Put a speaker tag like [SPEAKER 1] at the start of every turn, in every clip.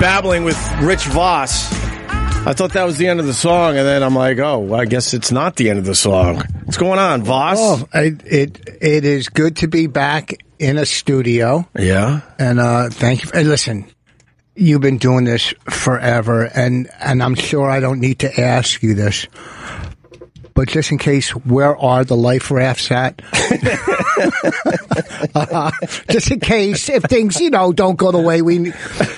[SPEAKER 1] babbling with Rich Voss. I thought that was the end of the song, and then I'm like, oh, well, I guess it's not the end of the song. What's going on, Voss?
[SPEAKER 2] Oh, I, it it is good to be back in a studio,
[SPEAKER 1] Yeah.
[SPEAKER 2] and uh, thank you. And listen, you've been doing this forever, and and I'm sure I don't need to ask you this, but just in case, where are the life rafts at? Uh, just in case, if things you know don't go the way we.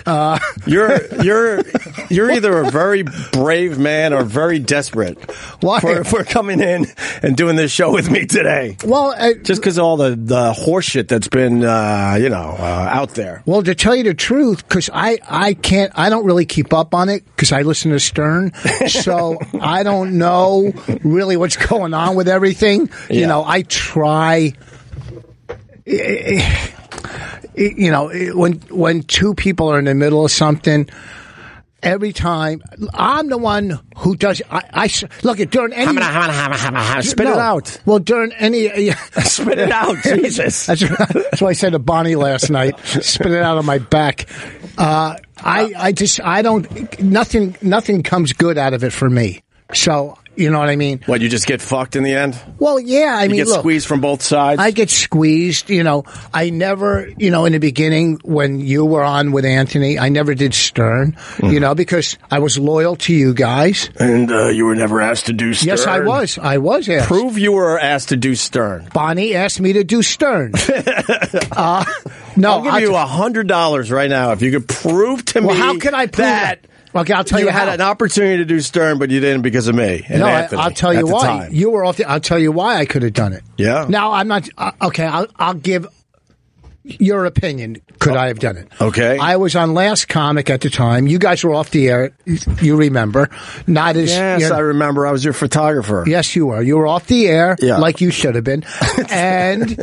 [SPEAKER 2] Uh,
[SPEAKER 1] You're you're you're either a very brave man or very desperate
[SPEAKER 2] Why?
[SPEAKER 1] for, for coming in and doing this show with me today.
[SPEAKER 2] well, uh, I,
[SPEAKER 1] Just because all the the horseshit that's been uh, you know uh, out there.
[SPEAKER 2] Well, to tell you the truth, because I, I can't, I don't really keep up on it because I listen to Stern. So I don't know really what's going on with everything.
[SPEAKER 1] Yeah.
[SPEAKER 2] You know, I try, you know, when, when two people are in the middle of something, every time I'm the one who does, I, I s- look at during any,
[SPEAKER 1] Spit
[SPEAKER 2] No.
[SPEAKER 1] it out.
[SPEAKER 2] Well, during any,
[SPEAKER 1] Spit it out. Jesus.
[SPEAKER 2] That's, that's what I said to Bonnie last night. Spit it out of my back. Uh, I I just I don't nothing nothing comes good out of it for me. So you know what I mean.
[SPEAKER 1] What you just get fucked in the end?
[SPEAKER 2] Well, yeah, I
[SPEAKER 1] You
[SPEAKER 2] mean,
[SPEAKER 1] get
[SPEAKER 2] look,
[SPEAKER 1] squeezed from both sides.
[SPEAKER 2] I get squeezed. You know, I never, you know, in the beginning when you were on with Anthony, I never did Stern. You know, because I was loyal to you guys.
[SPEAKER 1] and uh, Mm-hmm. you were never asked to do Stern.
[SPEAKER 2] Yes, I was. I was asked.
[SPEAKER 1] Prove you were asked to do Stern.
[SPEAKER 2] Bonnie asked me to do Stern. uh, no,
[SPEAKER 1] I'll give
[SPEAKER 2] Oh, I-
[SPEAKER 1] you a hundred dollars right now if you could prove to
[SPEAKER 2] Well,
[SPEAKER 1] me.
[SPEAKER 2] how can I prove
[SPEAKER 1] that?
[SPEAKER 2] that? Okay, I'll tell you
[SPEAKER 1] had
[SPEAKER 2] how.
[SPEAKER 1] an opportunity to do Stern, but you didn't because of me. And
[SPEAKER 2] no, I,
[SPEAKER 1] Anthony
[SPEAKER 2] I'll tell
[SPEAKER 1] at
[SPEAKER 2] you
[SPEAKER 1] the
[SPEAKER 2] why.
[SPEAKER 1] time.
[SPEAKER 2] You were off. The, I'll tell you why I could have done it.
[SPEAKER 1] Yeah.
[SPEAKER 2] Now I'm not uh, okay. I'll, I'll give your opinion. Could I have done it?
[SPEAKER 1] Okay.
[SPEAKER 2] I was on last comic at the time. You guys were off the air. You remember? Not as
[SPEAKER 1] yes,
[SPEAKER 2] you're-
[SPEAKER 1] I remember. I was your photographer.
[SPEAKER 2] Yes, you were. You were off the air,
[SPEAKER 1] Yeah.
[SPEAKER 2] like you should have been. and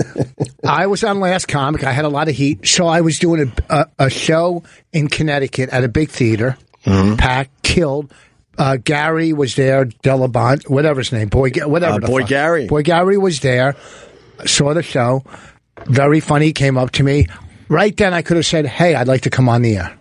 [SPEAKER 2] I was on last comic. I had a lot of heat, so I was doing a, a, a show in Connecticut at a big theater, packed, killed. Uh, Gary was there, Delabont, whatever his name, boy, Ga- whatever.
[SPEAKER 1] Uh,
[SPEAKER 2] the
[SPEAKER 1] Boy
[SPEAKER 2] fuck.
[SPEAKER 1] Gary.
[SPEAKER 2] Boy Gary was there. Saw the show. Very funny. Came up to me. Right then, I could have said, "Hey, I'd like to come on the air."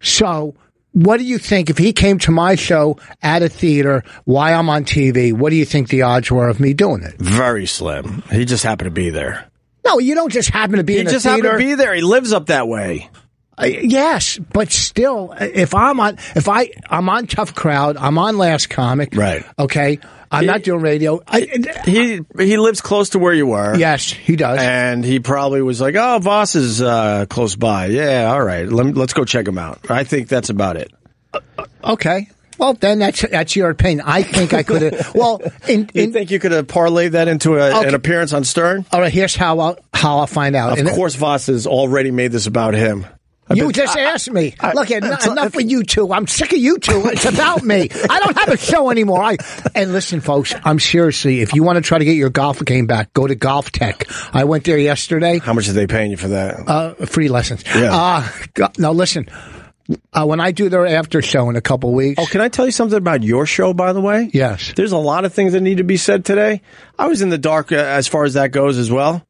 [SPEAKER 2] So, what do you think if he came to my show at a theater while I'm on TV? What do you think the odds were of me doing it?
[SPEAKER 1] Very slim. He just happened to be there.
[SPEAKER 2] No, you don't just happen to be
[SPEAKER 1] He
[SPEAKER 2] in
[SPEAKER 1] just
[SPEAKER 2] a
[SPEAKER 1] happened
[SPEAKER 2] theater.
[SPEAKER 1] to be there. He lives up that way.
[SPEAKER 2] Uh, yes, but still, if I'm on, if I I'm on Tough Crowd, I'm on Last Comic,
[SPEAKER 1] Right.
[SPEAKER 2] Okay, I'm not doing radio. I,
[SPEAKER 1] He he lives close to where you were.
[SPEAKER 2] yes, he does.
[SPEAKER 1] And he probably was like, "Oh, Voss is uh, close by. Yeah, all right. Let me, let's go check him out." I think that's about it.
[SPEAKER 2] okay. Well, then that's that's your opinion. I think I could have. well, in,
[SPEAKER 1] You
[SPEAKER 2] in,
[SPEAKER 1] think you could have parlayed that into a, an
[SPEAKER 2] Okay.
[SPEAKER 1] appearance on Stern?
[SPEAKER 2] all right. Here's how I'll how I'll find out.
[SPEAKER 1] Of course, Voss has already made this about him.
[SPEAKER 2] you just asked me. Look, en-
[SPEAKER 1] it's-
[SPEAKER 2] enough with you two. I'm sick of you two. It's about me. I don't have a show anymore. I and listen, folks. I'm seriously. If you want to try to get your golf game back, go to Golf Tech. I went there yesterday.
[SPEAKER 1] How much are they paying you for that?
[SPEAKER 2] Uh, free lessons.
[SPEAKER 1] Uh-huh. Yeah.
[SPEAKER 2] Uh, go- now listen. Uh, when I do their after show in a couple weeks,
[SPEAKER 1] oh, can I tell you something about your show, by the way?
[SPEAKER 2] Yes.
[SPEAKER 1] There's a lot of things that need to be said today. I was in the dark uh, as far as that goes as well.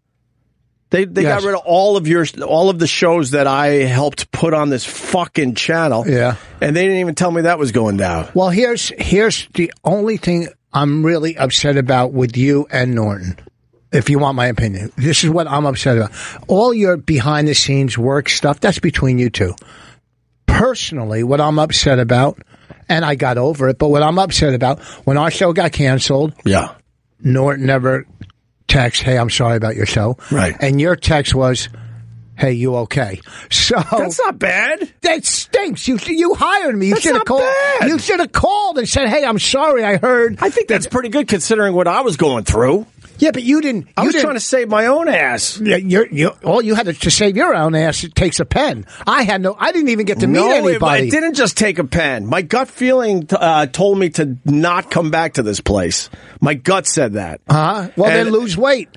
[SPEAKER 1] They they
[SPEAKER 2] Yes.
[SPEAKER 1] got rid of all of your all of the shows that I helped put on this fucking channel.
[SPEAKER 2] Yeah.
[SPEAKER 1] And they didn't even tell me that was going down.
[SPEAKER 2] Well, here's here's the only thing I'm really upset about with you and Norton. If you want my opinion, this is what I'm upset about. All your behind the scenes work stuff, that's between you two. Personally, what I'm upset about, and I got over it, but what I'm upset about, when our show got canceled,
[SPEAKER 1] Yeah.
[SPEAKER 2] Norton never text, hey, I'm sorry about your show.
[SPEAKER 1] Right.
[SPEAKER 2] And your text was, hey, you okay? So
[SPEAKER 1] That's not bad.
[SPEAKER 2] that stinks. You you hired me. You
[SPEAKER 1] That's
[SPEAKER 2] should have
[SPEAKER 1] not
[SPEAKER 2] called.
[SPEAKER 1] bad.
[SPEAKER 2] You should have called and said, "Hey, I'm sorry. I heard."
[SPEAKER 1] I think that's pretty good considering what I was going through.
[SPEAKER 2] yeah, but you didn't.
[SPEAKER 1] I
[SPEAKER 2] you
[SPEAKER 1] was
[SPEAKER 2] didn't,
[SPEAKER 1] trying to save my own ass.
[SPEAKER 2] Yeah, You're, you all you had to, to save your own ass. It takes a pen. I had no. I didn't even get to meet
[SPEAKER 1] it-
[SPEAKER 2] anybody.
[SPEAKER 1] it didn't just take a pen. My gut feeling uh, told me to not come back to this place. My gut said that.
[SPEAKER 2] Huh? Well,
[SPEAKER 1] And-
[SPEAKER 2] then lose weight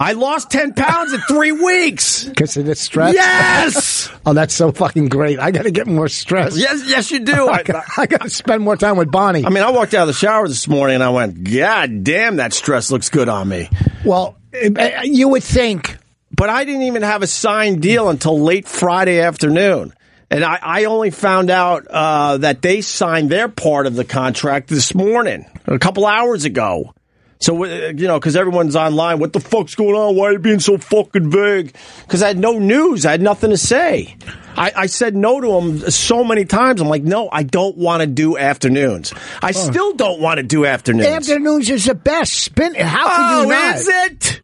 [SPEAKER 1] I lost 10 pounds in three weeks.
[SPEAKER 2] because of the stress.
[SPEAKER 1] Yes.
[SPEAKER 2] Oh, that's so fucking great. I got to get more stress.
[SPEAKER 1] yes, yes, you do. I,
[SPEAKER 2] I got, I got to spend more time with Bonnie.
[SPEAKER 1] I mean, I walked out of the shower this morning and I went, God damn, that stress looks good on me.
[SPEAKER 2] well, eh, you would think.
[SPEAKER 1] But I didn't even have a signed deal until late Friday afternoon. And I, I only found out uh, that they signed their part of the contract this morning, a couple hours ago. So, uh, you know, because everyone's online, what the fuck's going on? Why are you being so fucking vague? Because I had no news. I had nothing to say. I, I said no to him so many times. I'm like, no, I don't want to do afternoons. I still don't want to do afternoons.
[SPEAKER 2] Afternoons is the best. Spin. How can
[SPEAKER 1] oh,
[SPEAKER 2] you not?
[SPEAKER 1] is it?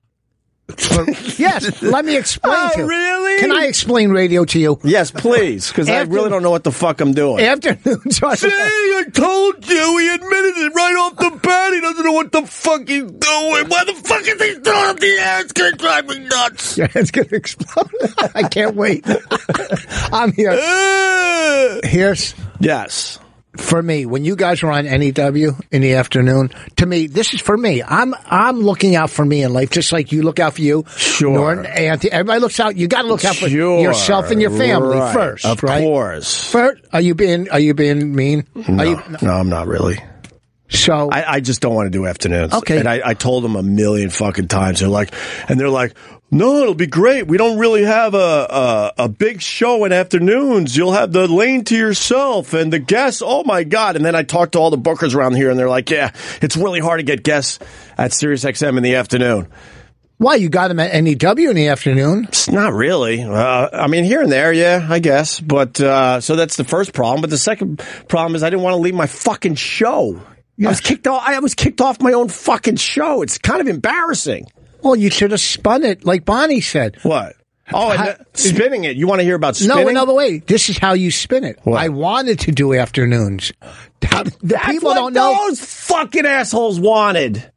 [SPEAKER 2] Yes. Let me explain.
[SPEAKER 1] Oh,
[SPEAKER 2] to you.
[SPEAKER 1] really?
[SPEAKER 2] Can I explain radio to you?
[SPEAKER 1] Yes, please, because I
[SPEAKER 2] After-
[SPEAKER 1] really don't know what the fuck I'm doing.
[SPEAKER 2] Afternoons are
[SPEAKER 1] See,
[SPEAKER 2] the best.
[SPEAKER 1] I told you. He admitted it right off the bat. He doesn't know what the fuck he's doing. Why the fuck is he doing on the air? It's gonna drive me nuts.
[SPEAKER 2] Your head's gonna explode. I can't wait. I'm here.
[SPEAKER 1] Uh,
[SPEAKER 2] Here's
[SPEAKER 1] yes.
[SPEAKER 2] for me, when you guys were on NEW in the afternoon, to me, this is for me. I'm I'm looking out for me in life, just like you look out for you.
[SPEAKER 1] Sure.
[SPEAKER 2] Norton, Anthony, everybody looks out. You got to look out for
[SPEAKER 1] Sure.
[SPEAKER 2] yourself and your family
[SPEAKER 1] Right.
[SPEAKER 2] first,
[SPEAKER 1] Of
[SPEAKER 2] right?
[SPEAKER 1] course.
[SPEAKER 2] First, are you being are you being mean? Are you,
[SPEAKER 1] No, I'm not really.
[SPEAKER 2] so
[SPEAKER 1] I, I just don't want to do afternoons.
[SPEAKER 2] Okay.
[SPEAKER 1] And I, I told them a million fucking times. They're like, and they're like, no, it'll be great. We don't really have a, a, a big show in afternoons. You'll have the lane to yourself and the guests. Oh my God. And then I talked to all the bookers around here and they're like, yeah, it's really hard to get guests at Sirius XM in the afternoon.
[SPEAKER 2] why you got him at NEW in the afternoon?
[SPEAKER 1] It's not really. Uh, I mean, here and there, yeah, I guess. But uh, so that's the first problem. But the second problem is I didn't want to leave my fucking show. I was kicked off. I was kicked off my own fucking show. It's kind of embarrassing.
[SPEAKER 2] Well, you should have spun it, like Bonnie said.
[SPEAKER 1] What? Oh, and
[SPEAKER 2] How-
[SPEAKER 1] the- spinning it. You want to hear about spinning?
[SPEAKER 2] No, no, wait. This is how you spin it.
[SPEAKER 1] What?
[SPEAKER 2] I wanted to do afternoons. The
[SPEAKER 1] That's
[SPEAKER 2] people
[SPEAKER 1] what
[SPEAKER 2] don't know,
[SPEAKER 1] those fucking assholes wanted.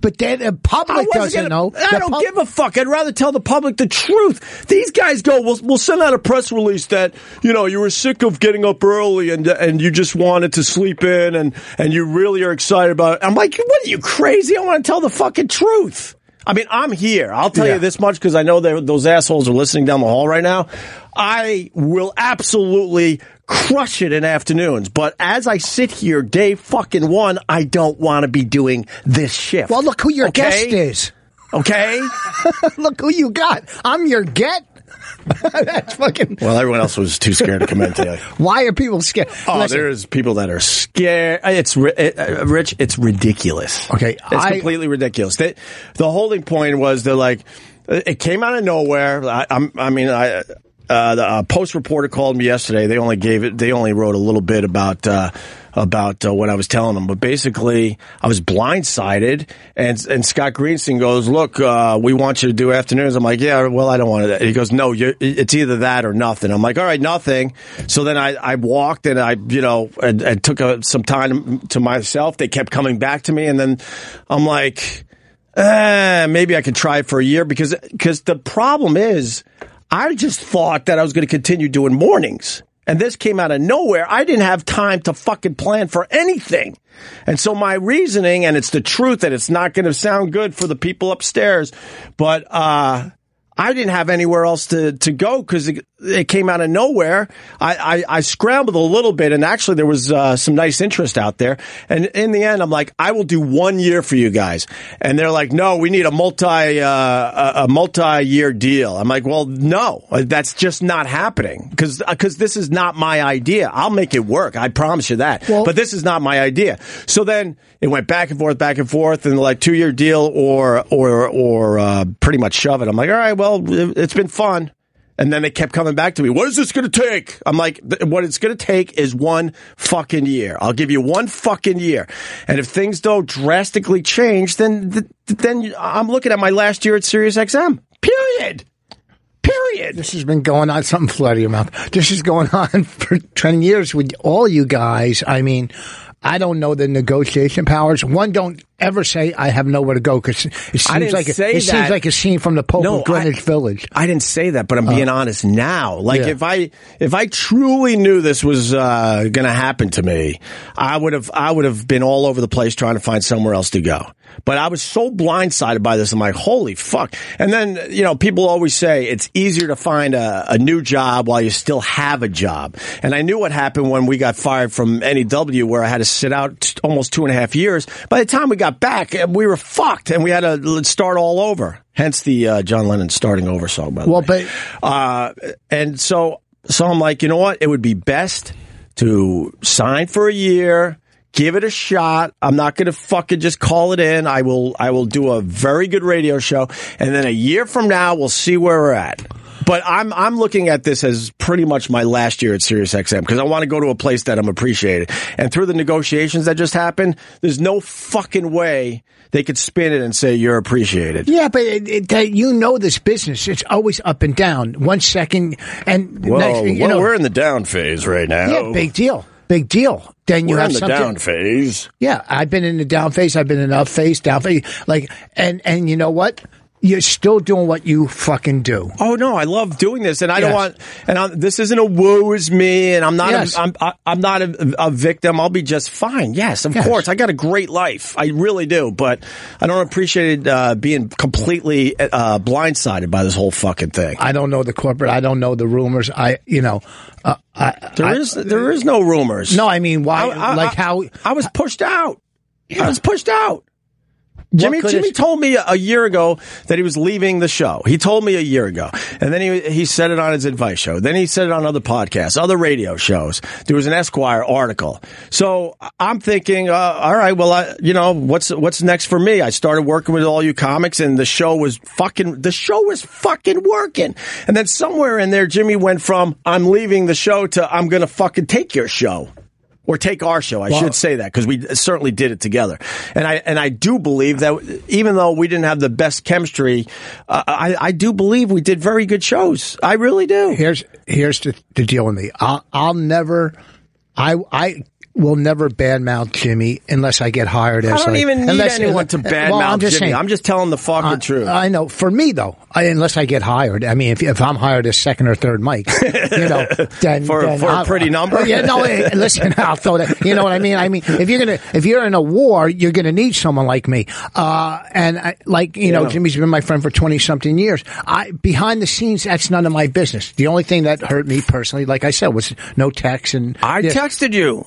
[SPEAKER 2] but then the
[SPEAKER 1] I
[SPEAKER 2] public
[SPEAKER 1] wasn't gonna-
[SPEAKER 2] doesn't know.
[SPEAKER 1] I
[SPEAKER 2] The
[SPEAKER 1] don't
[SPEAKER 2] pub-
[SPEAKER 1] give a fuck. I'd rather tell the public the truth. These guys go, we'll, we'll send out a press release that, you know, you were sick of getting up early and and you just wanted to sleep in and, and you really are excited about it. I'm like, what are you crazy? I want to tell the fucking truth. I mean, I'm here. I'll tell
[SPEAKER 2] Yeah.
[SPEAKER 1] you this much because I know that those assholes are listening down the hall right now. I will absolutely crush it in afternoons. But as I sit here day fucking one, I don't want to be doing this shift.
[SPEAKER 2] Well, look who your
[SPEAKER 1] Okay?
[SPEAKER 2] guest is.
[SPEAKER 1] Okay.
[SPEAKER 2] look who you got. I'm your get. That's fucking.
[SPEAKER 1] Well, everyone else was too scared to come in today.
[SPEAKER 2] Why are people scared?
[SPEAKER 1] Oh,
[SPEAKER 2] Listen,
[SPEAKER 1] there's people that are scared. It's ri- it, uh, Rich. It's ridiculous.
[SPEAKER 2] Okay,
[SPEAKER 1] it's
[SPEAKER 2] I-
[SPEAKER 1] completely ridiculous. They, the holding point was they're like, uh, it came out of nowhere. I, I'm, I mean, I. Uh, the uh, post reporter called me yesterday. They only gave it. They only wrote a little bit about uh, about uh, what I was telling them. But basically, I was blindsided. And and Scott Greenstein goes, "Look, uh, we want you to do afternoons." I'm like, "Yeah, well, I don't want to." He goes, "No, you're, it's either that or nothing." I'm like, "All right, nothing." So then I, I walked and I you know and, and took a, some time to myself. They kept coming back to me, and then I'm like, eh, "Maybe I could try it for a year," because because the problem is, I just thought that I was going to continue doing mornings. And this came out of nowhere. I didn't have time to fucking plan for anything. And so my reasoning, and it's the truth, and it's not going to sound good for the people upstairs, but, uh, I didn't have anywhere else to, to go because it, it came out of nowhere. I, I, I scrambled a little bit, and actually, there was uh, some nice interest out there. And in the end, I'm like, I will do one year for you guys. And they're like, No, we need a multi uh, a, a multi year deal. I'm like, Well, no, uh, that's just not happening because this is not my idea. I'll make it work. I promise you that.
[SPEAKER 2] Well-
[SPEAKER 1] but this is not my idea. So then it went back and forth, back and forth, and like two year deal or or or uh, pretty much shove it. I'm like, all right, well, it- it's been fun. And then they kept coming back to me. What is this going to take? I'm like, "Th- what it's going to take is one fucking year. I'll give you one fucking year. And if things don't drastically change, then th- then I'm looking at my last year at Sirius XM. Period. Period.
[SPEAKER 2] This has been going on. Something flew out of your mouth. This is going on for ten years with all you guys. I mean, I don't know the negotiation powers. One, don't ever say I have nowhere to go because it seems
[SPEAKER 1] didn't
[SPEAKER 2] like a,
[SPEAKER 1] say
[SPEAKER 2] it
[SPEAKER 1] that.
[SPEAKER 2] seems like a scene from the Pope
[SPEAKER 1] No,
[SPEAKER 2] of Greenwich
[SPEAKER 1] I-
[SPEAKER 2] Village.
[SPEAKER 1] I didn't say that, but I'm being honest now. Like
[SPEAKER 2] Yeah.
[SPEAKER 1] if I if I truly knew this was uh, going to happen to me, I would have I would have been all over the place trying to find somewhere else to go. But I was so blindsided by this. I'm like, holy fuck! And then you know, people always say it's easier to find a, a new job while you still have a job. And I knew what happened when we got fired from NEW, where I had to sit out t- almost two and a half years. By the time we got back, uh, we were fucked, and we had to l- start all over. Hence the uh, John Lennon starting over song. By the
[SPEAKER 2] Well,
[SPEAKER 1] way. uh, and so So I'm like, you know what? It would be best to sign for a year, give it a shot. I'm not going to fucking just call it in. I will, I will do a very good radio show. And then a year from now, we'll see where we're at. But I'm, I'm looking at this as pretty much my last year at SiriusXM because I want to go to a place that I'm appreciated. And through the negotiations that just happened, there's no fucking way they could spin it and say you're appreciated.
[SPEAKER 2] Yeah, but it, it, that you know this business. It's always up and down. One second, and
[SPEAKER 1] Whoa,
[SPEAKER 2] next, thing you
[SPEAKER 1] well,
[SPEAKER 2] know,
[SPEAKER 1] we're in the down phase right now.
[SPEAKER 2] yeah, big deal, big deal. Then you
[SPEAKER 1] we're
[SPEAKER 2] have
[SPEAKER 1] in the
[SPEAKER 2] something.
[SPEAKER 1] down phase.
[SPEAKER 2] Yeah, I've been in the down phase. I've been in the up phase, down phase. Like, and and you know what? You're still doing what you fucking do.
[SPEAKER 1] Oh no, I love doing this, and I don't
[SPEAKER 2] Yes.
[SPEAKER 1] want. And I'm, this isn't a woe is me, and I'm not.
[SPEAKER 2] Yes.
[SPEAKER 1] A, I'm, I, I'm not a, a victim. I'll be just fine. Yes, of
[SPEAKER 2] Yes.
[SPEAKER 1] course. I got a great life. I really do, but I don't appreciate uh, being completely uh, blindsided by this whole fucking thing.
[SPEAKER 2] I don't know the corporate. I don't know the rumors. I, you know, uh, I,
[SPEAKER 1] There is there is no rumors.
[SPEAKER 2] no. I mean, why?
[SPEAKER 1] I- I-
[SPEAKER 2] like
[SPEAKER 1] I-
[SPEAKER 2] how?
[SPEAKER 1] I was pushed out. I was pushed out. Jimmy
[SPEAKER 2] could
[SPEAKER 1] Jimmy
[SPEAKER 2] it-
[SPEAKER 1] told me a year ago that he was leaving the show. He told me a year ago, and then he he said it on his advice show. Then he said it on other podcasts, other radio shows. There was an Esquire article. So I'm thinking, uh, all right, well, I, you know, what's what's next for me? I started working with all you comics, and the show was fucking the show was fucking working. And then somewhere in there, Jimmy went from I'm leaving the show to I'm gonna fucking take your show or take our show. I should say that because we certainly did it together. And I and I do believe that even though we didn't have the best chemistry, uh, I I do believe we did very good shows. I really do.
[SPEAKER 2] here's here's the, the deal with me. I'll, I'll never, I I will never badmouth Jimmy unless I get hired.
[SPEAKER 1] I
[SPEAKER 2] as
[SPEAKER 1] don't
[SPEAKER 2] like-
[SPEAKER 1] even need
[SPEAKER 2] unless, uh,
[SPEAKER 1] anyone to badmouth
[SPEAKER 2] well, I'm just
[SPEAKER 1] Jimmy.
[SPEAKER 2] saying, Uh,
[SPEAKER 1] I'm just telling the fucking
[SPEAKER 2] I,
[SPEAKER 1] truth.
[SPEAKER 2] I know. For me though, I, unless I get hired, I mean, if, if I'm hired as second or third mic, you know, then
[SPEAKER 1] For-
[SPEAKER 2] then
[SPEAKER 1] for a
[SPEAKER 2] I'll-
[SPEAKER 1] pretty number?
[SPEAKER 2] Yeah, no. eh, listen, I'll throw that. You know what I mean? I mean, if you're gonna if you're in a war, you're gonna need someone like me. Uh, and I, like you know,
[SPEAKER 1] Yeah.
[SPEAKER 2] Jimmy's been my friend for twenty something years. I behind the scenes, that's none of my business. The only thing that hurt me personally, like I said, was no text and
[SPEAKER 1] I
[SPEAKER 2] yeah,
[SPEAKER 1] texted you.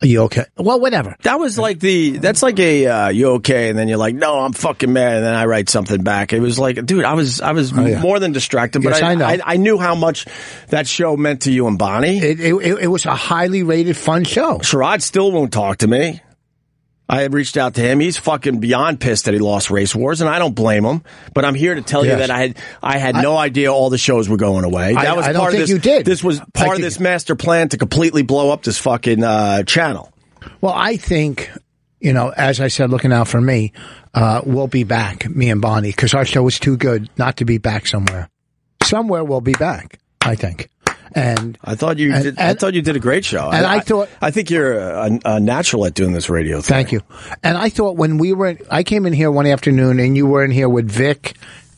[SPEAKER 2] Are you okay? Well, whatever.
[SPEAKER 1] That was like the that's like a uh, you okay, and then you're like, no, I'm fucking mad, and then I write something back. It was like, dude, I was I was
[SPEAKER 2] Oh, yeah.
[SPEAKER 1] more than distracted, but
[SPEAKER 2] Yes, I know.
[SPEAKER 1] I, I knew how much that show meant to you and Bonnie.
[SPEAKER 2] It, it, it was a highly rated fun show.
[SPEAKER 1] Sherrod still won't talk to me. I had reached out to him. He's fucking beyond pissed that he lost race wars, and I don't blame him. But I'm here to tell you
[SPEAKER 2] Yes.
[SPEAKER 1] that I had I had no idea all the shows were going away.
[SPEAKER 2] I-
[SPEAKER 1] That was
[SPEAKER 2] I don't
[SPEAKER 1] part
[SPEAKER 2] think
[SPEAKER 1] of this.
[SPEAKER 2] you did.
[SPEAKER 1] This was
[SPEAKER 2] I
[SPEAKER 1] part of
[SPEAKER 2] think-
[SPEAKER 1] this master plan to completely blow up this fucking uh, channel.
[SPEAKER 2] Well, I think, you know, as I said, looking out for me, uh, we'll be back, me and Bonnie, because our show was too good not to be back somewhere. Somewhere we'll be back, I think. And
[SPEAKER 1] I thought you
[SPEAKER 2] And-
[SPEAKER 1] did. I
[SPEAKER 2] and-
[SPEAKER 1] thought you did a great show.
[SPEAKER 2] and I thought-
[SPEAKER 1] I, think you're a, a natural at doing this radio thing.
[SPEAKER 2] thank you. And I thought when we were, I came in here one afternoon and you were in here with Vic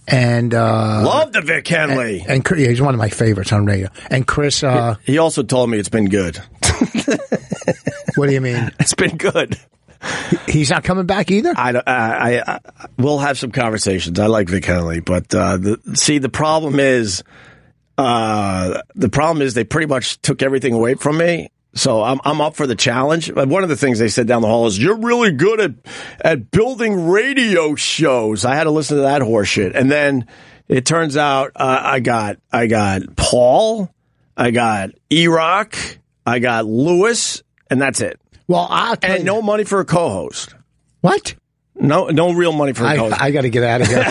[SPEAKER 2] and, uh,
[SPEAKER 1] Love the Vic Henley.
[SPEAKER 2] and Chris, yeah, he's one of my favorites on radio. And Chris, uh,
[SPEAKER 1] he also told me it's been good.
[SPEAKER 2] what do you mean?
[SPEAKER 1] It's been good.
[SPEAKER 2] He's not coming back either?
[SPEAKER 1] I, don't- I, I, I we'll have some conversations. I like Vic Henley, but uh, the, see, the problem is, uh, the problem is they pretty much took everything away from me. So I'm I'm up for the challenge. But one of the things they said down the hall is you're really good at at building radio shows. I had to listen to that horseshit, and then it turns out uh, I got I got Paul, I got E Rock, I got Lewis, and that's it.
[SPEAKER 2] Well, I'll tell
[SPEAKER 1] And
[SPEAKER 2] you-
[SPEAKER 1] no money for a co-host.
[SPEAKER 2] What?
[SPEAKER 1] No, no real money for a
[SPEAKER 2] I,
[SPEAKER 1] coach.
[SPEAKER 2] I got to get out of here.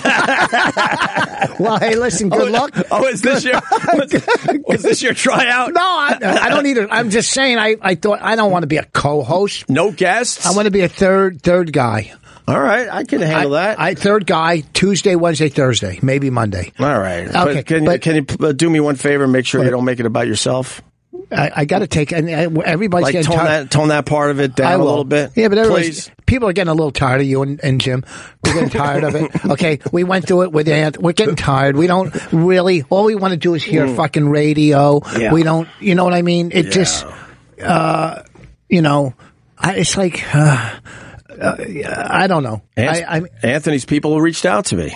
[SPEAKER 2] well, hey, listen, good luck.
[SPEAKER 1] Oh, is this your was, was this your tryout?
[SPEAKER 2] No, I, I don't either. I'm just saying. I, I thought I don't want to be a co-host.
[SPEAKER 1] No guests.
[SPEAKER 2] I want to be a third third guy.
[SPEAKER 1] All right, I can handle
[SPEAKER 2] I,
[SPEAKER 1] that.
[SPEAKER 2] I third guy Tuesday, Wednesday, Thursday, maybe Monday.
[SPEAKER 1] All right.
[SPEAKER 2] Okay,
[SPEAKER 1] but can
[SPEAKER 2] but-
[SPEAKER 1] you can you uh, do me one favor and make sure you don't make it about yourself?
[SPEAKER 2] I, I got to take and I, everybody's
[SPEAKER 1] Like
[SPEAKER 2] getting
[SPEAKER 1] tone
[SPEAKER 2] tired.
[SPEAKER 1] that tone that part of it
[SPEAKER 2] I
[SPEAKER 1] down a
[SPEAKER 2] will.
[SPEAKER 1] little bit.
[SPEAKER 2] Yeah, but everybody's
[SPEAKER 1] please.
[SPEAKER 2] people are getting a little tired of you and, and Jim. We're getting tired of it. Okay, we went through it with Ant. We're getting tired. We don't really. All we want to do is hear fucking radio.
[SPEAKER 1] Mm. Yeah.
[SPEAKER 2] We don't. You know what I mean? It just, uh, you know, I, it's like uh, uh, I don't know.
[SPEAKER 1] Anth-
[SPEAKER 2] I, I
[SPEAKER 1] Anthony's people reached out to me.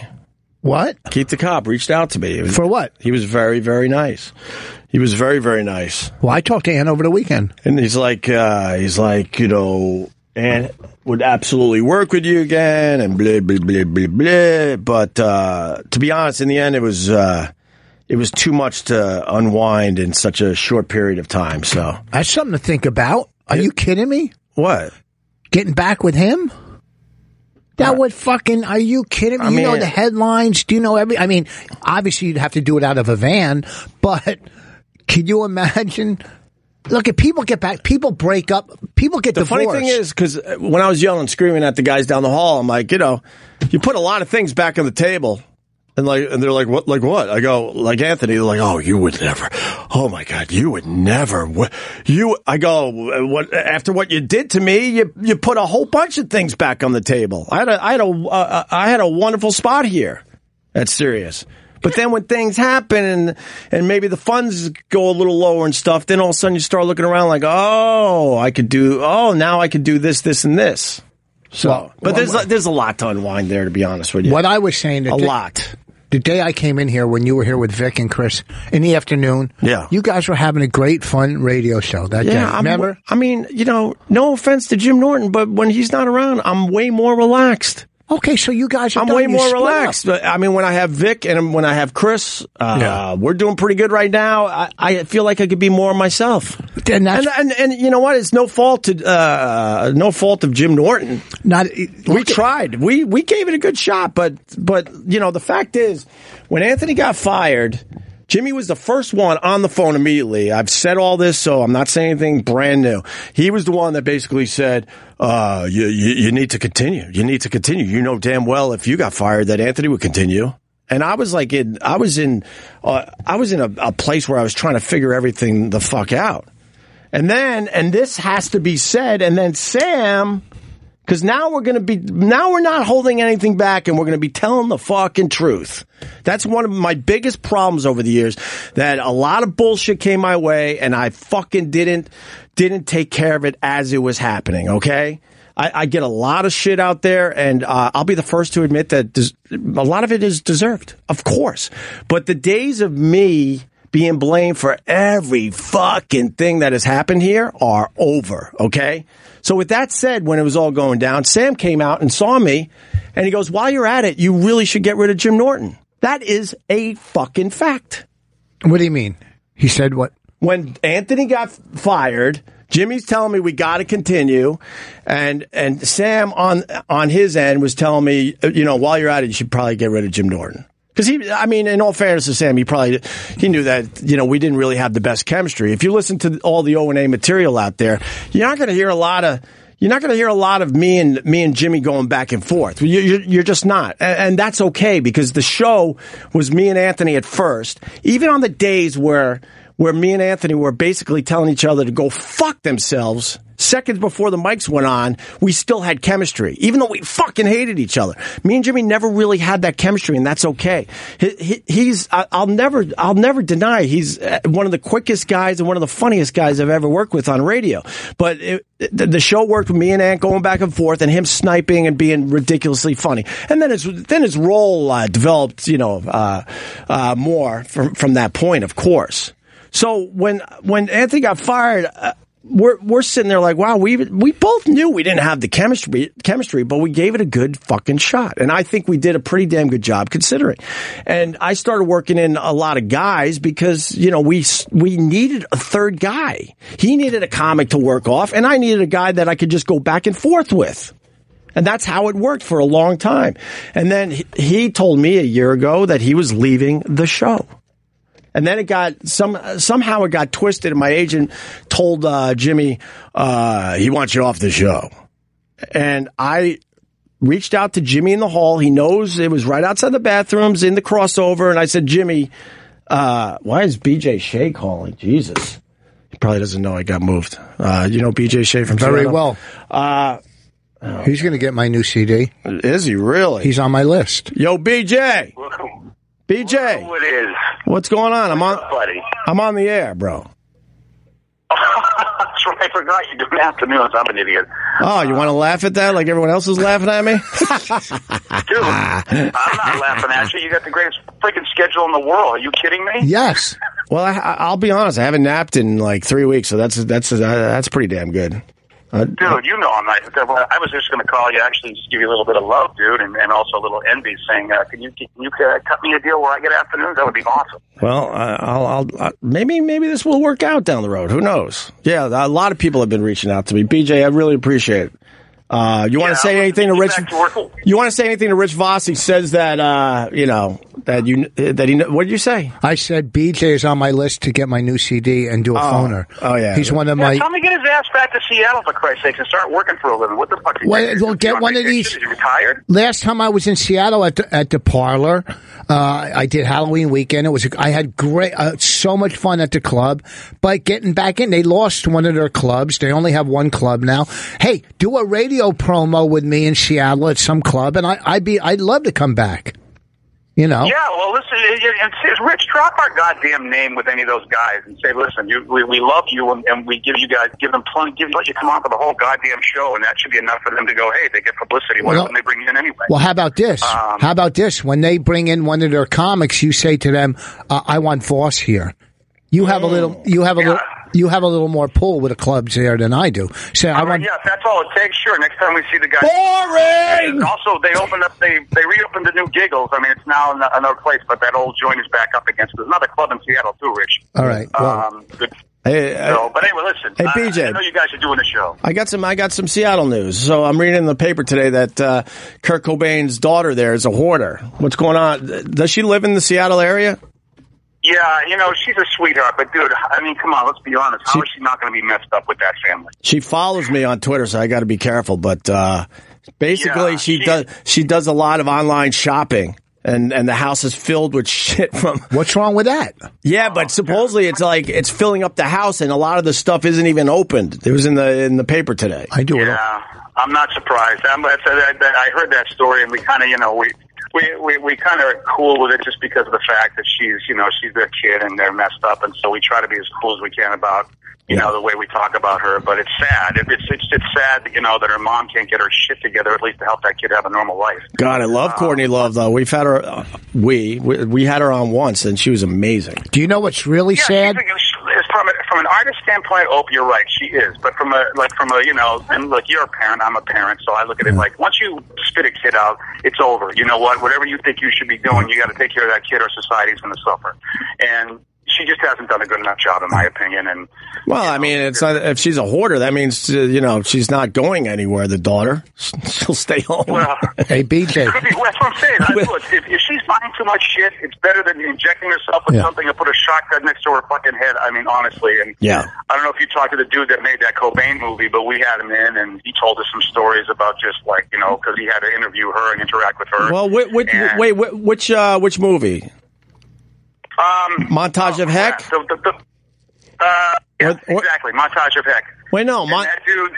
[SPEAKER 2] what
[SPEAKER 1] Keith the cop reached out to me. It was-
[SPEAKER 2] for what?
[SPEAKER 1] He was very very nice. He was very very nice.
[SPEAKER 2] Well, I talked to Ann over the weekend.
[SPEAKER 1] And he's like, uh, he's like, you know, and would absolutely work with you again, and blah blah blah blah blah. But uh, to be honest, in the end, it was uh, it was too much to unwind in such a short period of time. So
[SPEAKER 2] That's something to think about. Are you kidding me?
[SPEAKER 1] what?
[SPEAKER 2] Getting back with him? That would fucking. Are you kidding me?
[SPEAKER 1] Uh, I
[SPEAKER 2] you know
[SPEAKER 1] mean-
[SPEAKER 2] the headlines. Do you know every? I mean, obviously you'd have to do it out of a van, but can you imagine? Look, if people get back, people break up, people get
[SPEAKER 1] The
[SPEAKER 2] divorced.
[SPEAKER 1] funny thing is, because when I was yelling, screaming at the guys down the hall, I'm like, you know, you put a lot of things back on the table, and like, and they're like, what, like what? I go, like Anthony, they're like, oh, you would never, oh my God, you would never, Wha- you. I go, what? After what you did to me, you you put a whole bunch of things back on the table. I had a, I had a, uh, I had a wonderful spot here. That's serious. But then when things happen and and maybe the funds go a little lower and stuff, then all of a sudden you start looking around like, oh, I could do, oh, now I could do this, this, and this. So,
[SPEAKER 2] Well,
[SPEAKER 1] but there's
[SPEAKER 2] well,
[SPEAKER 1] a, there's a lot to unwind there, to be honest with you.
[SPEAKER 2] what I was saying.
[SPEAKER 1] A lot.
[SPEAKER 2] the day I came in here when you were here with Vic and Chris in the afternoon.
[SPEAKER 1] Yeah.
[SPEAKER 2] You guys were having a great fun radio show that day.
[SPEAKER 1] Yeah, I'm,
[SPEAKER 2] Remember?
[SPEAKER 1] I mean, you know, no offense to Jim Norton, but when he's not around, I'm way more relaxed.
[SPEAKER 2] Okay, so you guys are
[SPEAKER 1] I'm
[SPEAKER 2] done.
[SPEAKER 1] way
[SPEAKER 2] You
[SPEAKER 1] more
[SPEAKER 2] split up.
[SPEAKER 1] relaxed. But, I mean, when I have Vic and when I have Chris, uh,
[SPEAKER 2] Yeah.
[SPEAKER 1] we're doing pretty good right now. I, I feel like I could be more myself.
[SPEAKER 2] Then that's
[SPEAKER 1] And, and and you know what? It's no fault to uh, no fault of Jim Norton.
[SPEAKER 2] not.
[SPEAKER 1] We tried. We we gave it a good shot, but but you know the fact is, when Anthony got fired, Jimmy was the first one on the phone immediately. I've said all this, so I'm not saying anything brand new. He was the one that basically said, uh, you, you you need to continue. You need to continue. You know damn well if you got fired that Anthony would continue." And I was like, in I was in uh, I was in a, a place where I was trying to figure everything the fuck out. And then, and this has to be said, and then Sam, because now we're going to be, now we're not holding anything back and we're going to be telling the fucking truth. That's one of my biggest problems over the years that a lot of bullshit came my way and I fucking didn't, didn't take care of it as it was happening, okay? I, I get a lot of shit out there, and uh, I'll be the first to admit that des- a lot of it is deserved, of course. But the days of me being blamed for every fucking thing that has happened here are over, okay? So with that said, when it was all going down, Sam came out and saw me and he goes, "While you're at it, you really should get rid of Jim Norton." That is a fucking fact.
[SPEAKER 2] What do you mean? He said what?
[SPEAKER 1] When Anthony got f- fired, Jimmy's telling me we got to continue and and Sam on on his end was telling me, uh, you know, while you're at it, you should probably get rid of Jim Norton. Because he, I mean, in all fairness to Sam, he probably he knew that you know we didn't really have the best chemistry. If you listen to all the O and A material out there, you're not going to hear a lot of you're not going to hear a lot of me and me and Jimmy going back and forth. You- You're, you're just not, and, and that's okay because the show was me and Anthony at first. Even on the days where where me and Anthony were basically telling each other to go fuck themselves seconds before the mics went on, we still had chemistry, even though we fucking hated each other. Me and Jimmy never really had that chemistry, and that's okay. He, he, he's I, I'll never I'll never deny he's uh, one of the quickest guys and one of the funniest guys I've ever worked with on radio. But it, the, the show worked with me and Ant going back and forth, and him sniping and being ridiculously funny. And then his then his role uh, developed, you know, uh, uh, more from from that point, of course. So when when Anthony got fired, uh, we're we're sitting there like, wow, we we both knew we didn't have the chemistry chemistry, but we gave it a good fucking shot, and I think we did a pretty damn good job considering. And I started working in a lot of guys because you know we s- we needed a third guy. He needed a comic to work off, and I needed a guy that I could just go back and forth with. And that's how it worked for a long time. And then he- he told me a year ago that he was leaving the show. And then it got some somehow it got twisted. And my agent told uh, Jimmy uh, he wants you off the show. And I reached out to Jimmy in the hall. He knows it was right outside the bathrooms in the crossover. And I said, Jimmy, uh, why is BJ Shea calling? Jesus, he probably doesn't know I got moved. Uh, you know BJ Shea from
[SPEAKER 2] Very
[SPEAKER 1] Toronto?
[SPEAKER 2] well. Uh, He's going to get my new CD.
[SPEAKER 1] Is he really?
[SPEAKER 2] He's on my list.
[SPEAKER 1] Yo, BJ,
[SPEAKER 3] Welcome.
[SPEAKER 1] BJ,
[SPEAKER 3] What is,
[SPEAKER 1] what's going on? I'm on
[SPEAKER 3] buddy?
[SPEAKER 1] I'm on the air, bro.
[SPEAKER 3] That's right. I forgot you do afternoons. I'm an idiot,
[SPEAKER 1] Oh, you want to laugh at that like everyone else is laughing at me?
[SPEAKER 3] dude. I'm not laughing at you. You got the greatest freaking schedule in the world. Are you kidding me?
[SPEAKER 2] Yes.
[SPEAKER 1] Well, I, I- I'll be honest. I haven't napped in like three weeks, so that's that's uh, that's pretty damn good. I-
[SPEAKER 3] Dude, you know I'm not. I was just going to call you, actually, just give you a little bit of love, dude, and, and also a little envy, saying, uh, "Can you can you uh, cut me a deal where I get afternoons? That would be awesome."
[SPEAKER 1] Well, I- I'll, I'll, i maybe maybe this will work out down the road. Who knows? Yeah, a lot of people have been reaching out to me. BJ, I really appreciate it. Uh, you want to
[SPEAKER 3] Yeah,
[SPEAKER 1] say
[SPEAKER 3] I'll
[SPEAKER 1] anything to
[SPEAKER 3] get
[SPEAKER 1] Rich?
[SPEAKER 3] back to work.
[SPEAKER 1] you want to say anything to Rich Voss? He says that uh, you know that you that he. What did you say?
[SPEAKER 2] I said BJ is on my list to get my new CD and do a phoner.
[SPEAKER 1] oh, yeah.
[SPEAKER 2] he's one of
[SPEAKER 3] Yeah,
[SPEAKER 2] my.
[SPEAKER 3] tell him to get his ass back to Seattle for Christ's sakes and start working for a living. What the fuck? Are you
[SPEAKER 2] Well,
[SPEAKER 3] doing?
[SPEAKER 2] well,
[SPEAKER 3] You
[SPEAKER 2] get
[SPEAKER 3] on
[SPEAKER 2] one of
[SPEAKER 3] vacation?
[SPEAKER 2] these-
[SPEAKER 3] Are you tired?
[SPEAKER 2] Last time I was in Seattle at the, at the parlor, uh, I did Halloween weekend. It was I had great, uh, so much fun at the club. But getting back in, they lost one of their clubs. They only have one club now. Hey, do a radio promo with me in Seattle at some club, and I, I'd be I'd love to come back. You know,
[SPEAKER 3] Yeah, well, listen, it- it- and see, Rich, drop our goddamn name with any of those guys and say, listen, you, we, we love you and, and we give you guys, give them plenty, give, let you come on for the whole goddamn show, and that should be enough for them to go, hey, they get publicity. Why
[SPEAKER 2] Well,
[SPEAKER 3] wouldn't they bring you in anyway?
[SPEAKER 2] Well, how about this?
[SPEAKER 3] Um,
[SPEAKER 2] how about this? When they bring in one of their comics, you say to them, uh, "I want Voss here." You have a little.
[SPEAKER 3] Oh,
[SPEAKER 2] You have a little. You have a little more pull with the clubs there than I do. Say, I
[SPEAKER 3] But
[SPEAKER 2] want.
[SPEAKER 3] yeah, if that's all it takes, sure. Next time we see the guy.
[SPEAKER 1] Boring.
[SPEAKER 3] And also, they opened up, they they reopened the new Giggles. I mean, it's now in another place, but that old joint is back up against. There's another club in Seattle too, Rich.
[SPEAKER 2] All right, well-
[SPEAKER 3] um, good.
[SPEAKER 1] Hey, uh, I-
[SPEAKER 3] So, but anyway, listen.
[SPEAKER 1] Hey,
[SPEAKER 3] I-
[SPEAKER 1] BJ.
[SPEAKER 3] I know you guys are doing a show.
[SPEAKER 1] I got some. I got some Seattle news. So I'm reading in the paper today that uh, Kurt Cobain's daughter there is a hoarder. What's going on? Does she live in the Seattle area?
[SPEAKER 3] Yeah, you know, she's a sweetheart, but dude, I mean, come on, let's be honest. How is she not going to be messed up with that family?
[SPEAKER 1] She follows me on Twitter, so I got to be careful. But uh, basically,
[SPEAKER 3] Yeah,
[SPEAKER 1] she
[SPEAKER 3] she-
[SPEAKER 1] does she does a lot of online shopping, and and the house is filled with shit from
[SPEAKER 2] What's wrong with that?
[SPEAKER 1] yeah. But supposedly, it's like it's filling up the house, and a lot of the stuff isn't even opened. It was in the in the paper today.
[SPEAKER 2] I do it. all.
[SPEAKER 3] Yeah, I'm not surprised. I'm, that's, that, that, I heard that story, and we kind of, you know, we. We, we, we kind of are cool with it just because of the fact that she's, you know, she's their kid and they're messed up. And so we try to be as cool as we can about, you know, the way we talk about her. But it's sad. It, it's, it's, it's sad, you know, that her mom can't get her shit together at least to help that kid have a normal life.
[SPEAKER 1] God, I love Courtney Love though. We've had her, uh, we, we we had her on once, and she was amazing.
[SPEAKER 2] Do you know what's really sad?
[SPEAKER 3] she's a- she- is from a, from an artist standpoint, oh, you're right, she is. But from a like from a you know, and look, you're a parent, I'm a parent, so I look at it like once you spit a kid out, it's over. You know what? Whatever you think you should be doing, you got to take care of that kid, or society's going to suffer. And she just hasn't done a good enough job, in my opinion. And
[SPEAKER 1] Well, I mean, it's not if she's a hoarder, that means uh, you know she's not going anywhere. The daughter, she'll stay home.
[SPEAKER 3] well.
[SPEAKER 2] Hey, BJ.
[SPEAKER 3] Could be. Well, That's what I'm saying. I, look, if, if she's buying too much shit, it's better than injecting herself with
[SPEAKER 2] Yeah.
[SPEAKER 3] something and put a shotgun next to her fucking head. I mean, honestly. And
[SPEAKER 1] Yeah.
[SPEAKER 3] I don't know if you talked to the dude that made that Cobain movie, but we had him in, and he told us some stories about just like you know because he had to interview her and interact with her.
[SPEAKER 1] well, which, which,
[SPEAKER 3] And,
[SPEAKER 1] wait, whi- which uh, which movie?
[SPEAKER 3] um,
[SPEAKER 1] Montage of
[SPEAKER 3] yeah,
[SPEAKER 1] Heck.
[SPEAKER 3] the- the- the- uh, yeah,
[SPEAKER 1] Or- or-
[SPEAKER 3] exactly. Montage of Heck.
[SPEAKER 1] Wait, no,
[SPEAKER 3] And
[SPEAKER 1] Mon-
[SPEAKER 3] that dude.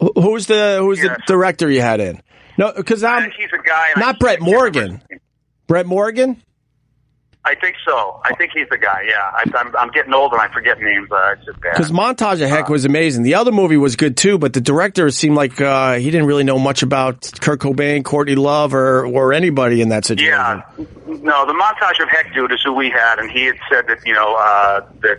[SPEAKER 1] Who- Who's the who's
[SPEAKER 3] Yes.
[SPEAKER 1] the director you had in? No, because I'm
[SPEAKER 3] he's a guy. and I-
[SPEAKER 1] not Brett Morgan. Brett Morgan.
[SPEAKER 3] I think so. I think he's the guy. Yeah, I, I'm, I'm getting old and I forget names. Uh, it's just bad.
[SPEAKER 1] Because Montage of
[SPEAKER 3] Uh-huh.
[SPEAKER 1] Heck was amazing. The other movie was good too, but the director seemed like uh, he didn't really know much about Kurt Cobain, Courtney Love, or or anybody in that situation.
[SPEAKER 3] Yeah, no, the montage of Heck Dude is who we had, and he had said that you know uh, that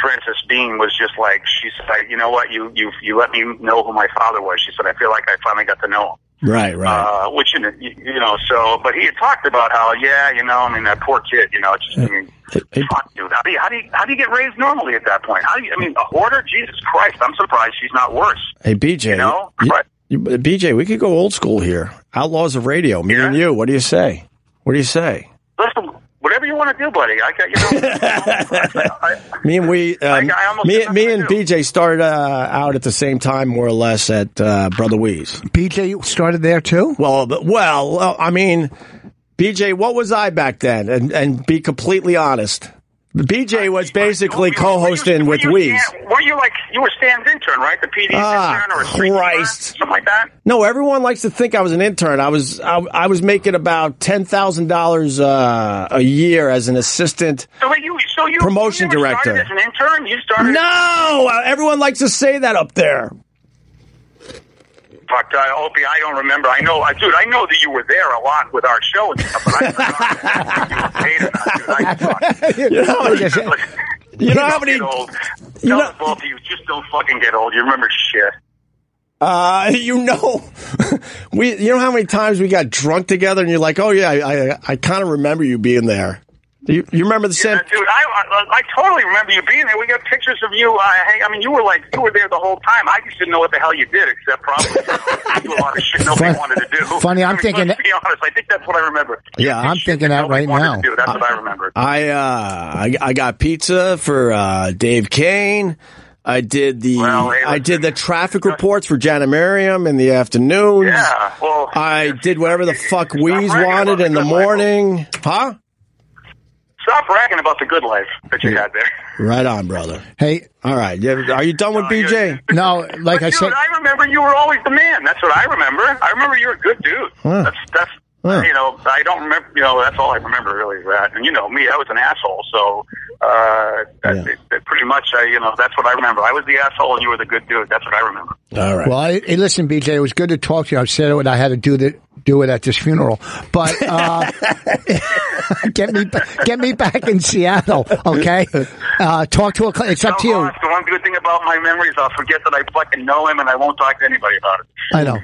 [SPEAKER 3] Frances Bean was just like she said, I- you know what, you you you let me know who my father was. She said, I feel like I finally got to know him.
[SPEAKER 1] Right, right.
[SPEAKER 3] Uh, which you know, you you know, so but he had talked about how yeah, you know, I mean that poor kid, you know, it's just I mean,
[SPEAKER 1] Hey,
[SPEAKER 3] fuck, dude, how do you how do you how do you get raised normally at that point? How do you, I mean, a hoarder, Jesus Christ, I'm surprised she's not worse.
[SPEAKER 1] hey, BJ. You
[SPEAKER 3] know, but-
[SPEAKER 1] you- BJ, we could go old school here. Outlaws of Radio, me and
[SPEAKER 3] Yeah.
[SPEAKER 1] you. What do you say? What do you say?
[SPEAKER 3] Listen, whatever you want to do, buddy, I got you know. I,
[SPEAKER 1] Me and we, um,
[SPEAKER 3] I almost
[SPEAKER 1] me,
[SPEAKER 3] said
[SPEAKER 1] me
[SPEAKER 3] nothing
[SPEAKER 1] and
[SPEAKER 3] too.
[SPEAKER 1] BJ started uh, out at the same time, more or less, at uh, Brother Wee's.
[SPEAKER 2] BJ you started there too.
[SPEAKER 1] Well, but, well, uh, I mean, BJ, what was I back then? And and be completely honest, BJ was basically co-hosting
[SPEAKER 3] Were
[SPEAKER 1] with
[SPEAKER 3] you- were you
[SPEAKER 1] Weez.
[SPEAKER 3] stand- Were you like you were stand intern, right? The PD
[SPEAKER 1] Ah,
[SPEAKER 3] intern or a street intern,
[SPEAKER 1] Christ.
[SPEAKER 3] something like that.
[SPEAKER 1] No, everyone likes to think I was an intern. I was I, I was making about ten thousand uh, dollars uh, a year as an assistant.
[SPEAKER 3] So wait, you so you
[SPEAKER 1] Promotion
[SPEAKER 3] you never started
[SPEAKER 1] director.
[SPEAKER 3] as an intern. You started.
[SPEAKER 1] No, Uh, everyone likes to say that up there.
[SPEAKER 3] Fuck, uh, Opie, I don't remember. I know, I, dude. I know that you were there a lot with our show and stuff, but I don't know.
[SPEAKER 1] You know, how many- you know how
[SPEAKER 3] Don't
[SPEAKER 1] many?
[SPEAKER 3] get old.
[SPEAKER 1] you
[SPEAKER 3] Tell
[SPEAKER 1] know-
[SPEAKER 3] us both of you, just don't fucking get old. You remember shit.
[SPEAKER 1] Uh, you know, we you know how many times we got drunk together, and you're like, "Oh yeah, I I, I kind of remember you being there." Do you, you remember the same?
[SPEAKER 3] Yeah, dude, I, I I totally remember you being there. We got pictures of you. I, hey, I mean, you were like you were there the whole time. I just didn't know what the hell you did, except probably do a lot of shit nobody
[SPEAKER 2] Fun-
[SPEAKER 3] wanted to do.
[SPEAKER 2] funny, I'm
[SPEAKER 3] I mean,
[SPEAKER 2] thinking-
[SPEAKER 3] Let's be honest, I think that's what I remember.
[SPEAKER 1] Yeah,
[SPEAKER 2] I'm
[SPEAKER 3] Shit
[SPEAKER 2] thinking that
[SPEAKER 3] nobody
[SPEAKER 2] right
[SPEAKER 3] wanted
[SPEAKER 2] now.
[SPEAKER 3] To do. That's what I remember.
[SPEAKER 1] I uh I, I got pizza for uh, Dave Kane. I did the
[SPEAKER 3] Well, hey,
[SPEAKER 1] I did
[SPEAKER 3] listen.
[SPEAKER 1] the traffic reports for Janet Merriam in the afternoon.
[SPEAKER 3] Yeah. Well,
[SPEAKER 1] I did whatever the fuck
[SPEAKER 3] Stop
[SPEAKER 1] Weeze
[SPEAKER 3] bragging about
[SPEAKER 1] wanted
[SPEAKER 3] the
[SPEAKER 1] in the
[SPEAKER 3] good life.
[SPEAKER 1] morning. Huh?
[SPEAKER 3] Stop bragging about the good life that you had there.
[SPEAKER 1] Right on, brother.
[SPEAKER 2] Hey,
[SPEAKER 1] All right. Yeah, Are you done with
[SPEAKER 3] No, you're-
[SPEAKER 1] BJ?
[SPEAKER 2] no, like
[SPEAKER 3] But
[SPEAKER 2] I
[SPEAKER 3] dude,
[SPEAKER 2] said,
[SPEAKER 3] I remember you were always the man. That's what I remember. I remember you were a good dude.
[SPEAKER 1] Huh.
[SPEAKER 3] That's that's
[SPEAKER 1] Huh.
[SPEAKER 3] you know I don't remember. You know that's all I remember really is that. And you know me, I was an asshole. So uh, that,
[SPEAKER 1] Yeah.
[SPEAKER 3] that pretty much I you know that's what I remember. I was the asshole and you were the good dude. That's what I remember.
[SPEAKER 1] All right.
[SPEAKER 2] well, I, hey, listen, BJ, it was good to talk to you. I've said it, I had to do the do it at this funeral, but uh, get me ba- get me back in Seattle, okay? Uh, talk to a. cl- It's up to you.
[SPEAKER 3] The one good thing about my memories, I'll forget that I fucking know him and I won't talk to anybody about it.
[SPEAKER 2] I know.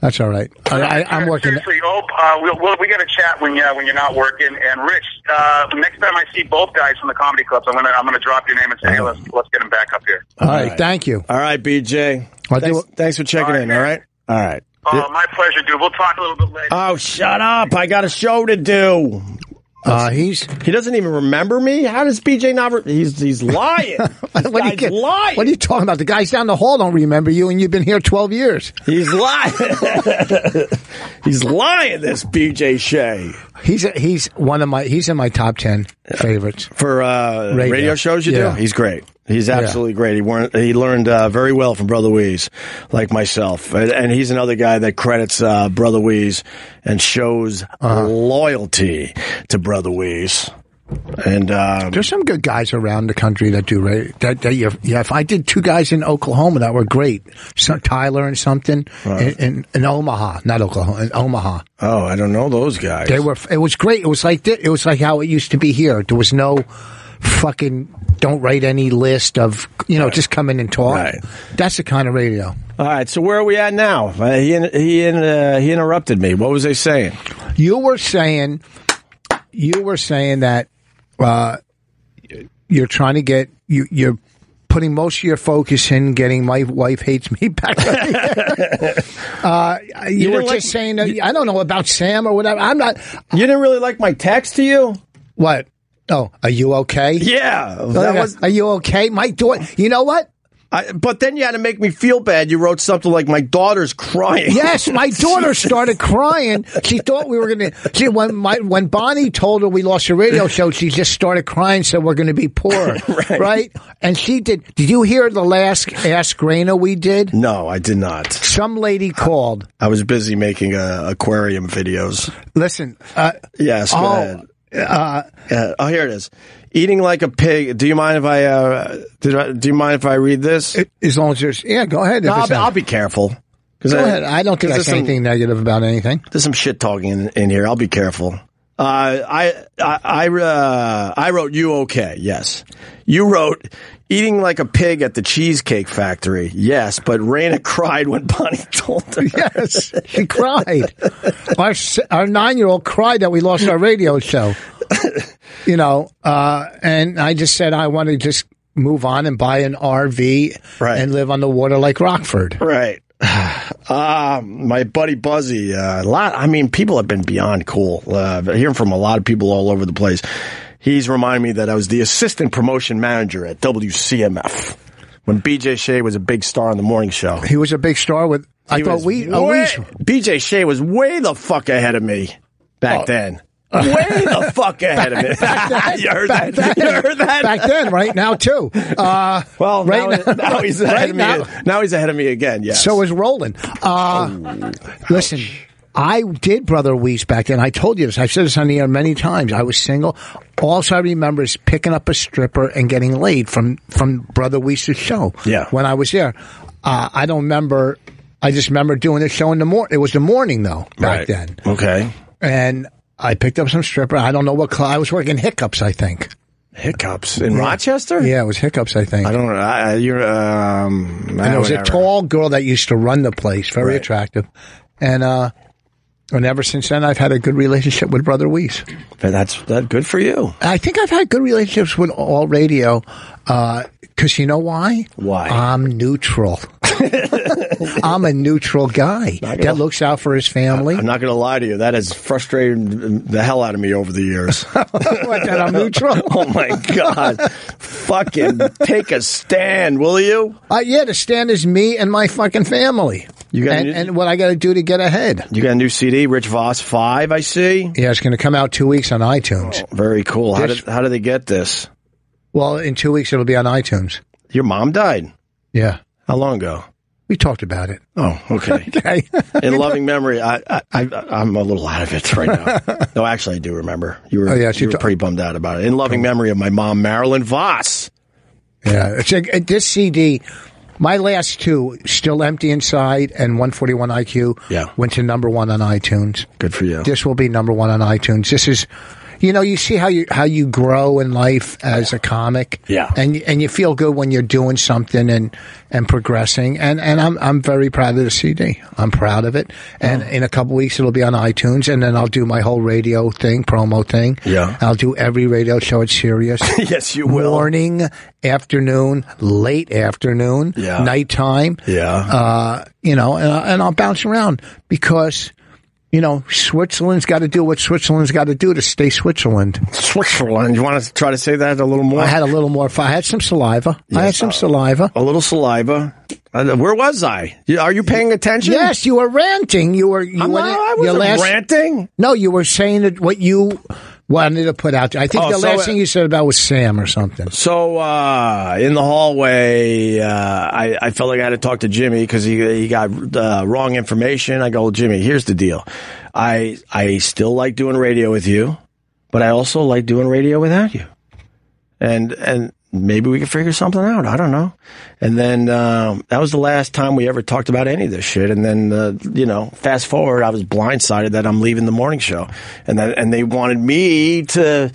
[SPEAKER 2] That's all right. I, I, I'm working.
[SPEAKER 3] Seriously, oh, uh, we'll, we'll, we got to chat when you when you're not working. And Rich, uh, next time I see both guys from the comedy clubs, I'm gonna I'm gonna drop your name and say, hey, let's let's get him back up here.
[SPEAKER 2] All right. Thank you.
[SPEAKER 1] All right, BJ.
[SPEAKER 2] I'll
[SPEAKER 1] Thanks,
[SPEAKER 2] do it.
[SPEAKER 1] thanks for checking
[SPEAKER 3] All right,
[SPEAKER 1] in.
[SPEAKER 3] man.
[SPEAKER 1] All right. All right.
[SPEAKER 3] Oh, my pleasure, dude. We'll talk a little bit later.
[SPEAKER 1] Oh, shut up. I got a show to do.
[SPEAKER 2] Uh, he's.
[SPEAKER 1] He doesn't even remember me. How does BJ not? Re- he's he's lying. This
[SPEAKER 2] What are, you,
[SPEAKER 1] guy's
[SPEAKER 2] get-
[SPEAKER 1] lying.
[SPEAKER 2] what are you talking about? The guys down the hall don't remember you, and you've been here 12 years.
[SPEAKER 1] He's lying. he's lying. This BJ Shea
[SPEAKER 2] He's he's one of my he's in my top 10 favorites.
[SPEAKER 1] for uh, radio.
[SPEAKER 2] Radio.
[SPEAKER 1] shows. You
[SPEAKER 2] Yeah.
[SPEAKER 1] do. He's great. He's absolutely great. He learned, he learned uh, very well from Brother Weeze, like myself, and, and he's another guy that credits uh, Brother Weeze and shows
[SPEAKER 2] Uh-huh.
[SPEAKER 1] loyalty to Brother Weeze. And um,
[SPEAKER 2] There's some good guys around the country that do right. That, that you, yeah, if I did two guys in Oklahoma that were great, so, Tyler and something in, in, in Omaha, not Oklahoma, in Omaha.
[SPEAKER 1] oh, I don't know those guys.
[SPEAKER 2] They were. It was great. It was like thi- it was like how it used to be here. There was no fucking don't write any list of you know just come in and talk.
[SPEAKER 1] Right.
[SPEAKER 2] That's the kind of radio.
[SPEAKER 1] All right, so where are we at now? Uh, he he uh, he interrupted me. What was they saying?
[SPEAKER 2] You were saying, you were saying that uh, you're trying to get you you're putting most of your focus in getting my wife hates me back. uh, you, were
[SPEAKER 1] didn't
[SPEAKER 2] just
[SPEAKER 1] like-
[SPEAKER 2] saying that, I don't know about Sam or whatever. I'm not
[SPEAKER 1] You didn't really like my text to you?
[SPEAKER 2] what. Oh, are you okay?
[SPEAKER 1] Yeah,
[SPEAKER 2] Oh,
[SPEAKER 1] that was.
[SPEAKER 2] are you okay? My daughter. You know what?
[SPEAKER 1] I, but then you had to make me feel bad. You wrote something like my daughter's crying.
[SPEAKER 2] Yes, my daughter started crying. She thought we were going to. She when my when Bonnie told her we lost a radio show, she just started crying. Said we're going to be poor, right. And she did. Did you hear the last Ask Raina we did?
[SPEAKER 1] No, I did not.
[SPEAKER 2] Some lady called.
[SPEAKER 1] I was busy making uh, aquarium videos.
[SPEAKER 2] Listen, uh,
[SPEAKER 1] Yes. go ahead.
[SPEAKER 2] oh,
[SPEAKER 1] Yeah. Oh, here it is. Eating like a pig. Do you mind if I? Uh, did I do you mind if I read this?
[SPEAKER 2] as long as there's yeah, go ahead. if
[SPEAKER 1] No,
[SPEAKER 2] it's
[SPEAKER 1] I'll, be-
[SPEAKER 2] not-
[SPEAKER 1] I'll be careful. Go
[SPEAKER 2] go ahead. I don't think that's anything negative about anything.
[SPEAKER 1] There's some shit talking in, in here. I'll be careful. Uh, I I I, uh, I wrote you okay. Yes, you wrote eating like a pig at the cheesecake factory. Yes, but Raina cried when Bonnie told her.
[SPEAKER 2] Yes, she cried. Our s- our nine year old cried that we lost our radio show. You know, uh, and I just said I want to just move on and buy an RV
[SPEAKER 1] Right.
[SPEAKER 2] and live on the water like Rockford.
[SPEAKER 1] Right. Um, my buddy Buzzy, uh, a lot, I mean, people have been beyond cool. Uh, I've hearing from a lot of people all over the place. He's reminded me that I was the assistant promotion manager at WCMF when BJ Shea was a big star on the morning show.
[SPEAKER 2] He was a big star with. I
[SPEAKER 1] He
[SPEAKER 2] thought
[SPEAKER 1] was
[SPEAKER 2] we, oh,
[SPEAKER 1] way,
[SPEAKER 2] we-
[SPEAKER 1] BJ Shea was way the fuck ahead of me
[SPEAKER 2] Oh.
[SPEAKER 1] back then. Way the fuck ahead of me. you heard that? You heard that?
[SPEAKER 2] back then, right now too. Uh,
[SPEAKER 1] well,
[SPEAKER 2] right
[SPEAKER 1] now,
[SPEAKER 2] now-
[SPEAKER 1] now he's ahead
[SPEAKER 2] right
[SPEAKER 1] of me.
[SPEAKER 2] now-
[SPEAKER 1] Now he's ahead of me again. Yes.
[SPEAKER 2] So is Roland. Uh, listen, I did Brother Weiss back then. I told you this. I've said this on the air many times. I was single. All I remember is picking up a stripper and getting laid from, from Brother Weiss's show.
[SPEAKER 1] Yeah.
[SPEAKER 2] When I was there. Uh, I don't remember. I just remember doing the show in the morning. It was the morning though, back
[SPEAKER 1] Right.
[SPEAKER 2] then.
[SPEAKER 1] Okay.
[SPEAKER 2] And I picked up some stripper. I don't know what club. I was working Hiccups, I think.
[SPEAKER 1] Hiccups in Rochester?
[SPEAKER 2] Yeah, it was hiccups. I think.
[SPEAKER 1] I don't know. I, I- you're, um,
[SPEAKER 2] and there was a tall girl that used to run the place, very
[SPEAKER 1] Right.
[SPEAKER 2] attractive, and uh, and ever since then, I've had a good relationship with Brother Weiss.
[SPEAKER 1] That's that good for you.
[SPEAKER 2] I think I've had good relationships with all radio, because you know why?
[SPEAKER 1] Why?
[SPEAKER 2] I'm neutral. I'm a neutral guy that looks out for his family.
[SPEAKER 1] I'm not going to lie to you. That has frustrated the hell out of me over the years.
[SPEAKER 2] What, that I'm neutral.
[SPEAKER 1] oh my god! Fucking take a stand, will you?
[SPEAKER 2] Uh, yeah, the stand is me and my fucking family.
[SPEAKER 1] You got
[SPEAKER 2] and,
[SPEAKER 1] a new-
[SPEAKER 2] and what I got to do to get ahead.
[SPEAKER 1] You got a new CD, Rich Voss Five. I see.
[SPEAKER 2] Yeah, it's going to come out two weeks on iTunes.
[SPEAKER 1] Very cool. How
[SPEAKER 2] This-
[SPEAKER 1] did how did they get this?
[SPEAKER 2] Well, in two weeks it'll be on iTunes.
[SPEAKER 1] Your mom died.
[SPEAKER 2] Yeah,
[SPEAKER 1] How long ago?
[SPEAKER 2] we talked about it.
[SPEAKER 1] Oh, okay.
[SPEAKER 2] Okay.
[SPEAKER 1] In loving memory, I, I, I I'm a little out of it right now. no, actually, I do remember. You were
[SPEAKER 2] Oh, yeah, she
[SPEAKER 1] you
[SPEAKER 2] Oh.
[SPEAKER 1] were
[SPEAKER 2] t-
[SPEAKER 1] pretty bummed out about it. In loving memory of my mom, Marilyn Voss.
[SPEAKER 2] yeah, it's like, uh, this CD. My last two, still empty inside, and 141 IQ,
[SPEAKER 1] Yeah.
[SPEAKER 2] went to number one on iTunes.
[SPEAKER 1] Good for you.
[SPEAKER 2] This will be number one on iTunes. This is, you know, you see how you how you grow in life as a comic,
[SPEAKER 1] Yeah.
[SPEAKER 2] and and you feel good when you're doing something and and progressing. And and I'm I'm very proud of the CD. I'm proud of it. And in a couple weeks, it'll be on iTunes, and then I'll do my whole radio thing, promo thing.
[SPEAKER 1] Yeah.
[SPEAKER 2] I'll do every radio show at Sirius.
[SPEAKER 1] yes, you will.
[SPEAKER 2] Morning, afternoon, late afternoon,
[SPEAKER 1] Yeah.
[SPEAKER 2] nighttime
[SPEAKER 1] Yeah.
[SPEAKER 2] uh, you know, and, I- and I'll bounce around because, you know, Switzerland's got to do what Switzerland's got to do to stay Switzerland.
[SPEAKER 1] Switzerland. You want to try to say that a little more?
[SPEAKER 2] I had a little more. I had some saliva. I had some saliva.
[SPEAKER 1] a little saliva. Uh, Where was I? You- Are you paying attention?
[SPEAKER 2] Yes, you were ranting. You were. You
[SPEAKER 1] I'm
[SPEAKER 2] were
[SPEAKER 1] not, I
[SPEAKER 2] your
[SPEAKER 1] wasn't
[SPEAKER 2] last-
[SPEAKER 1] ranting.
[SPEAKER 2] No, you were saying that what you wanted to put out. there. I think
[SPEAKER 1] Oh,
[SPEAKER 2] the
[SPEAKER 1] so
[SPEAKER 2] last
[SPEAKER 1] it-
[SPEAKER 2] thing you said about was Sam or something.
[SPEAKER 1] So uh, in the hallway, uh, I, I felt like I had to talk to Jimmy because he, he got uh, wrong information. I go, Jimmy, here's the deal. I I still like doing radio with you, but I also like doing radio without you. And and maybe we could figure something out. I don't know. And then um, that was the last time we ever talked about any of this shit. And then uh, you know, fast forward, I was blindsided that I'm leaving the morning show, and that and they wanted me to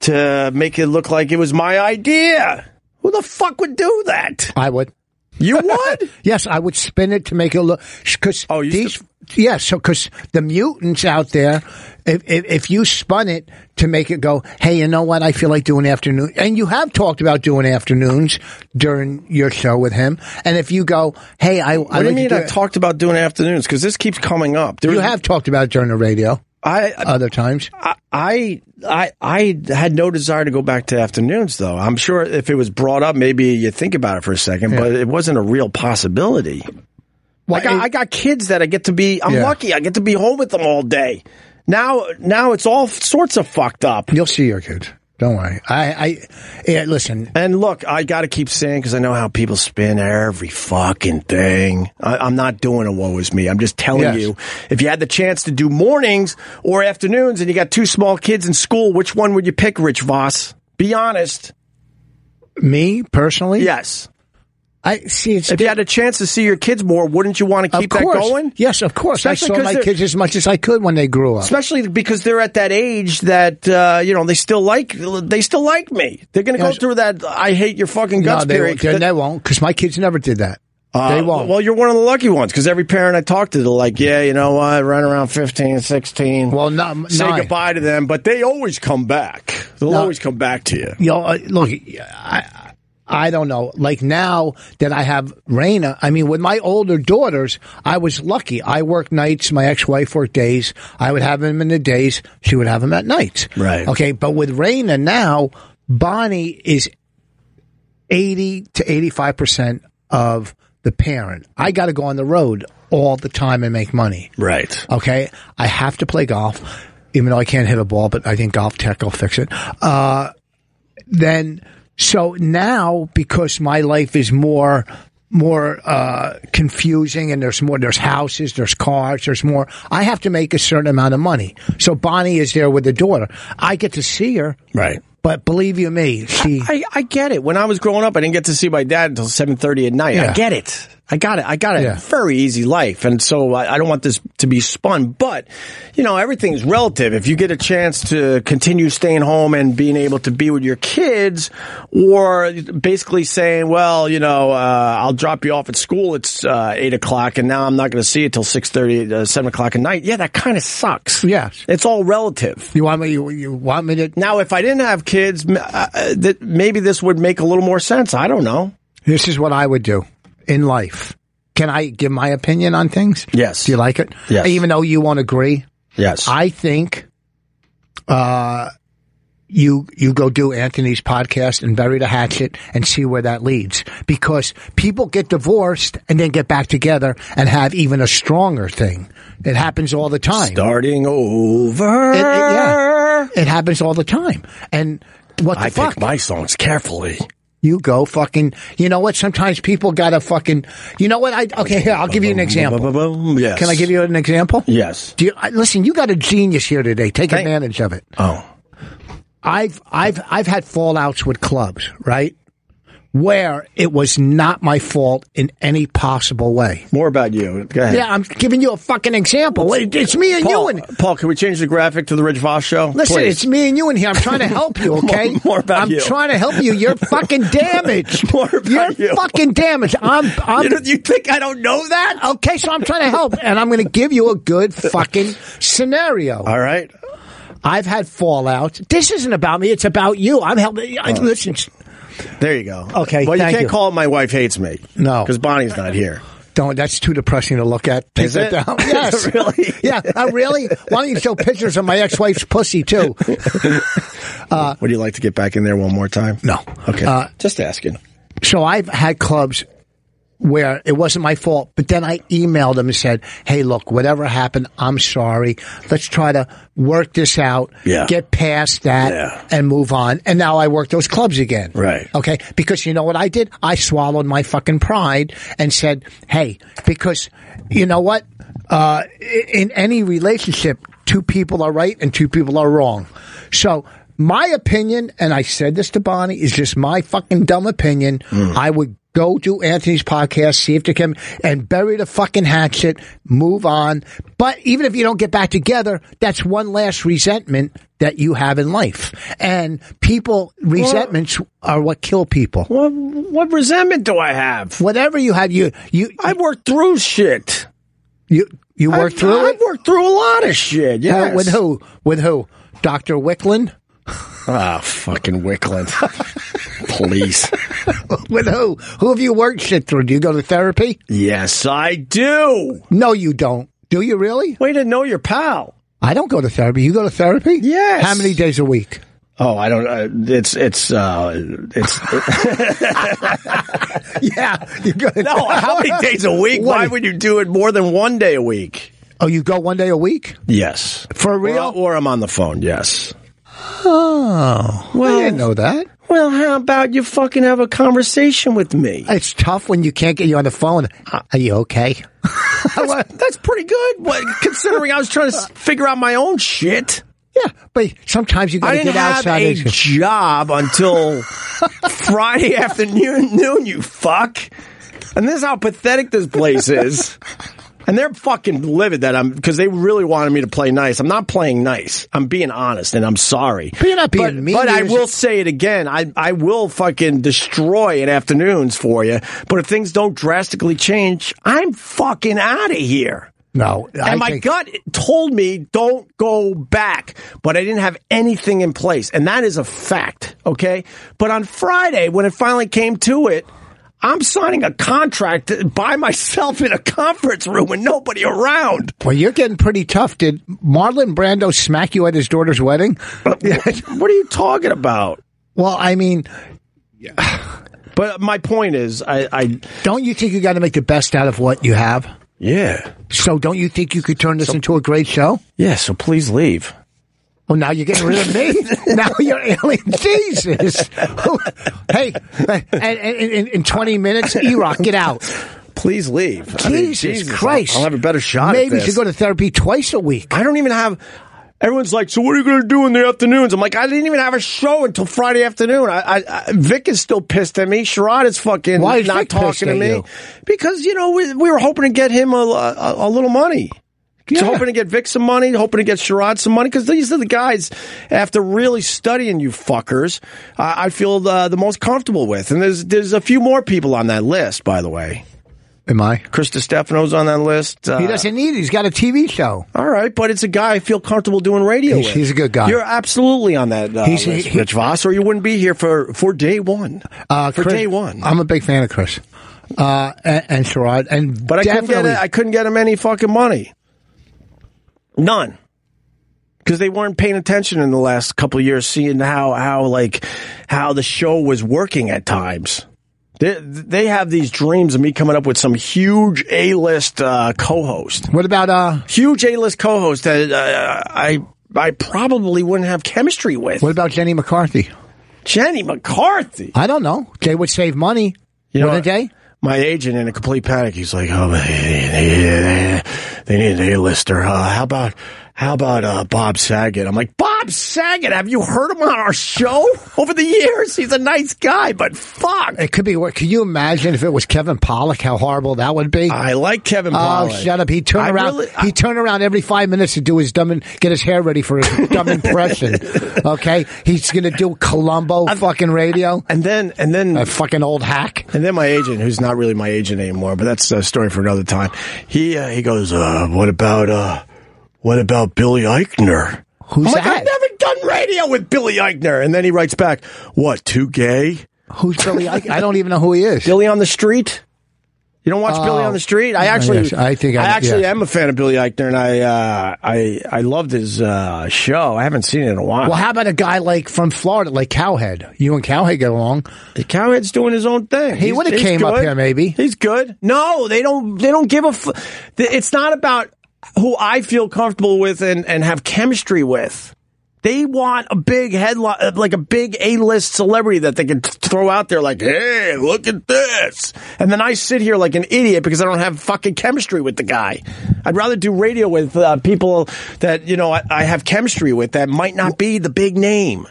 [SPEAKER 1] to make it look like it was my idea. Who the fuck would do that?
[SPEAKER 2] I would.
[SPEAKER 1] You would?
[SPEAKER 2] Yes, I would spin it to make it look because
[SPEAKER 1] Oh, you
[SPEAKER 2] these. yeah, so because the mutants out there, if, if if you spun it to make it go, hey, you know what? I feel like doing afternoon, and you have talked about doing afternoons during your show with him. And if you go, hey, I, I
[SPEAKER 1] what do you
[SPEAKER 2] like to
[SPEAKER 1] mean?
[SPEAKER 2] do
[SPEAKER 1] I
[SPEAKER 2] it-
[SPEAKER 1] talked about doing afternoons because this keeps coming up. There-
[SPEAKER 2] you have talked about it during the radio
[SPEAKER 1] I,
[SPEAKER 2] other times.
[SPEAKER 1] I- I I I had no desire to go back to afternoons though. I'm sure if it was brought up, maybe you think about it for a second, but it wasn't a real possibility. I got, I got kids that I get to be. I'm
[SPEAKER 2] Yeah.
[SPEAKER 1] lucky. I get to be home with them all day. Now now it's all sorts of fucked up.
[SPEAKER 2] You'll see your kids. Don't worry. I, I yeah, listen.
[SPEAKER 1] And look, I got to keep saying because I know how people spin every fucking thing. I, I'm not doing a woe is me. I'm just telling
[SPEAKER 2] Yes.
[SPEAKER 1] you, if you had the chance to do mornings or afternoons and you got two small kids in school, which one would you pick, Rich Voss? Be honest.
[SPEAKER 2] Me personally,
[SPEAKER 1] Yes.
[SPEAKER 2] I see. It's
[SPEAKER 1] If you had a chance to see your kids more, wouldn't you want to keep
[SPEAKER 2] of
[SPEAKER 1] that
[SPEAKER 2] course,
[SPEAKER 1] going?
[SPEAKER 2] Yes, of course.
[SPEAKER 1] Especially
[SPEAKER 2] I
[SPEAKER 1] 'cause
[SPEAKER 2] saw my
[SPEAKER 1] they're-
[SPEAKER 2] kids as much as I could when they grew up.
[SPEAKER 1] Especially because they're at that age that uh, you know they still like they still like me. They're going to go
[SPEAKER 2] Yes.
[SPEAKER 1] through that I hate your fucking guts
[SPEAKER 2] no, they,
[SPEAKER 1] period.
[SPEAKER 2] won't. They- they won't, because my kids never did that. they
[SPEAKER 1] Uh,
[SPEAKER 2] won't. Well,
[SPEAKER 1] Well, you're one of the lucky ones because every parent I talk to, they're like, yeah, you know what, right around 15, 16.
[SPEAKER 2] not
[SPEAKER 1] say
[SPEAKER 2] nine.
[SPEAKER 1] goodbye to them, but they always come back. They'll
[SPEAKER 2] No.
[SPEAKER 1] always come back to you.
[SPEAKER 2] You know, uh, look, I, I don't know. Like now that I have Raina, I mean, with my older daughters, I was lucky. I worked nights. My ex-wife worked days. I would have them in the days. She would have them at nights.
[SPEAKER 1] Right.
[SPEAKER 2] Okay. But with Raina now, Bonnie is 80 to 85% of the parent. I got to go on the road all the time and make money.
[SPEAKER 1] Right.
[SPEAKER 2] Okay. I have to play golf, even though I can't hit a ball, but I think golf tech will fix it. Uh, then, so now because my life is more, more, uh, confusing and there's more, there's houses, there's cars, there's more, I have to make a certain amount of money. So Bonnie is there with the daughter. I get to see her,
[SPEAKER 1] Right.
[SPEAKER 2] but believe you me, she,
[SPEAKER 1] I, I get it. When I was growing up, I didn't get to see my dad until 7.30 at night. I
[SPEAKER 2] Yeah.
[SPEAKER 1] get it. I got it. I got a
[SPEAKER 2] Yeah.
[SPEAKER 1] very easy life, and so I, I don't want this to be spun. But you know, everything's relative. If you get a chance to continue staying home and being able to be with your kids, or basically saying, "Well, you know, uh, I'll drop you off at school. It's uh, eight o'clock, and now I'm not going to see you till six thirty, uh, seven o'clock at night." Yeah, that kind of sucks.
[SPEAKER 2] Yes.
[SPEAKER 1] it's all relative.
[SPEAKER 2] You want me? You, you want me to?
[SPEAKER 1] Now, if I didn't have kids, m- uh, uh, that maybe this would make a little more sense. I don't know.
[SPEAKER 2] This is what I would do in life. Can I give my opinion on things?
[SPEAKER 1] Yes.
[SPEAKER 2] Do you like it? Uh,
[SPEAKER 1] Yes.
[SPEAKER 2] Even though you won't agree,
[SPEAKER 1] Yes,
[SPEAKER 2] I think uh, you you go do Anthony's podcast and bury the hatchet and see where that leads because people get divorced and then get back together and have even a stronger thing. It happens all the time.
[SPEAKER 1] starting over.
[SPEAKER 2] It- it- yeah. It happens all the time. And what the
[SPEAKER 1] I
[SPEAKER 2] fuck?
[SPEAKER 1] pick my songs carefully.
[SPEAKER 2] You go fucking. You know what? Sometimes people gotta fucking. You know what? I okay. Here, I'll give you an example.
[SPEAKER 1] Boom, Yes.
[SPEAKER 2] Can I give you an example?
[SPEAKER 1] Yes.
[SPEAKER 2] Do you, I, listen, you got a genius here today. Take
[SPEAKER 1] Thank-
[SPEAKER 2] advantage of it.
[SPEAKER 1] Oh.
[SPEAKER 2] I've I've I've had fallouts with clubs, right? Where it was not my fault in any possible way.
[SPEAKER 1] More about you. Go ahead.
[SPEAKER 2] Yeah, I'm giving you a fucking example. Wait, It's me and
[SPEAKER 1] Paul,
[SPEAKER 2] you and
[SPEAKER 1] Paul, can we change the graphic to the Rich Voss show?
[SPEAKER 2] listen,
[SPEAKER 1] Please.
[SPEAKER 2] it's me and you in here. I'm trying to help you, okay?
[SPEAKER 1] more about
[SPEAKER 2] I'm
[SPEAKER 1] you.
[SPEAKER 2] trying to help you. You're fucking damaged.
[SPEAKER 1] More about
[SPEAKER 2] You're
[SPEAKER 1] you.
[SPEAKER 2] fucking damaged. I'm I'm
[SPEAKER 1] You, don't- you think I don't know that?
[SPEAKER 2] Okay, so I'm trying to help, and I'm going to give you a good fucking scenario.
[SPEAKER 1] All right.
[SPEAKER 2] I've had fallout. This isn't about me; it's about you. I'm helping. I, listen,
[SPEAKER 1] There you go.
[SPEAKER 2] Okay,
[SPEAKER 1] Well, you
[SPEAKER 2] thank
[SPEAKER 1] can't
[SPEAKER 2] you.
[SPEAKER 1] call it my wife hates me.
[SPEAKER 2] No.
[SPEAKER 1] Because Bonnie's not here.
[SPEAKER 2] don't. That's too depressing to look at. Take
[SPEAKER 1] Is
[SPEAKER 2] that
[SPEAKER 1] it?
[SPEAKER 2] down.
[SPEAKER 1] Is it
[SPEAKER 2] Yes,
[SPEAKER 1] really?
[SPEAKER 2] Yeah, uh, really. Why don't you show pictures of my ex-wife's pussy too?
[SPEAKER 1] Would you like to get back in there one more time?
[SPEAKER 2] Uh, No.
[SPEAKER 1] Okay.
[SPEAKER 2] Uh,
[SPEAKER 1] Just asking.
[SPEAKER 2] so I've had clubs where it wasn't my fault, but then I emailed them and said, "Hey, look, whatever happened, I'm sorry. Let's try to work this out,
[SPEAKER 1] Yeah.
[SPEAKER 2] get past that,
[SPEAKER 1] Yeah.
[SPEAKER 2] and move on." And now I work those clubs again,
[SPEAKER 1] Right.
[SPEAKER 2] Okay, because you know what I did? I swallowed my fucking pride and said, "Hey," because you know what? Uh, i- in any relationship, two people are right and two people are wrong. So my opinion, and I said this to Bonnie, is just my fucking dumb opinion. I would go to Anthony's podcast, see if they can, and bury the fucking hatchet, move on. But even if you don't get back together, that's one last resentment that you have in life. And people, resentments are what kill people.
[SPEAKER 1] What, what resentment do I have?
[SPEAKER 2] Whatever you have, you, you,
[SPEAKER 1] I've worked through shit.
[SPEAKER 2] you, you work
[SPEAKER 1] I've-
[SPEAKER 2] through
[SPEAKER 1] I've
[SPEAKER 2] it?
[SPEAKER 1] worked through a lot of shit.
[SPEAKER 2] Uh,
[SPEAKER 1] Yes.
[SPEAKER 2] With who? With who? Dr. Wickland?
[SPEAKER 1] Ah, fucking Wickland. Please.
[SPEAKER 2] With who? Who have you worked shit through? Do you go to therapy?
[SPEAKER 1] Yes, I do.
[SPEAKER 2] No, you don't. Do you really?
[SPEAKER 1] Way to know your pal.
[SPEAKER 2] I don't go to therapy. You go to therapy?
[SPEAKER 1] Yes.
[SPEAKER 2] How many days a week?
[SPEAKER 1] Oh, I don't. Uh, it's it's uh, it's
[SPEAKER 2] Yeah, you go.
[SPEAKER 1] no. Oh, How many days a week? Why
[SPEAKER 2] What?
[SPEAKER 1] would you do it more than one day a week?
[SPEAKER 2] Oh, you go one day a week
[SPEAKER 1] Yes,
[SPEAKER 2] for
[SPEAKER 1] or,
[SPEAKER 2] real?
[SPEAKER 1] or I'm on the phone. Yes.
[SPEAKER 2] oh, well, I didn't know that.
[SPEAKER 1] Well, how about you fucking have a conversation with me?
[SPEAKER 2] It's tough when you can't get you on the phone.
[SPEAKER 1] Uh,
[SPEAKER 2] Are you okay?
[SPEAKER 1] That's, that's pretty good. What, considering I was trying to s- figure out my own shit.
[SPEAKER 2] Yeah, but sometimes you got
[SPEAKER 1] I
[SPEAKER 2] to
[SPEAKER 1] didn't
[SPEAKER 2] get
[SPEAKER 1] have
[SPEAKER 2] outside.
[SPEAKER 1] a
[SPEAKER 2] and-
[SPEAKER 1] job until Friday afternoon, noon, you fuck. And this is how pathetic this place is. And they're fucking livid that I'm because they really wanted me to play nice. I'm not playing nice. I'm being honest, and I'm sorry.
[SPEAKER 2] But you're not being
[SPEAKER 1] But-
[SPEAKER 2] mean.
[SPEAKER 1] But I
[SPEAKER 2] You're
[SPEAKER 1] will
[SPEAKER 2] just-
[SPEAKER 1] say it again. I I will fucking destroy an afternoons for you. But if things don't drastically change, I'm fucking out of here.
[SPEAKER 2] no, I
[SPEAKER 1] And my
[SPEAKER 2] think-
[SPEAKER 1] gut told me don't go back, but I didn't have anything in place. And that is a fact, okay? But on Friday, when it finally came to it, I'm signing a contract by myself in a conference room with nobody around.
[SPEAKER 2] Well, you're getting pretty tough. Did Marlon Brando smack you at his daughter's wedding?
[SPEAKER 1] what are you talking about?
[SPEAKER 2] Well, I mean,
[SPEAKER 1] But my point is, I, I
[SPEAKER 2] don't you think you got to make the best out of what you have?
[SPEAKER 1] yeah,
[SPEAKER 2] So, don't you think you could turn this into a great show?
[SPEAKER 1] yeah. So please leave.
[SPEAKER 2] Well, now you're getting rid of me. now you're alien. Jesus. hey, and, and, and- in, in 20 minutes, E Rock, get out.
[SPEAKER 1] Please leave. I mean,
[SPEAKER 2] Jesus, Christ.
[SPEAKER 1] I'll, I'll have a better shot. at
[SPEAKER 2] Maybe you
[SPEAKER 1] this.
[SPEAKER 2] should go to therapy twice a week.
[SPEAKER 1] I don't even have. Everyone's like, "So what are you going to do in the afternoons?" I'm like, "I didn't even have a show until Friday afternoon." I, I, I Vic is still pissed at me. Sherrod is fucking
[SPEAKER 2] Why is
[SPEAKER 1] not
[SPEAKER 2] Vic pissed
[SPEAKER 1] talking to
[SPEAKER 2] at
[SPEAKER 1] me
[SPEAKER 2] you?
[SPEAKER 1] because you know we, we were hoping to get him a, a, a little money.
[SPEAKER 2] Yeah.
[SPEAKER 1] Hoping to get Vic some money, hoping to get Sherrod some money, because these are the guys, after really studying you fuckers, I, I feel uh, the, the most comfortable with. And there's there's a few more people on that list, by the way.
[SPEAKER 2] Am I?
[SPEAKER 1] Chris Stefano's on that list. Uh,
[SPEAKER 2] He doesn't need it. He's got a TV show.
[SPEAKER 1] all right, but it's a guy I feel comfortable doing radio
[SPEAKER 2] He's-
[SPEAKER 1] with.
[SPEAKER 2] he's a good guy.
[SPEAKER 1] You're absolutely on that uh,
[SPEAKER 2] He's-
[SPEAKER 1] list,
[SPEAKER 2] he-
[SPEAKER 1] Rich Voss, or you wouldn't be here for, for day one.
[SPEAKER 2] Uh,
[SPEAKER 1] for
[SPEAKER 2] Chris-
[SPEAKER 1] day one.
[SPEAKER 2] I'm a big fan of Chris uh, and, and Sherrod. And
[SPEAKER 1] but I couldn't, get,
[SPEAKER 2] definitely-
[SPEAKER 1] I couldn't get him any fucking money. None. Because they weren't paying attention in the last couple of years, seeing how, how like how the show was working at times. They, they have these dreams of me coming up with some huge A list uh, co host.
[SPEAKER 2] What about uh?
[SPEAKER 1] huge A-list co-host that uh, I I probably wouldn't have chemistry with.
[SPEAKER 2] What about Jenny McCarthy?
[SPEAKER 1] Jenny McCarthy.
[SPEAKER 2] I don't know. They would save money.
[SPEAKER 1] know what?
[SPEAKER 2] wouldn't they?
[SPEAKER 1] My agent in a complete panic. He's like, "Oh, they, they, they, they need an A-lister. Uh, how about how about uh, Bob Saget?" I'm like, "Bob Saget? Have you heard him on our show over the years? He's a nice guy, but fuck."
[SPEAKER 2] It could be. wor- Can you imagine if it was Kevin Pollock? How horrible that would be.
[SPEAKER 1] I like Kevin
[SPEAKER 2] Oh,
[SPEAKER 1] Pollak.
[SPEAKER 2] shut up! He turned
[SPEAKER 1] I
[SPEAKER 2] around.
[SPEAKER 1] really-
[SPEAKER 2] he turned around every five minutes to do his dumb and get his hair ready for his dumb impression. Okay, he's gonna do Columbo fucking radio.
[SPEAKER 1] and then and then
[SPEAKER 2] A fucking old hack.
[SPEAKER 1] And then my agent, who's not really my agent anymore, but that's a story for another time. He uh, he goes, uh, "What about uh, what about Billy Eichner?"
[SPEAKER 2] Who's
[SPEAKER 1] I'm like,
[SPEAKER 2] that?
[SPEAKER 1] I've never done radio with Billy Eichner. And then he writes back, "What? Too gay?
[SPEAKER 2] Who's Billy? I, I don't even know who he is.
[SPEAKER 1] Billy on the street? You don't watch Billy on the street? I actually,
[SPEAKER 2] Oh. yes, I think I-
[SPEAKER 1] actually
[SPEAKER 2] yeah.
[SPEAKER 1] am a fan of Billy Eichner, and I uh, I I loved his uh, show. I haven't seen it in a while.
[SPEAKER 2] Well, how about a guy like from Florida, like Cowhead? You and Cowhead get along.
[SPEAKER 1] Cowhead's doing his own thing. He's-
[SPEAKER 2] would've
[SPEAKER 1] he's
[SPEAKER 2] came up
[SPEAKER 1] good.
[SPEAKER 2] here, maybe.
[SPEAKER 1] He's good. No, they don't. They don't give a. F- it's not about who I feel comfortable with and and have chemistry with. They want a big headline, uh, like a big A-list celebrity that they can t- throw out there, like, "Hey, look at this!" And then I sit here like an idiot because I don't have fucking chemistry with the guy. I'd rather do radio with uh, people that you know I, I have chemistry with that might not be the big name.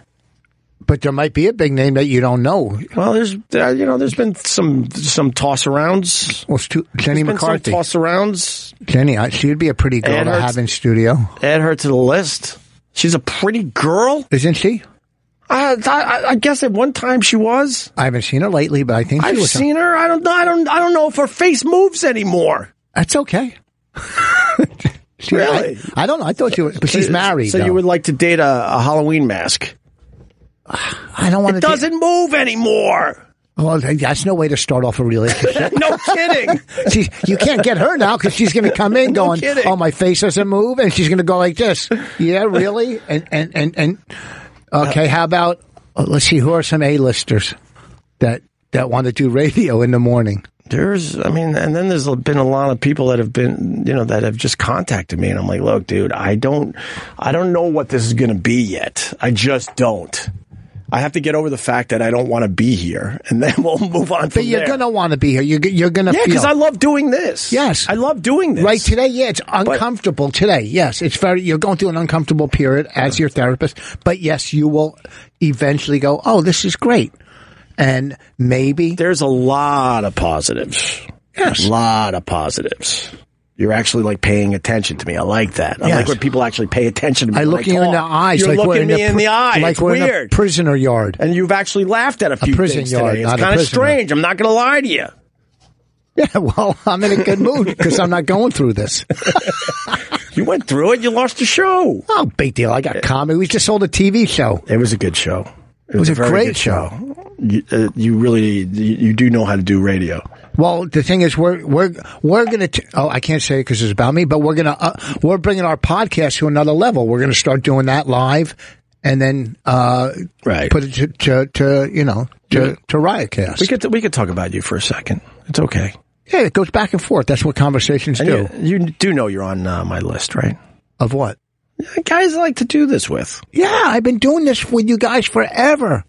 [SPEAKER 2] But there might be a big name that you don't know.
[SPEAKER 1] Well, there's uh, you know there's been some some toss arounds.
[SPEAKER 2] Well, Stu- Jenny
[SPEAKER 1] Been some
[SPEAKER 2] McCarthy.
[SPEAKER 1] toss arounds.
[SPEAKER 2] Jenny, I- she would be a pretty girl
[SPEAKER 1] Ann
[SPEAKER 2] to
[SPEAKER 1] Hertz-
[SPEAKER 2] have in studio,
[SPEAKER 1] Add her to the list. She's a pretty girl.
[SPEAKER 2] isn't she?
[SPEAKER 1] I, I, I guess at one time she was.
[SPEAKER 2] I haven't seen her lately, but I think she
[SPEAKER 1] I've
[SPEAKER 2] was.
[SPEAKER 1] seen her. I don't know. I don't. I don't know if her face moves anymore.
[SPEAKER 2] That's okay. She-
[SPEAKER 1] Really?
[SPEAKER 2] I, I don't know. I thought she was, but she's married.
[SPEAKER 1] So
[SPEAKER 2] though.
[SPEAKER 1] you would like to date a, a Halloween mask?
[SPEAKER 2] I don't want to.
[SPEAKER 1] Doesn't move anymore.
[SPEAKER 2] well, that's no way to start off a relationship.
[SPEAKER 1] no kidding.
[SPEAKER 2] She, you can't get her now because she's going to come in going,
[SPEAKER 1] kidding.
[SPEAKER 2] "Oh, my face doesn't move," and she's going to go like this. Yeah, really. And and and and okay. How about uh, let's see who are some A-listers that that want to do radio in the morning?
[SPEAKER 1] There's, I mean, and then there's been a lot of people that have been, you know, that have just contacted me, and I'm like, look, dude, I don't, I don't know what this is going to be yet. I just don't. I have to get over the fact that I don't want to be here, and then we'll move on from
[SPEAKER 2] But you're
[SPEAKER 1] there.
[SPEAKER 2] going to want to be here. You're g- you're going to
[SPEAKER 1] yeah,
[SPEAKER 2] feel
[SPEAKER 1] because I love doing this.
[SPEAKER 2] Yes.
[SPEAKER 1] I love doing this.
[SPEAKER 2] Right today, yeah, it's uncomfortable today. Yes, it's very. You're going through an uncomfortable period as your therapist, but yes, you will eventually go. Oh, this is great, and maybe
[SPEAKER 1] There's a lot of positives.
[SPEAKER 2] yes,
[SPEAKER 1] A lot of positives. You're actually like paying attention to me. I like that. I
[SPEAKER 2] Yes.
[SPEAKER 1] like when people actually pay attention to me.
[SPEAKER 2] I
[SPEAKER 1] when
[SPEAKER 2] look you in the
[SPEAKER 1] talk.
[SPEAKER 2] eyes.
[SPEAKER 1] You're
[SPEAKER 2] like we're
[SPEAKER 1] looking
[SPEAKER 2] in
[SPEAKER 1] me
[SPEAKER 2] a
[SPEAKER 1] in
[SPEAKER 2] pri-
[SPEAKER 1] the eye.
[SPEAKER 2] Like
[SPEAKER 1] it's
[SPEAKER 2] we're in a
[SPEAKER 1] weird.
[SPEAKER 2] prisoner yard.
[SPEAKER 1] and you've actually laughed at a few
[SPEAKER 2] prison
[SPEAKER 1] things
[SPEAKER 2] yard,
[SPEAKER 1] today.
[SPEAKER 2] not
[SPEAKER 1] It's
[SPEAKER 2] a
[SPEAKER 1] kind of
[SPEAKER 2] prisoner.
[SPEAKER 1] strange. I'm not going to lie to you.
[SPEAKER 2] Yeah, well, I'm in a good mood because I'm not going through this.
[SPEAKER 1] You went through it. You lost the show.
[SPEAKER 2] Oh, big deal. I got comedy. We just sold a TV show.
[SPEAKER 1] It was a good show. It
[SPEAKER 2] was a
[SPEAKER 1] very
[SPEAKER 2] great
[SPEAKER 1] good show. You, uh, you really, you, you do know how to do radio.
[SPEAKER 2] Well, the thing is, we're we're we're gonna. T- oh, I can't say it because it's about me, but we're gonna uh, we're bringing our podcast to another level. We're gonna start doing that live, and then uh,
[SPEAKER 1] Right.
[SPEAKER 2] put it to, to, to you know to to Riotcast.
[SPEAKER 1] We could, we could talk about you for a second. It's okay.
[SPEAKER 2] yeah, it goes back and forth. That's what conversations do.
[SPEAKER 1] And You, you do know you're on uh, my list, right?
[SPEAKER 2] Of what?
[SPEAKER 1] Guys I like to do this with.
[SPEAKER 2] Yeah, I've been doing this with you guys forever.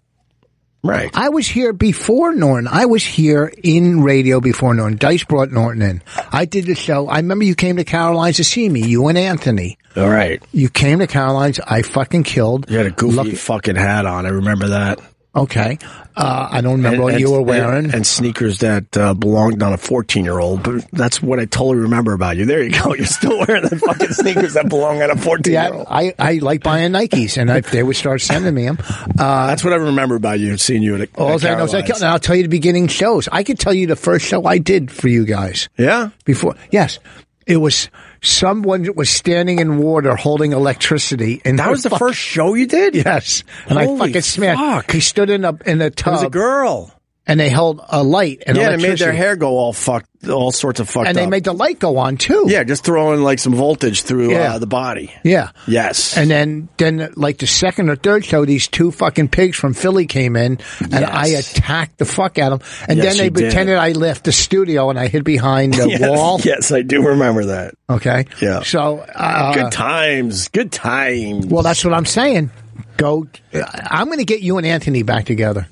[SPEAKER 1] Right.
[SPEAKER 2] I was here before Norton. I was here in radio before Norton. Dice brought Norton in. I did the show. I remember you came to Caroline's to see me, you and Anthony.
[SPEAKER 1] All right.
[SPEAKER 2] You came to Caroline's. I fucking killed.
[SPEAKER 1] You had a goofy
[SPEAKER 2] Lucky-
[SPEAKER 1] fucking hat on. I remember that.
[SPEAKER 2] Okay. Uh, I don't remember what
[SPEAKER 1] And-
[SPEAKER 2] you were
[SPEAKER 1] and-
[SPEAKER 2] wearing.
[SPEAKER 1] And, sneakers that uh, belonged on a 14 year old. But that's what I totally remember about you. There you go. You're still wearing the fucking sneakers that belong on a 14 year
[SPEAKER 2] yeah,
[SPEAKER 1] old.
[SPEAKER 2] I, I like buying Nikes, and I, they would start sending me them. Uh,
[SPEAKER 1] That's what I remember about you, seeing you at, a,
[SPEAKER 2] all
[SPEAKER 1] at
[SPEAKER 2] I know is I
[SPEAKER 1] Caroline's.
[SPEAKER 2] killed, and I'll tell you the beginning shows. I could tell you the first show I did for you guys.
[SPEAKER 1] Yeah.
[SPEAKER 2] before. Yes, it was someone was standing in water holding electricity, and
[SPEAKER 1] That was the first show you did?
[SPEAKER 2] Yes, and I
[SPEAKER 1] Holy
[SPEAKER 2] fucking smashed.
[SPEAKER 1] fuck.
[SPEAKER 2] He stood in a in a
[SPEAKER 1] It was a
[SPEAKER 2] tub,
[SPEAKER 1] girl.
[SPEAKER 2] and they held a light and
[SPEAKER 1] Yeah, and it made
[SPEAKER 2] electricity,
[SPEAKER 1] their hair go all fucked, all sorts of fucked
[SPEAKER 2] and they
[SPEAKER 1] up.
[SPEAKER 2] made the light go on too.
[SPEAKER 1] yeah, just throwing like some voltage through
[SPEAKER 2] Yeah.
[SPEAKER 1] uh, the body.
[SPEAKER 2] yeah.
[SPEAKER 1] Yes.
[SPEAKER 2] And then, then like the second or third show, these two fucking pigs from Philly came in, and I
[SPEAKER 1] Yes.
[SPEAKER 2] attacked the fuck out of them. And
[SPEAKER 1] Yes,
[SPEAKER 2] then they
[SPEAKER 1] you did.
[SPEAKER 2] pretended I left the studio, and I hid behind the
[SPEAKER 1] yes,
[SPEAKER 2] wall.
[SPEAKER 1] yes, I do remember that.
[SPEAKER 2] Okay.
[SPEAKER 1] Yeah.
[SPEAKER 2] So uh,
[SPEAKER 1] Good times. Good times.
[SPEAKER 2] Well, that's what I'm saying. Go. I'm going to get you and Anthony back together.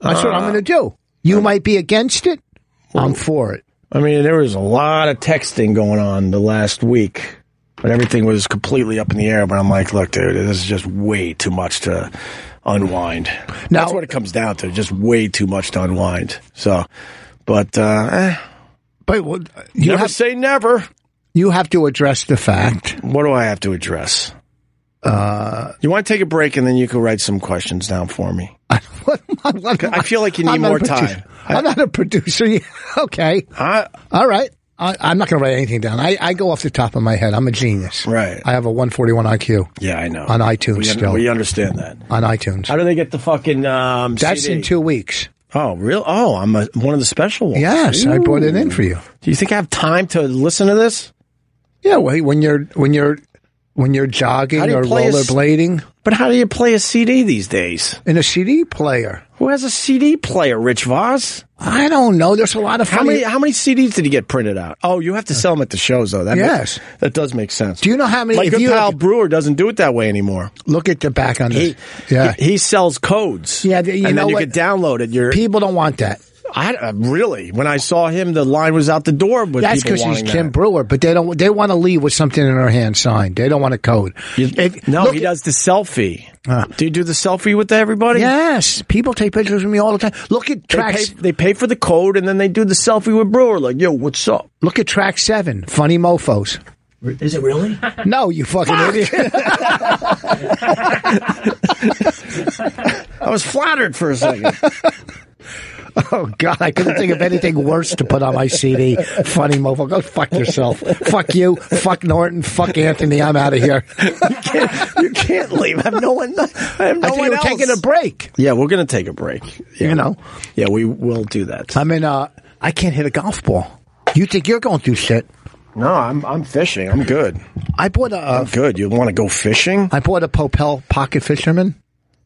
[SPEAKER 2] That's what I'm
[SPEAKER 1] Uh,
[SPEAKER 2] going to do. You might be against it. I'm for it.
[SPEAKER 1] I mean, there was a lot of texting going on the last week, but everything was completely up in the air. But I'm like, look, dude, this is just way too much to unwind.
[SPEAKER 2] Now-
[SPEAKER 1] That's what it comes down to, just way too much to unwind. So, but uh, eh,
[SPEAKER 2] But well, you
[SPEAKER 1] never
[SPEAKER 2] have
[SPEAKER 1] say never.
[SPEAKER 2] you have to address the fact.
[SPEAKER 1] What do I have to address? Uh, you want to take a break and then you can write some questions down for me. I feel like you need more time.
[SPEAKER 2] I'm not a producer. Yeah, okay.
[SPEAKER 1] I,
[SPEAKER 2] All right. I, I'm not going to write anything down. I, I go off the top of my head. I'm a genius.
[SPEAKER 1] Right.
[SPEAKER 2] I have a 141 IQ
[SPEAKER 1] yeah, I know.
[SPEAKER 2] on iTunes
[SPEAKER 1] we,
[SPEAKER 2] still.
[SPEAKER 1] we understand that.
[SPEAKER 2] on iTunes.
[SPEAKER 1] How do they get the fucking um,
[SPEAKER 2] That's
[SPEAKER 1] CD?
[SPEAKER 2] in two weeks.
[SPEAKER 1] Oh, real? Oh, I'm a, one of the special ones.
[SPEAKER 2] Yes, I brought it in for you.
[SPEAKER 1] Do you think I have time to listen to this?
[SPEAKER 2] Yeah, well, when you're when you're when you're jogging
[SPEAKER 1] How do you
[SPEAKER 2] or
[SPEAKER 1] play a s-
[SPEAKER 2] rollerblading
[SPEAKER 1] But how do you play a CD these days?
[SPEAKER 2] in a CD player.
[SPEAKER 1] Who has a CD player, Rich Voss?
[SPEAKER 2] I don't know. There's a lot of
[SPEAKER 1] How
[SPEAKER 2] funny-
[SPEAKER 1] many how many CDs did he get printed out? Oh, you have to sell them at the shows though. That
[SPEAKER 2] Yes.
[SPEAKER 1] makes, that does make sense.
[SPEAKER 2] Do you know how many?
[SPEAKER 1] My
[SPEAKER 2] if
[SPEAKER 1] good
[SPEAKER 2] you
[SPEAKER 1] pal Brewer doesn't do it that way anymore.
[SPEAKER 2] look at the back on this,
[SPEAKER 1] He
[SPEAKER 2] yeah,
[SPEAKER 1] he, he sells codes.
[SPEAKER 2] Yeah, th- you
[SPEAKER 1] and
[SPEAKER 2] know
[SPEAKER 1] then you
[SPEAKER 2] what?
[SPEAKER 1] could download it. Your
[SPEAKER 2] people don't want that.
[SPEAKER 1] I uh, really when I saw him, the line was out the door. With
[SPEAKER 2] That's
[SPEAKER 1] because
[SPEAKER 2] because he's Jim Brewer, but they don't. They want to leave with something in their hand signed. They don't want a code. If-
[SPEAKER 1] no,
[SPEAKER 2] look
[SPEAKER 1] he
[SPEAKER 2] at-
[SPEAKER 1] does the selfie.
[SPEAKER 2] Uh.
[SPEAKER 1] do you do the selfie with everybody?
[SPEAKER 2] Yes, people take pictures of me all the time. Look at
[SPEAKER 1] They
[SPEAKER 2] track.
[SPEAKER 1] pay, they pay for the code and then they do the selfie with Brewer, like, yo, what's up?
[SPEAKER 2] Look at track seven. Funny mofo's.
[SPEAKER 4] Is it really?
[SPEAKER 2] No, you fucking idiot.
[SPEAKER 1] I was flattered for a second.
[SPEAKER 2] Oh God, I couldn't think of anything worse to put on my CD. Funny mofo, go fuck yourself. fuck you. Fuck Norton. Fuck Anthony. I'm out of here.
[SPEAKER 1] you can't leave. I have no one. I have no
[SPEAKER 2] I think
[SPEAKER 1] one
[SPEAKER 2] we're
[SPEAKER 1] else.
[SPEAKER 2] taking a break.
[SPEAKER 1] yeah, we're gonna take a break. Yeah.
[SPEAKER 2] You know,
[SPEAKER 1] yeah, we will do that.
[SPEAKER 2] I'm in. Uh, I can't hit a golf ball. You think you're going through shit?
[SPEAKER 1] No, I'm I'm fishing. I'm good.
[SPEAKER 2] I bought a. Uh,
[SPEAKER 1] Good. You want to go fishing?
[SPEAKER 2] I bought a Popel Pocket Fisherman.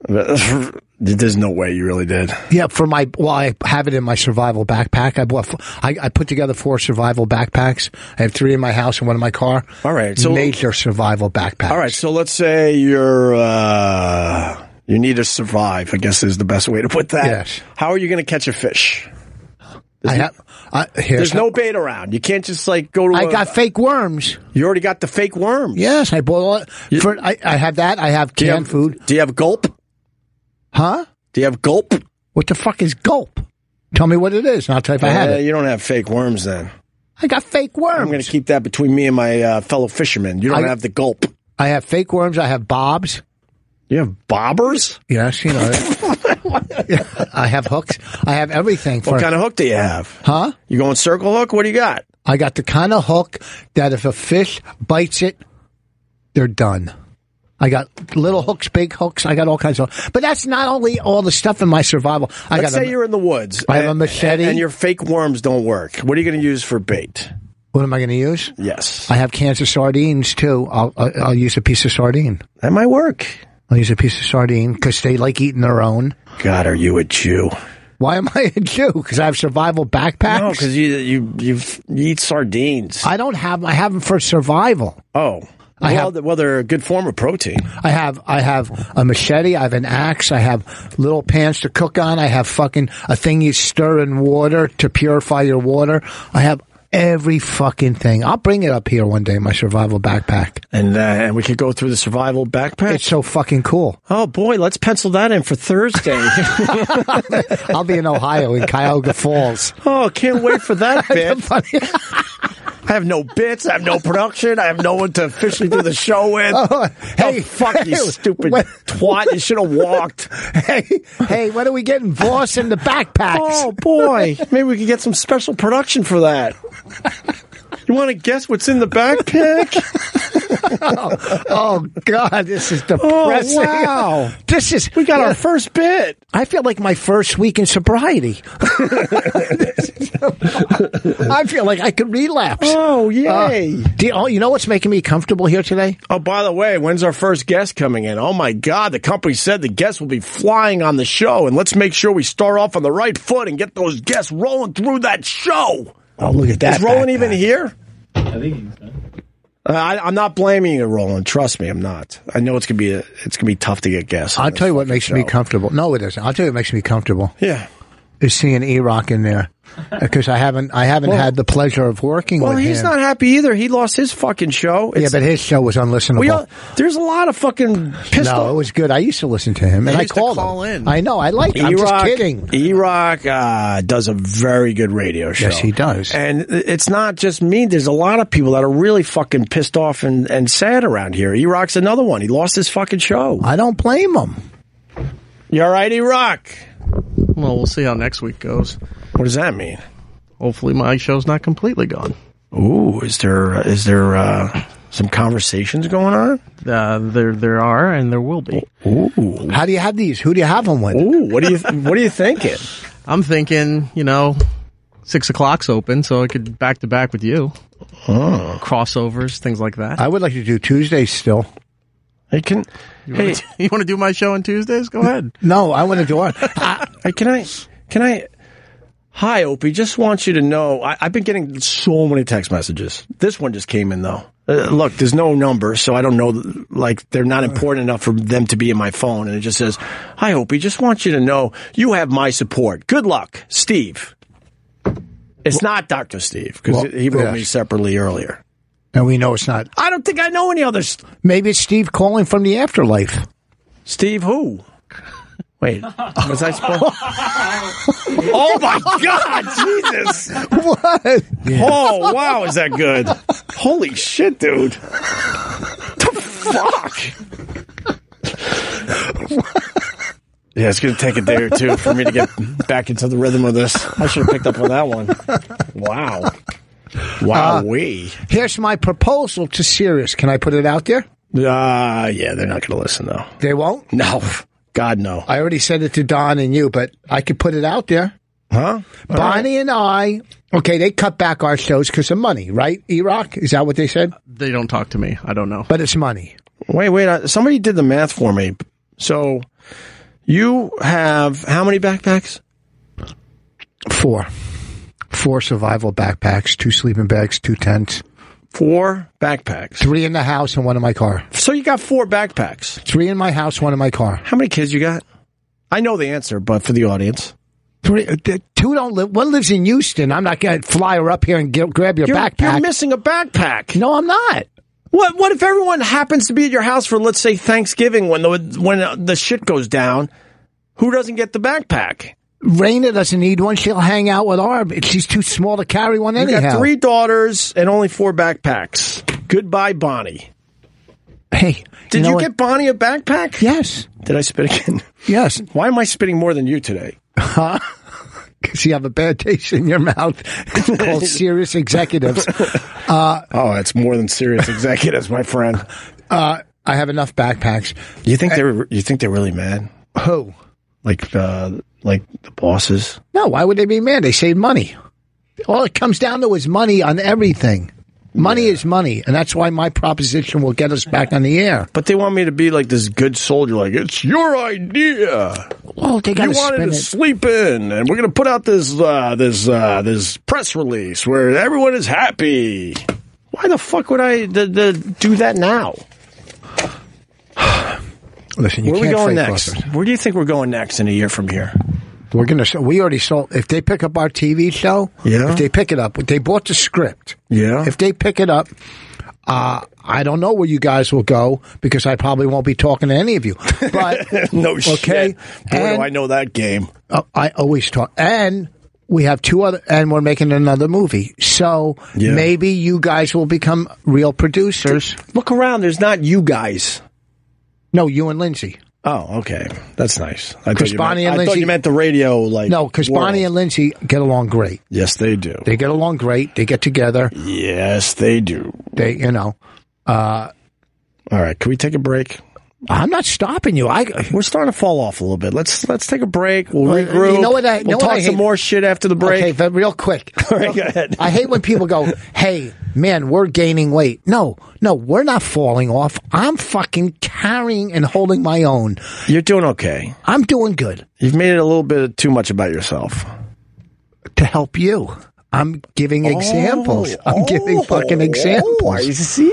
[SPEAKER 1] There's no way you really did.
[SPEAKER 2] Yeah, for my well, I have it in my survival backpack. I bought. f- I, I put together four survival backpacks. I have three in my house and one in my car.
[SPEAKER 1] All right, so-
[SPEAKER 2] major survival backpack.
[SPEAKER 1] All right, so let's say you're uh, you need to survive. I guess is the best way to put that.
[SPEAKER 2] Yes.
[SPEAKER 1] How are you gonna catch a fish?
[SPEAKER 2] I have. I, here's
[SPEAKER 1] There's no uh, bait around. You can't just like go to.
[SPEAKER 2] I
[SPEAKER 1] a-
[SPEAKER 2] got fake worms.
[SPEAKER 1] You already got the fake worms.
[SPEAKER 2] Yes, I bought all it. For, I, I have that. I have
[SPEAKER 1] Do you
[SPEAKER 2] canned
[SPEAKER 1] have-
[SPEAKER 2] food.
[SPEAKER 1] Do you have gulp?
[SPEAKER 2] Huh?
[SPEAKER 1] Do you have gulp?
[SPEAKER 2] What the fuck is gulp? Tell me what it is, and I'll tell you if I had
[SPEAKER 1] Uh,
[SPEAKER 2] it.
[SPEAKER 1] you don't have fake worms then.
[SPEAKER 2] I got fake
[SPEAKER 1] Uh, I'm
[SPEAKER 2] worms.
[SPEAKER 1] going to keep that between me and my uh, fellow fishermen. You don't
[SPEAKER 2] I-
[SPEAKER 1] have the gulp.
[SPEAKER 2] I have fake worms. I have bobs.
[SPEAKER 1] You have bobbers?
[SPEAKER 2] Yes, you know. it. I have hooks. I have everything. For,
[SPEAKER 1] What kind of hook do you have?
[SPEAKER 2] huh?
[SPEAKER 1] You going circle hook? What do you got?
[SPEAKER 2] I got the kind of hook that if a fish bites it, they're done. I got little hooks, big hooks. I got all kinds of. But that's not only all the stuff in my survival. I
[SPEAKER 1] Let's
[SPEAKER 2] got.
[SPEAKER 1] say
[SPEAKER 2] A,
[SPEAKER 1] you're in the woods.
[SPEAKER 2] I have a
[SPEAKER 1] and-
[SPEAKER 2] machete.
[SPEAKER 1] And your fake worms don't work. What are you going to use for bait?
[SPEAKER 2] what am I going to use?
[SPEAKER 1] Yes.
[SPEAKER 2] I have cans of sardines too. I'll I'll I'll use a piece of sardine.
[SPEAKER 1] That might work.
[SPEAKER 2] I'll use a piece of sardine because they like eating their own.
[SPEAKER 1] God, are you a Jew?
[SPEAKER 2] Why am I a Jew? Because I have survival backpacks.
[SPEAKER 1] No, because you, you, you eat sardines.
[SPEAKER 2] I don't have. I have them for survival.
[SPEAKER 1] oh.
[SPEAKER 2] I
[SPEAKER 1] well,
[SPEAKER 2] have-
[SPEAKER 1] th- well, they're a good form of protein.
[SPEAKER 2] I have. I have a machete. I have an axe. I have little pans to cook on. I have fucking a thing you stir in water to purify your water. I have every fucking thing. I'll bring it up here one day, my survival backpack.
[SPEAKER 1] And uh, and we could go through the survival backpack.
[SPEAKER 2] It's so fucking cool.
[SPEAKER 1] oh boy, let's pencil that in for Thursday.
[SPEAKER 2] I'll be in Ohio in Cuyahoga Falls.
[SPEAKER 1] oh, can't wait for that bit.
[SPEAKER 2] Funny.
[SPEAKER 1] I have no bits. I have no production. I have no one to officially do the show with.
[SPEAKER 2] Oh, hey.
[SPEAKER 1] oh, fuck you, stupid
[SPEAKER 2] What-
[SPEAKER 1] twat! You should have walked.
[SPEAKER 2] hey, hey, what are we getting? Voss in the backpacks.
[SPEAKER 1] Oh boy, maybe we could get some special production for that. You want to guess what's in the backpack?
[SPEAKER 2] Oh God, this is depressing.
[SPEAKER 1] Oh, wow.
[SPEAKER 2] this is
[SPEAKER 1] We got
[SPEAKER 2] yeah,
[SPEAKER 1] our first bit.
[SPEAKER 2] I feel like my first week in sobriety. This is- I feel like I could relapse. Uh,
[SPEAKER 1] Oh yay!
[SPEAKER 2] Do you, oh, you know what's making me comfortable here today?
[SPEAKER 1] Oh, by the way, when's our first guest coming in? Oh my God, the company said the guests will be flying on the show, and let's make sure we start off on the right foot and get those guests rolling through that show.
[SPEAKER 2] Oh, look at that!
[SPEAKER 1] Is Roland even here?
[SPEAKER 4] I think he's done.
[SPEAKER 1] Uh, I, I'm not blaming you, Roland. Trust me, I'm not. I know it's gonna be a, it's gonna be tough to get guests. on
[SPEAKER 2] I'll
[SPEAKER 1] this
[SPEAKER 2] tell you what
[SPEAKER 1] fucking
[SPEAKER 2] makes me
[SPEAKER 1] show.
[SPEAKER 2] comfortable. No, it isn't. I'll tell you what makes me comfortable
[SPEAKER 1] Yeah.
[SPEAKER 2] is seeing E Rock in there because I haven't I haven't had the pleasure of working
[SPEAKER 1] Well,
[SPEAKER 2] with
[SPEAKER 1] he's
[SPEAKER 2] him.
[SPEAKER 1] not happy either. He lost his fucking show.
[SPEAKER 2] yeah,
[SPEAKER 1] It's-
[SPEAKER 2] but his show was unlistenable.
[SPEAKER 1] we all, there's a lot of fucking pissed
[SPEAKER 2] no, it was good. I used to listen to him, and I
[SPEAKER 1] used to
[SPEAKER 2] called
[SPEAKER 1] call
[SPEAKER 2] him.
[SPEAKER 1] in.
[SPEAKER 2] I know. I like. I'm just kidding.
[SPEAKER 1] E Rock uh, does a very good radio show.
[SPEAKER 2] Yes, he does.
[SPEAKER 1] And it's not just me. There's a lot of people that are really fucking pissed off and, and sad around here. E Rock's another one. He lost his fucking show.
[SPEAKER 2] I don't blame him.
[SPEAKER 1] You all right, E Rock?
[SPEAKER 4] Well, we'll see how next week goes.
[SPEAKER 1] What does that mean?
[SPEAKER 4] Hopefully, my show's not completely gone.
[SPEAKER 1] Ooh, is there is there uh, some conversations going on?
[SPEAKER 4] Uh, there, there are, and there will be.
[SPEAKER 1] Ooh,
[SPEAKER 2] How do you have these? Who do you have them with?
[SPEAKER 1] ooh, what do you what are you thinking?
[SPEAKER 4] I'm thinking, you know, six o'clock's open, so I could back to back with you.
[SPEAKER 2] Oh.
[SPEAKER 4] Crossovers, things like that.
[SPEAKER 2] I would like to do Tuesdays still.
[SPEAKER 1] I can, hey,
[SPEAKER 4] you want to do my show on Tuesdays? Go ahead.
[SPEAKER 2] No, I want to do it.
[SPEAKER 1] I- can I can I? Hi, Opie. Just want you to know I, I've been getting so many text messages. This one just came in though. Uh, look, there's no number, so I don't know. Like they're not important enough for them to be in my phone, and it just says, "Hi, Opie. Just want you to know you have my support. Good luck, Steve." It's not Doctor Steve because
[SPEAKER 2] Well,
[SPEAKER 1] he wrote
[SPEAKER 2] yes.
[SPEAKER 1] me separately earlier.
[SPEAKER 2] and we know it's not.
[SPEAKER 1] I don't think I know any other S-
[SPEAKER 2] Maybe it's Steve calling from the afterlife.
[SPEAKER 1] Steve who? Wait, was I supposed? oh my God, Jesus!
[SPEAKER 2] What?
[SPEAKER 1] Oh wow, is that good? Holy shit, dude! the fuck? yeah, it's gonna take a day or two for me to get back into the rhythm of this. I should have picked up on that one. Wow. Wow, we.
[SPEAKER 2] Here's my proposal to Sirius. Can I put it out there?
[SPEAKER 1] Ah, yeah, they're not gonna listen though.
[SPEAKER 2] They won't.
[SPEAKER 1] No, God no.
[SPEAKER 2] I already said it to Don and you, but I could put it out there.
[SPEAKER 1] Huh?
[SPEAKER 2] Bonnie and I. Okay, they cut back our shows because of money, right? E Rock, is that what they said?
[SPEAKER 4] They don't talk to me. I don't know.
[SPEAKER 2] But it's money.
[SPEAKER 1] Wait, wait. uh, Somebody did the math for me. So you have how many backpacks?
[SPEAKER 2] Four. Four survival backpacks, two sleeping bags, two tents,
[SPEAKER 1] Four backpacks.
[SPEAKER 2] three in the house and one in my car.
[SPEAKER 1] So you got four backpacks.
[SPEAKER 2] Three in my house, one in my car.
[SPEAKER 1] How many kids you got? I know the answer, but for the audience,
[SPEAKER 2] Three, uh, th- two don't live. One lives in Houston. I'm not going to fly her up here and get, grab your
[SPEAKER 1] you're,
[SPEAKER 2] backpack.
[SPEAKER 1] you're missing a backpack.
[SPEAKER 2] no, I'm not.
[SPEAKER 1] What? What if everyone happens to be at your house for, let's say, Thanksgiving when the when uh, the shit goes down? Who doesn't get the backpack?
[SPEAKER 2] Raina doesn't need one. She'll hang out with our. She's too small to carry one
[SPEAKER 1] You
[SPEAKER 2] anyhow.
[SPEAKER 1] got three daughters and only four backpacks. Goodbye, Bonnie.
[SPEAKER 2] Hey,
[SPEAKER 1] Did you,
[SPEAKER 2] know what?
[SPEAKER 1] get Bonnie a backpack?
[SPEAKER 2] Yes,
[SPEAKER 1] Did I spit again?
[SPEAKER 2] yes.
[SPEAKER 1] Why am I spitting more than you today?
[SPEAKER 2] Because you have a bad taste in your mouth It's called serious executives.
[SPEAKER 1] Oh, it's more than serious executives, my friend.
[SPEAKER 2] Uh, I have enough backpacks.
[SPEAKER 1] You think they're you think they're really mad?
[SPEAKER 2] Who?
[SPEAKER 1] Like uh like the bosses?
[SPEAKER 2] No, why would they be mad? They save money. All it comes down to is money on everything. Money is money, and that's why my proposition will get us back on the air.
[SPEAKER 1] But they want me to be like this good soldier, like it's your idea.
[SPEAKER 2] Well, they got
[SPEAKER 1] You wanted to sleep in, and we're gonna put out this uh, this uh, this press release where everyone is happy. Why the fuck would I th- th- do that now?
[SPEAKER 2] Listen, you
[SPEAKER 1] Where are we
[SPEAKER 2] can't
[SPEAKER 1] going
[SPEAKER 2] fake
[SPEAKER 1] next?
[SPEAKER 2] offers.
[SPEAKER 1] Where do you think we're going next in a year from here?
[SPEAKER 2] We're gonna. show- We already sold. If they pick up our TV show,
[SPEAKER 1] Yeah.
[SPEAKER 2] If they pick it up, they bought the script.
[SPEAKER 1] Yeah.
[SPEAKER 2] If they pick it up, uh, I don't know where you guys will go because I probably won't be talking to any of you. But
[SPEAKER 1] no
[SPEAKER 2] okay,
[SPEAKER 1] shit. Boy,
[SPEAKER 2] and-
[SPEAKER 1] do I know that game.
[SPEAKER 2] uh, I always talk. And we have two other, and we're making another movie. So
[SPEAKER 1] Yeah.
[SPEAKER 2] maybe you guys will become real producers.
[SPEAKER 1] Look around. There's not you guys.
[SPEAKER 2] No, you and Lindsay.
[SPEAKER 1] Oh, okay. That's nice. I
[SPEAKER 2] Chris
[SPEAKER 1] thought you
[SPEAKER 2] Bonnie
[SPEAKER 1] meant,
[SPEAKER 2] and
[SPEAKER 1] I thought
[SPEAKER 2] Lindsay-
[SPEAKER 1] you meant the radio. Like
[SPEAKER 2] No, because
[SPEAKER 1] world.
[SPEAKER 2] Bonnie and Lindsay get along great.
[SPEAKER 1] yes, they do.
[SPEAKER 2] They get along great. They get together.
[SPEAKER 1] yes, they do.
[SPEAKER 2] They, you know,
[SPEAKER 1] All right. Can we take a break?
[SPEAKER 2] I'm not stopping you. I.
[SPEAKER 1] We're starting to fall off a little bit. Let's let's take a break. We'll
[SPEAKER 2] Well,
[SPEAKER 1] regroup.
[SPEAKER 2] you know what I-
[SPEAKER 1] we'll
[SPEAKER 2] know what
[SPEAKER 1] talk
[SPEAKER 2] I
[SPEAKER 1] some
[SPEAKER 2] hate?
[SPEAKER 1] more shit after the break.
[SPEAKER 2] Okay, but real quick.
[SPEAKER 1] All right, go ahead.
[SPEAKER 2] I hate when people go, "Hey, man, we're gaining weight." No, no, we're not falling off. I'm fucking carrying and holding my own.
[SPEAKER 1] You're doing okay.
[SPEAKER 2] I'm doing good
[SPEAKER 1] You've made it a little bit too much about yourself.
[SPEAKER 2] to help you. I'm giving examples. I'm giving
[SPEAKER 1] Oh,
[SPEAKER 2] fucking
[SPEAKER 1] oh, I
[SPEAKER 2] examples.
[SPEAKER 1] see.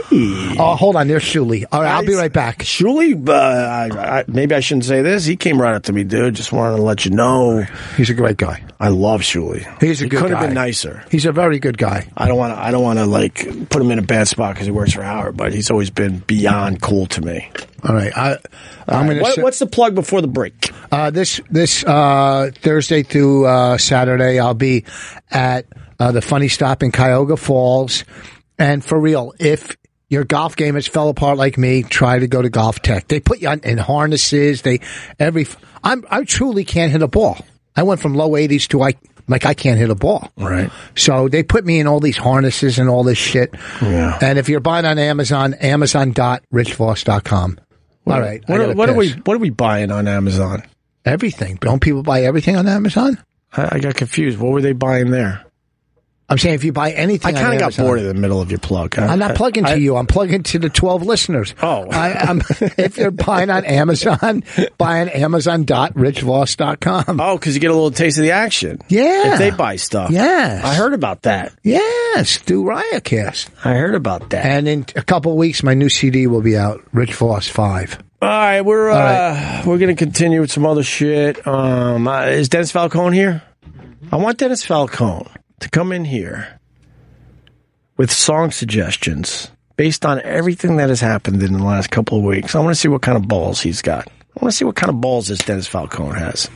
[SPEAKER 2] Oh, hold on, there's Shuli. All right, I'll be
[SPEAKER 1] I-
[SPEAKER 2] right back.
[SPEAKER 1] Surely, uh, I, I, maybe I shouldn't say this. He came right up to me, dude. Just wanted to let you know
[SPEAKER 2] He's a great guy.
[SPEAKER 1] I love Shuli.
[SPEAKER 2] He's a
[SPEAKER 1] he
[SPEAKER 2] good
[SPEAKER 1] Could have
[SPEAKER 2] guy.
[SPEAKER 1] been nicer.
[SPEAKER 2] He's a very good guy.
[SPEAKER 1] I don't want to. I don't want to like put him in a bad spot because he works for Howard, but he's always been beyond cool to me.
[SPEAKER 2] All right, I, I'm going to.
[SPEAKER 1] What, what's the plug before the break?
[SPEAKER 2] Uh, this this uh, Thursday through uh, Saturday, I'll be at uh, the Funny Stop in Cuyahoga Falls. And for real, if your golf game has fell apart like me, try to go to Golf Tech. They put you on, in harnesses. They every I'm I truly can't hit a ball. I went from low 80s to I like I can't hit a ball.
[SPEAKER 1] Right.
[SPEAKER 2] So they put me in all these harnesses and all this shit.
[SPEAKER 1] Yeah.
[SPEAKER 2] And if you're buying on Amazon, amazon.richvoss.com. All right. I
[SPEAKER 1] What, are,
[SPEAKER 2] gotta
[SPEAKER 1] what are
[SPEAKER 2] piss.
[SPEAKER 1] we? What are we buying on Amazon?
[SPEAKER 2] Everything. Don't people buy everything on Amazon?
[SPEAKER 1] I, I got confused. What were they buying there?
[SPEAKER 2] I'm saying if you buy anything,
[SPEAKER 1] I kind of got bored in the middle of your plug.
[SPEAKER 2] I'm not plugging to you. I'm plugging to the 12 listeners.
[SPEAKER 1] Oh.
[SPEAKER 2] I, I'm, if you're buying on Amazon, buy on amazon.richvoss.com.
[SPEAKER 1] Oh, because you get a little taste of the action.
[SPEAKER 2] Yeah.
[SPEAKER 1] If they buy stuff.
[SPEAKER 2] Yes.
[SPEAKER 1] I heard about that.
[SPEAKER 2] Yes, do Riotcast.
[SPEAKER 1] I heard about that.
[SPEAKER 2] And in a couple of weeks, my new CD will be out, Rich Voss 5.
[SPEAKER 1] All right, we're uh,
[SPEAKER 2] right.
[SPEAKER 1] we're gonna continue with some other shit. Um, uh, is Dennis Falcone here? I want Dennis Falcone to come in here with song suggestions based on everything that has happened in the last couple of weeks. I want to see what kind of balls he's got. I want to see what kind of balls this Dennis Falcone has.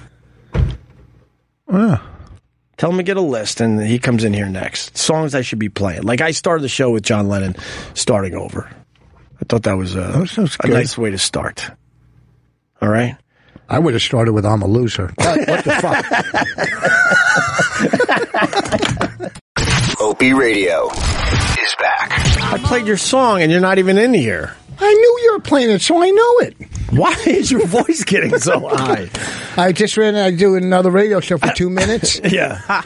[SPEAKER 1] Tell him to get a list, and he comes in here next. Songs I should be playing. Like I started the show with John Lennon, starting over. I thought that was a,
[SPEAKER 2] Oh, sounds
[SPEAKER 1] a
[SPEAKER 2] good.
[SPEAKER 1] nice way to start. All right.
[SPEAKER 2] I would have started with I'm a Loser. But what the fuck?
[SPEAKER 5] OP Radio is back.
[SPEAKER 1] I played your song and you're not even in here.
[SPEAKER 2] I knew you were playing it, so I know it.
[SPEAKER 1] Why is your voice getting so high?
[SPEAKER 2] I just ran and I do another radio show for two minutes.
[SPEAKER 1] Yeah.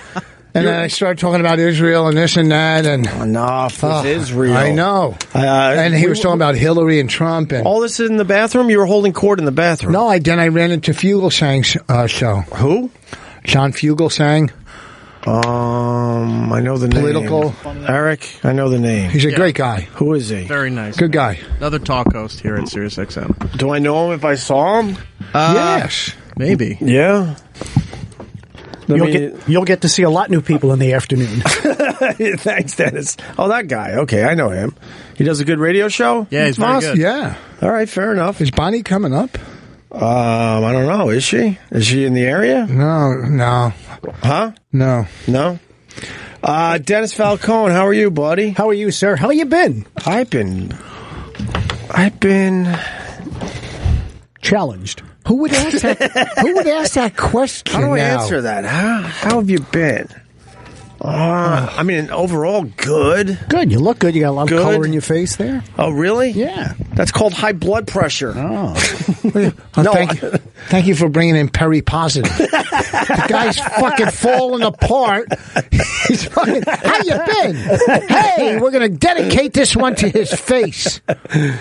[SPEAKER 2] And then I started talking about Israel and this and that, and
[SPEAKER 1] Enough with
[SPEAKER 2] Ah,
[SPEAKER 1] Israel.
[SPEAKER 2] I know.
[SPEAKER 1] Uh,
[SPEAKER 2] and he
[SPEAKER 1] we-
[SPEAKER 2] was talking about Hillary and Trump, and
[SPEAKER 1] All this in the bathroom? You were holding court in the bathroom.
[SPEAKER 2] no, I then I ran into Fugelsang's uh, show.
[SPEAKER 1] Who?
[SPEAKER 2] John Fugelsang,
[SPEAKER 1] Um, I know the
[SPEAKER 2] Political.
[SPEAKER 1] name. Eric, I know the name.
[SPEAKER 2] he's a great guy,
[SPEAKER 1] Who is he?
[SPEAKER 4] Very nice.
[SPEAKER 2] good guy.
[SPEAKER 4] Another talk host here at Sirius XM.
[SPEAKER 1] Do I know him if I saw him?
[SPEAKER 6] Uh,
[SPEAKER 2] yes,
[SPEAKER 4] Maybe.
[SPEAKER 1] Yeah. I
[SPEAKER 6] You'll
[SPEAKER 1] mean,
[SPEAKER 6] get, you'll get to see a lot new people in the afternoon.
[SPEAKER 1] thanks, Dennis. Oh, that guy. Okay, I know him. He does a good radio show.
[SPEAKER 4] Yeah, he's very
[SPEAKER 1] Moss?
[SPEAKER 4] good.
[SPEAKER 2] yeah.
[SPEAKER 1] All right, fair enough.
[SPEAKER 2] Is Bonnie coming up?
[SPEAKER 1] Um, I don't know. Is she? Is she in the area?
[SPEAKER 2] No, no,
[SPEAKER 1] Huh?
[SPEAKER 2] no.
[SPEAKER 1] No. Uh, Dennis Falcone, how are you, buddy?
[SPEAKER 6] How are you, sir? How you been?
[SPEAKER 1] I've been. I've been.
[SPEAKER 6] Challenged.
[SPEAKER 2] Who would ask that? who would ask that question?
[SPEAKER 1] How do I
[SPEAKER 2] now?
[SPEAKER 1] answer that? How, how have you been? Uh, I mean, overall, good.
[SPEAKER 6] Good. You look good. You got a lot
[SPEAKER 1] Good.
[SPEAKER 6] of color in your face there.
[SPEAKER 1] Oh, really?
[SPEAKER 6] Yeah.
[SPEAKER 1] That's called high blood pressure.
[SPEAKER 6] Oh.
[SPEAKER 2] Oh,
[SPEAKER 1] No,
[SPEAKER 2] thank, you, thank you for bringing in Perry Positive. the guy's fucking falling apart. He's fucking. How you been? Hey, we're gonna dedicate this one to his face.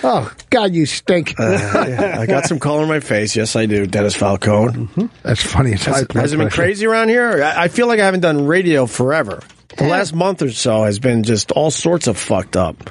[SPEAKER 2] Oh God, you stink.
[SPEAKER 1] Uh, I got some color in my face. Yes, I do, Dennis Falcone.
[SPEAKER 2] That's funny. It's high
[SPEAKER 1] Has,
[SPEAKER 2] blood
[SPEAKER 1] has it been
[SPEAKER 2] pressure.
[SPEAKER 1] crazy around here? I, I feel like I haven't done radio forever. The last month or so has been just all sorts of fucked up.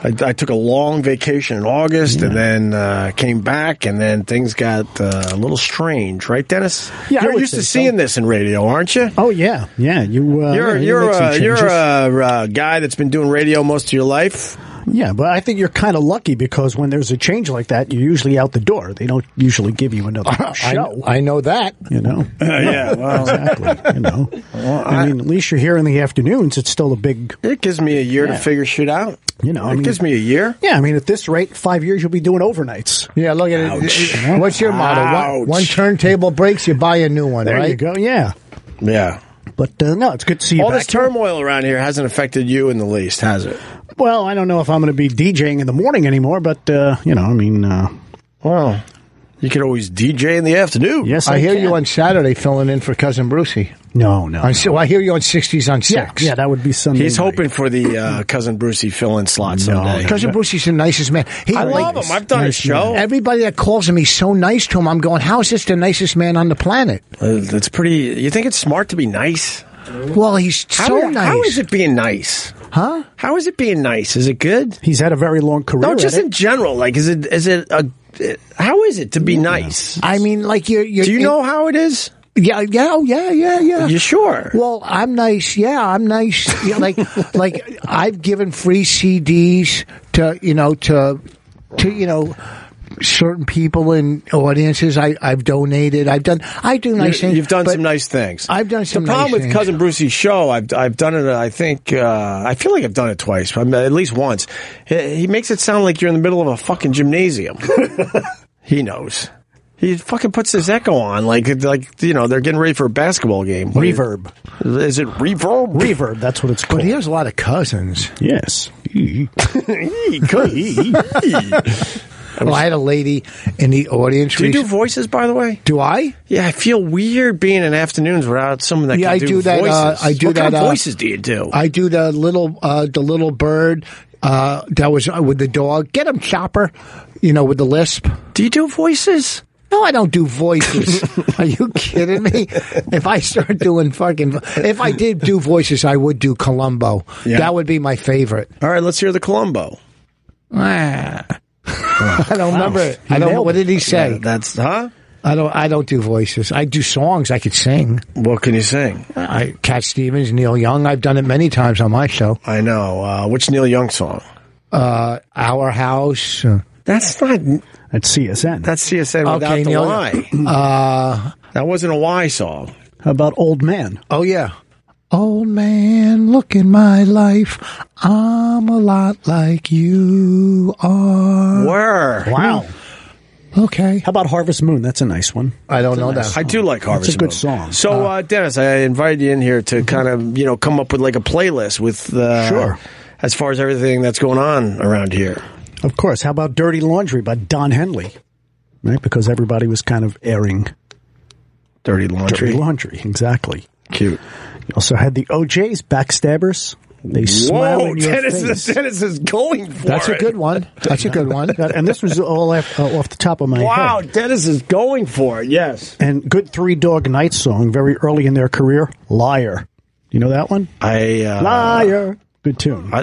[SPEAKER 1] I, I took a long vacation in August and then uh, came back, and then things got uh, a little strange, right, Dennis?
[SPEAKER 6] Yeah, I
[SPEAKER 1] you're
[SPEAKER 6] would
[SPEAKER 1] used
[SPEAKER 6] say
[SPEAKER 1] to
[SPEAKER 6] so.
[SPEAKER 1] seeing this in radio, aren't you?
[SPEAKER 6] Oh yeah, yeah. You uh,
[SPEAKER 1] You're
[SPEAKER 6] yeah, you
[SPEAKER 1] you're
[SPEAKER 6] make some
[SPEAKER 1] a, you're uh,
[SPEAKER 6] changes.
[SPEAKER 1] a, a guy that's been doing radio most of your life.
[SPEAKER 6] yeah, but I think you're kind of lucky because when there's a change like that, you're usually out the door. They don't usually give you another show.
[SPEAKER 2] I, I know that.
[SPEAKER 6] you know,
[SPEAKER 1] Uh, yeah, well,
[SPEAKER 6] exactly. You know, I, mean, at least you're here in the afternoons. It's still a big,
[SPEAKER 1] it gives me a year to figure shit out.
[SPEAKER 6] You know,
[SPEAKER 1] it
[SPEAKER 6] I mean-
[SPEAKER 1] gives me a year.
[SPEAKER 6] yeah. I mean, at this rate, five years you'll be doing overnights.
[SPEAKER 2] Yeah, look at it. What's your motto?
[SPEAKER 1] Ouch.
[SPEAKER 2] One, one turntable breaks, you buy a new one,
[SPEAKER 6] There
[SPEAKER 2] right?
[SPEAKER 6] you go. Yeah,
[SPEAKER 1] Yeah.
[SPEAKER 6] but uh, no, it's good to see you.
[SPEAKER 1] All
[SPEAKER 6] back
[SPEAKER 1] this
[SPEAKER 6] here.
[SPEAKER 1] turmoil around here hasn't affected you in the least, has it?
[SPEAKER 6] Well, I don't know if I'm going to be DJing in the morning anymore, but uh, you know, I mean, uh,
[SPEAKER 1] Well, you could always DJ in the afternoon.
[SPEAKER 6] yes, I,
[SPEAKER 2] I hear
[SPEAKER 6] can.
[SPEAKER 2] you on Saturday filling in for cousin Brucey.
[SPEAKER 6] No, no.
[SPEAKER 2] I see, well, I hear you on 60s on
[SPEAKER 6] yeah,
[SPEAKER 2] 6.
[SPEAKER 6] yeah, that would be Sunday.
[SPEAKER 1] He's
[SPEAKER 6] night.
[SPEAKER 1] hoping for the uh, cousin Brucey fill-in slot someday.
[SPEAKER 2] Cousin Brucey's the nicest man. He
[SPEAKER 1] I
[SPEAKER 2] like-
[SPEAKER 1] love him. I've done his show.
[SPEAKER 2] Everybody that calls him, he's so nice to him. I'm going, how is this the nicest man on the planet?
[SPEAKER 1] Uh, That's pretty. You think it's smart to be nice?
[SPEAKER 2] Well, he's
[SPEAKER 1] How,
[SPEAKER 2] so nice.
[SPEAKER 1] How is it being nice?
[SPEAKER 2] Huh?
[SPEAKER 1] How is it being nice? Is it good?
[SPEAKER 6] He's had a very long career.
[SPEAKER 1] No,
[SPEAKER 6] at
[SPEAKER 1] just
[SPEAKER 6] it.
[SPEAKER 1] in general. Like, is it is it a? How is it to be nice?
[SPEAKER 2] I mean, like you're. you're eh,
[SPEAKER 1] Do you know how it is?
[SPEAKER 2] Yeah, yeah, oh, yeah, yeah, yeah.
[SPEAKER 1] You sure?
[SPEAKER 2] Well, I'm nice. Yeah, I'm nice. Yeah, like, like I've given free CDs to you know to to you know certain people in audiences. I I've donated. I've done. I do nice
[SPEAKER 1] You-
[SPEAKER 2] things.
[SPEAKER 1] You've done
[SPEAKER 2] but
[SPEAKER 1] some nice things.
[SPEAKER 2] I've done some
[SPEAKER 1] The problem
[SPEAKER 2] nice
[SPEAKER 1] with
[SPEAKER 2] things.
[SPEAKER 1] Cousin Brucey's show, I've I've done it. I think uh, I feel like I've done it twice, but at least once. He he makes it sound like you're in the middle of a fucking gymnasium. he knows. He fucking puts his echo on like like you know they're getting ready for a basketball game. What is-
[SPEAKER 6] reverb.
[SPEAKER 1] Is it reverb?
[SPEAKER 6] Reverb. That's what it's
[SPEAKER 2] But
[SPEAKER 6] called.
[SPEAKER 2] he has a lot of cousins.
[SPEAKER 6] yes.
[SPEAKER 2] Well, I had a lady in the audience.
[SPEAKER 1] do you do
[SPEAKER 2] rec-
[SPEAKER 1] voices, by the way?
[SPEAKER 2] do I?
[SPEAKER 1] Yeah, I feel weird being in afternoons without someone that
[SPEAKER 2] Yeah,
[SPEAKER 1] can
[SPEAKER 2] I
[SPEAKER 1] do,
[SPEAKER 2] do that,
[SPEAKER 1] voices.
[SPEAKER 2] uh, I do
[SPEAKER 1] what kind
[SPEAKER 2] that,
[SPEAKER 1] of
[SPEAKER 2] uh,
[SPEAKER 1] voices do you do?
[SPEAKER 2] I do the little uh, the little bird uh, that was uh, with the dog. Get him, Chopper. You know, with the lisp.
[SPEAKER 1] do you do voices?
[SPEAKER 2] No, I don't do voices. Are you kidding me? If I start doing fucking, if I did do voices, I would do Columbo.
[SPEAKER 1] Yeah.
[SPEAKER 2] That would be my favorite.
[SPEAKER 1] All right, let's hear the Columbo.
[SPEAKER 2] I don't remember it. I don't. What did he say?
[SPEAKER 1] That's huh?
[SPEAKER 2] I don't. I don't do voices. I do songs. I could sing.
[SPEAKER 1] What can you sing?
[SPEAKER 2] I Cat Stevens, Neil Young. I've done it many times on my show.
[SPEAKER 1] I know. Uh, which Neil Young song?
[SPEAKER 2] Uh, Our House. uh,
[SPEAKER 1] That's not.
[SPEAKER 6] At CSN.
[SPEAKER 1] That's CSN without
[SPEAKER 2] Okay,
[SPEAKER 1] the
[SPEAKER 2] Neil- Uh,
[SPEAKER 1] Y. that wasn't a Y song.
[SPEAKER 6] How about old man?
[SPEAKER 2] Oh yeah. Old man, look in my life. I'm a lot like you are.
[SPEAKER 1] Were.
[SPEAKER 6] Wow.
[SPEAKER 2] Okay.
[SPEAKER 6] Hmm. How about Harvest Moon? That's a nice one.
[SPEAKER 2] I don't know that.
[SPEAKER 1] I do like Harvest.
[SPEAKER 6] a good
[SPEAKER 1] Moon.
[SPEAKER 6] song.
[SPEAKER 1] So, uh, Mm-hmm. Dennis, I invited you in here to kind of you know come up with like a playlist with uh,
[SPEAKER 6] Sure.
[SPEAKER 1] as far as everything that's going on around here.
[SPEAKER 6] Of course. How about Dirty Laundry by Don Henley? Right, because everybody was kind of airing
[SPEAKER 1] Dirty laundry,
[SPEAKER 6] Dirty Laundry. Exactly.
[SPEAKER 1] cute.
[SPEAKER 6] You also had the OJ's Backstabbers. They smile
[SPEAKER 1] Whoa,
[SPEAKER 6] in your
[SPEAKER 1] Dennis!
[SPEAKER 6] face.
[SPEAKER 1] Is, Dennis is going for
[SPEAKER 2] That's a
[SPEAKER 1] it.
[SPEAKER 2] good one. That's a good one.
[SPEAKER 6] That- and this was all off, uh, off the top of my
[SPEAKER 1] Wow,
[SPEAKER 6] head.
[SPEAKER 1] Dennis is going for it. Yes,
[SPEAKER 6] And good Three Dog Night song, very early in their career, Liar. You know that one?
[SPEAKER 1] I. Uh,
[SPEAKER 6] Liar. Good tune.
[SPEAKER 1] I,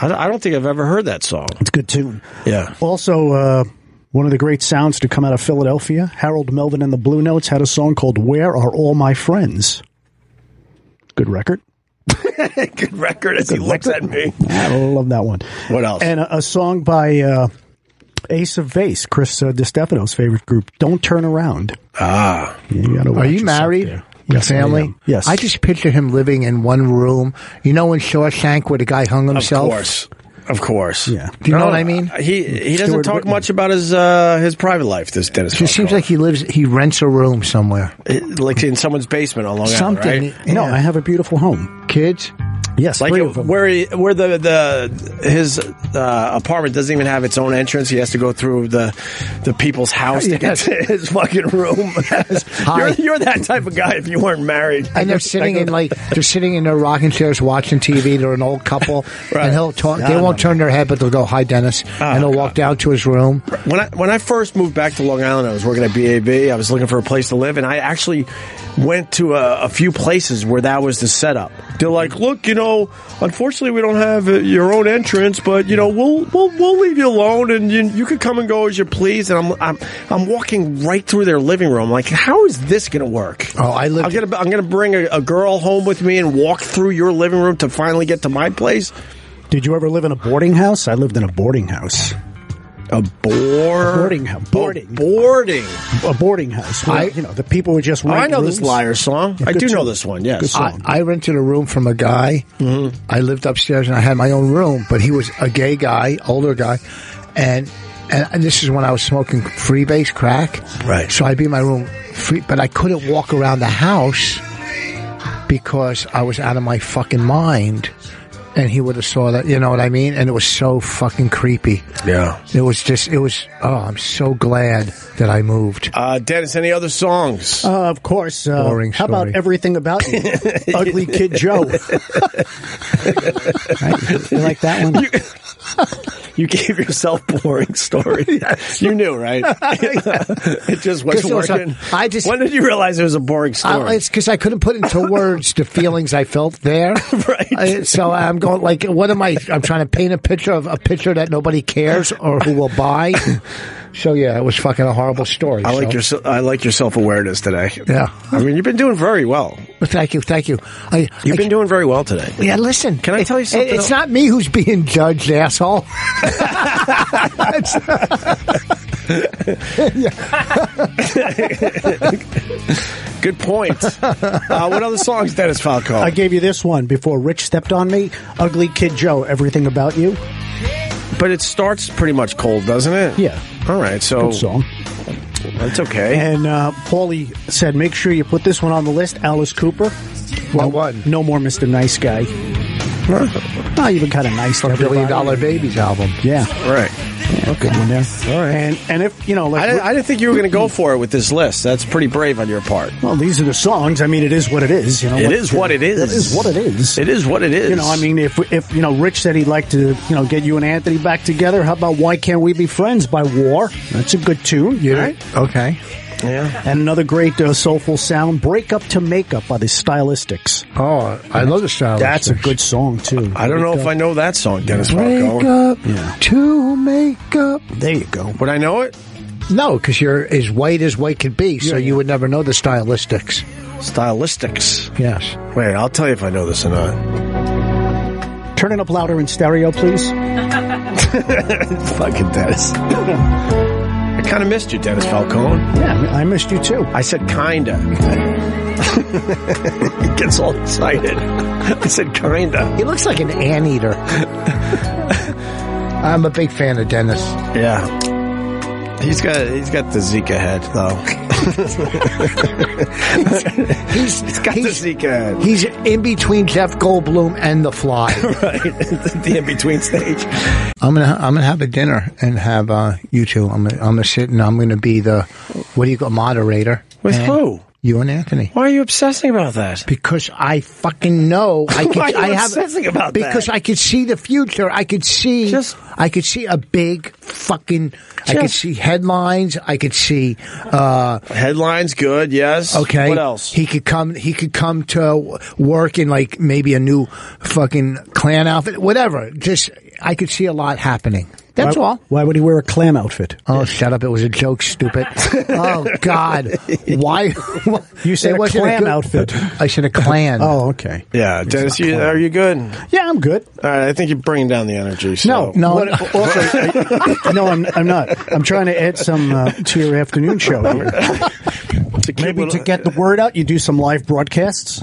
[SPEAKER 1] I I don't think I've ever heard that song.
[SPEAKER 6] It's a good tune.
[SPEAKER 1] Yeah.
[SPEAKER 6] Also, uh, one of the great sounds to come out of Philadelphia, Harold Melvin and the Blue Notes had a song called "Where Are All My Friends." Good record.
[SPEAKER 1] good record as he looks at me.
[SPEAKER 6] I love that one.
[SPEAKER 1] What else?
[SPEAKER 6] And a, a song by uh, Ace of Base, Chris uh, DiStefano's favorite group, "Don't Turn Around."
[SPEAKER 1] Ah,
[SPEAKER 6] You gotta
[SPEAKER 2] Are
[SPEAKER 6] watch
[SPEAKER 2] you
[SPEAKER 6] yourself
[SPEAKER 2] married?
[SPEAKER 6] there.
[SPEAKER 2] Your
[SPEAKER 6] Yes, I
[SPEAKER 2] family?
[SPEAKER 6] am. Yes.
[SPEAKER 2] I just picture him living in one room. You know, in Shawshank, where the guy hung
[SPEAKER 1] of
[SPEAKER 2] himself.
[SPEAKER 1] course, of course. uh,
[SPEAKER 6] Yeah.
[SPEAKER 2] Do you know what I mean?
[SPEAKER 1] He he doesn't
[SPEAKER 6] Stuart
[SPEAKER 1] talk
[SPEAKER 6] Whitman.
[SPEAKER 1] much about his uh, his private life. This Dennis
[SPEAKER 2] It seems
[SPEAKER 1] Falco.
[SPEAKER 2] like he lives. He rents a room somewhere.
[SPEAKER 1] It- like in someone's basement on Long Island,
[SPEAKER 2] Something.
[SPEAKER 1] right?
[SPEAKER 6] No,
[SPEAKER 2] Yeah.
[SPEAKER 6] I have a beautiful home.
[SPEAKER 2] Kids.
[SPEAKER 6] Yes,
[SPEAKER 1] Like
[SPEAKER 6] three
[SPEAKER 1] it-
[SPEAKER 6] of them.
[SPEAKER 1] where he, where the the his uh, apartment doesn't even have its own entrance. He has to go through the the people's house to
[SPEAKER 2] Yes.
[SPEAKER 1] get to his fucking room. you're, you're that type of guy if you weren't married.
[SPEAKER 2] And they're sitting in like they're sitting in their rocking chairs watching TV. They're an old couple, and he'll talk. They won't turn their head, but they'll go, "Hi, Dennis," and they'll walk down to his room.
[SPEAKER 1] When I when I first moved back to Long Island, I was working at BAB. I was looking for a place to live, and I actually went to a, a few places where that was the setup. They're like, "Look, you know, know, unfortunately, we don't have uh, your own entrance, but you know, we'll we'll we'll leave you alone, and you, you can come and go as you please. And I'm I'm I'm walking right through their living room, like, how is this going to work?
[SPEAKER 2] Oh, I lived-
[SPEAKER 1] I'm gonna I'm gonna bring a, a girl home with me and walk through your living room to finally get to my place.
[SPEAKER 6] Did you ever live in a boarding house? I lived in a boarding house.
[SPEAKER 1] A bore
[SPEAKER 6] Boarding house. Boarding.
[SPEAKER 1] Oh, boarding.
[SPEAKER 6] A boarding house. Where,
[SPEAKER 2] I-
[SPEAKER 6] you know, the people would just
[SPEAKER 1] Oh,
[SPEAKER 6] rent
[SPEAKER 1] I know
[SPEAKER 6] rooms.
[SPEAKER 1] this liar song. I
[SPEAKER 6] good
[SPEAKER 1] do know
[SPEAKER 6] song.
[SPEAKER 1] this one.
[SPEAKER 6] Good
[SPEAKER 1] Yes.
[SPEAKER 6] song.
[SPEAKER 2] I, I rented a room from a guy. I lived upstairs and I had my own room, but he was a gay guy, older guy, and and, and this is when I was smoking freebase crack.
[SPEAKER 1] Right.
[SPEAKER 2] So I'd be in my room, free, but I couldn't walk around the house because I was out of my fucking mind. And he would have saw that, you know what I mean? And it was so fucking creepy.
[SPEAKER 1] Yeah.
[SPEAKER 2] It was just, it was. Oh, I'm so glad that I moved.
[SPEAKER 1] Uh, Dennis, any other songs?
[SPEAKER 6] Uh, of course. Uh,
[SPEAKER 2] Boring
[SPEAKER 6] how about
[SPEAKER 2] story.
[SPEAKER 6] everything about you? Ugly Kid Joe. right? You like that one?
[SPEAKER 1] You gave yourself boring story. You knew, right? it just wasn't
[SPEAKER 2] Because it was a-
[SPEAKER 1] working.
[SPEAKER 2] I just-
[SPEAKER 1] when did you realize it was a boring story?
[SPEAKER 2] I, it's because I couldn't put into words the feelings I felt there.
[SPEAKER 1] Right.
[SPEAKER 2] I- so I'm going like, what am I? I'm trying to paint a picture of a picture that nobody cares or who will buy. so yeah, it was fucking a horrible story.
[SPEAKER 1] I like
[SPEAKER 2] so-
[SPEAKER 1] your se- I like your self awareness today.
[SPEAKER 2] Yeah.
[SPEAKER 1] I mean you've been doing very well.
[SPEAKER 2] But thank you, thank you. I,
[SPEAKER 1] You've
[SPEAKER 2] I-
[SPEAKER 1] been doing very well today.
[SPEAKER 2] Yeah, listen.
[SPEAKER 1] Can I tell you
[SPEAKER 2] it-
[SPEAKER 1] something
[SPEAKER 2] it's
[SPEAKER 1] else?
[SPEAKER 2] not me who's being judged, asshole.
[SPEAKER 1] Good point. uh, what other songs, Dennis Falco?
[SPEAKER 6] I gave you this one before Rich stepped on me. Ugly Kid Joe, everything about you.
[SPEAKER 1] but it starts pretty much cold, doesn't it?
[SPEAKER 6] Yeah.
[SPEAKER 1] All right, so
[SPEAKER 6] Good song.
[SPEAKER 1] that's okay.
[SPEAKER 6] And uh, Paulie said, make sure you put this one on the list. Alice Cooper.
[SPEAKER 2] What one?
[SPEAKER 6] No more Mr. Nice Guy. Not even kind of nice. to everybody.
[SPEAKER 2] Billion Dollar Babies album.
[SPEAKER 6] Yeah.
[SPEAKER 1] All right.
[SPEAKER 6] Okay. One there. All right. And and if you know, like,
[SPEAKER 1] I, didn't- I didn't think you were going to go for it with this list. That's pretty brave on your part.
[SPEAKER 6] well, these are the songs. I mean, it is what it is. You know,
[SPEAKER 1] It is what it is.
[SPEAKER 6] It is what it is.
[SPEAKER 1] It is what it is.
[SPEAKER 6] You know, I mean, if if you know, Rich said he'd like to, you know, get you and Anthony back together. How about "Why Can't We Be Friends" by War? That's a good tune.
[SPEAKER 2] You
[SPEAKER 6] all
[SPEAKER 2] know- Okay.
[SPEAKER 1] yeah.
[SPEAKER 6] And another great uh, soulful sound, "Break Up to Make Up" by the Stylistics.
[SPEAKER 2] Oh, I love the style.
[SPEAKER 6] That's a good song too.
[SPEAKER 1] I don't know if I know that song, Dennis
[SPEAKER 2] Wake
[SPEAKER 1] Falco.
[SPEAKER 2] up to make up.
[SPEAKER 6] There you go.
[SPEAKER 1] Would I know it?
[SPEAKER 2] No, because you're as white as white could be, so you would never know the stylistics.
[SPEAKER 1] Stylistics.
[SPEAKER 2] Yes.
[SPEAKER 1] Wait, I'll tell you if I know this or not.
[SPEAKER 6] Turn it up louder in stereo, please.
[SPEAKER 1] Fucking Dennis. I kind of missed you, Dennis Falcone.
[SPEAKER 6] Yeah, I missed you too.
[SPEAKER 1] I said kinda. he gets all excited. I said kinda.
[SPEAKER 2] He looks like an anteater. I'm a big fan of Dennis.
[SPEAKER 1] Yeah. He's got he's got the Zika head though.
[SPEAKER 2] He's,
[SPEAKER 1] He's got
[SPEAKER 2] he's,
[SPEAKER 1] the Zika head.
[SPEAKER 2] he's in between Jeff Goldblum and The Fly.
[SPEAKER 1] Right, the in between stage.
[SPEAKER 2] I'm gonna I'm gonna have a dinner and have uh, you two. I'm gonna, I'm gonna sit and I'm gonna be the what do you call moderator
[SPEAKER 1] With
[SPEAKER 2] And
[SPEAKER 1] who?
[SPEAKER 2] You and Anthony.
[SPEAKER 1] Why are you obsessing about that?
[SPEAKER 2] Because I fucking know I could.
[SPEAKER 1] Why are you
[SPEAKER 2] I have
[SPEAKER 1] obsessing about that?
[SPEAKER 2] because I could see the future. I could see.
[SPEAKER 1] Just-
[SPEAKER 2] I could see a big fucking. I could
[SPEAKER 1] Just-
[SPEAKER 2] see headlines. I could see. Uh,
[SPEAKER 1] Headlines good, yes.
[SPEAKER 2] okay.
[SPEAKER 1] What else?
[SPEAKER 2] He could come. He could come to w- work in like maybe a new fucking clan outfit. Whatever. Just I could see a lot happening. That's
[SPEAKER 6] why,
[SPEAKER 2] all.
[SPEAKER 6] Why would he wear a clam outfit?
[SPEAKER 2] Oh, shut up! It was a joke, stupid. oh God, why?
[SPEAKER 6] You said
[SPEAKER 2] It
[SPEAKER 6] a
[SPEAKER 2] wasn't
[SPEAKER 6] clan
[SPEAKER 2] good-
[SPEAKER 6] outfit.
[SPEAKER 2] I said a clan.
[SPEAKER 6] Oh, okay.
[SPEAKER 1] yeah, Dennis, you, are you good? All
[SPEAKER 6] Yeah, I'm good.
[SPEAKER 1] right, I think you're bringing down the energy.
[SPEAKER 6] No,
[SPEAKER 1] So.
[SPEAKER 2] no.
[SPEAKER 6] What- also, I- no, I'm, I'm not. I'm trying to add some uh, to your afternoon show.
[SPEAKER 1] To keep
[SPEAKER 6] Maybe
[SPEAKER 1] it-
[SPEAKER 6] to get the word out, you do some live broadcasts.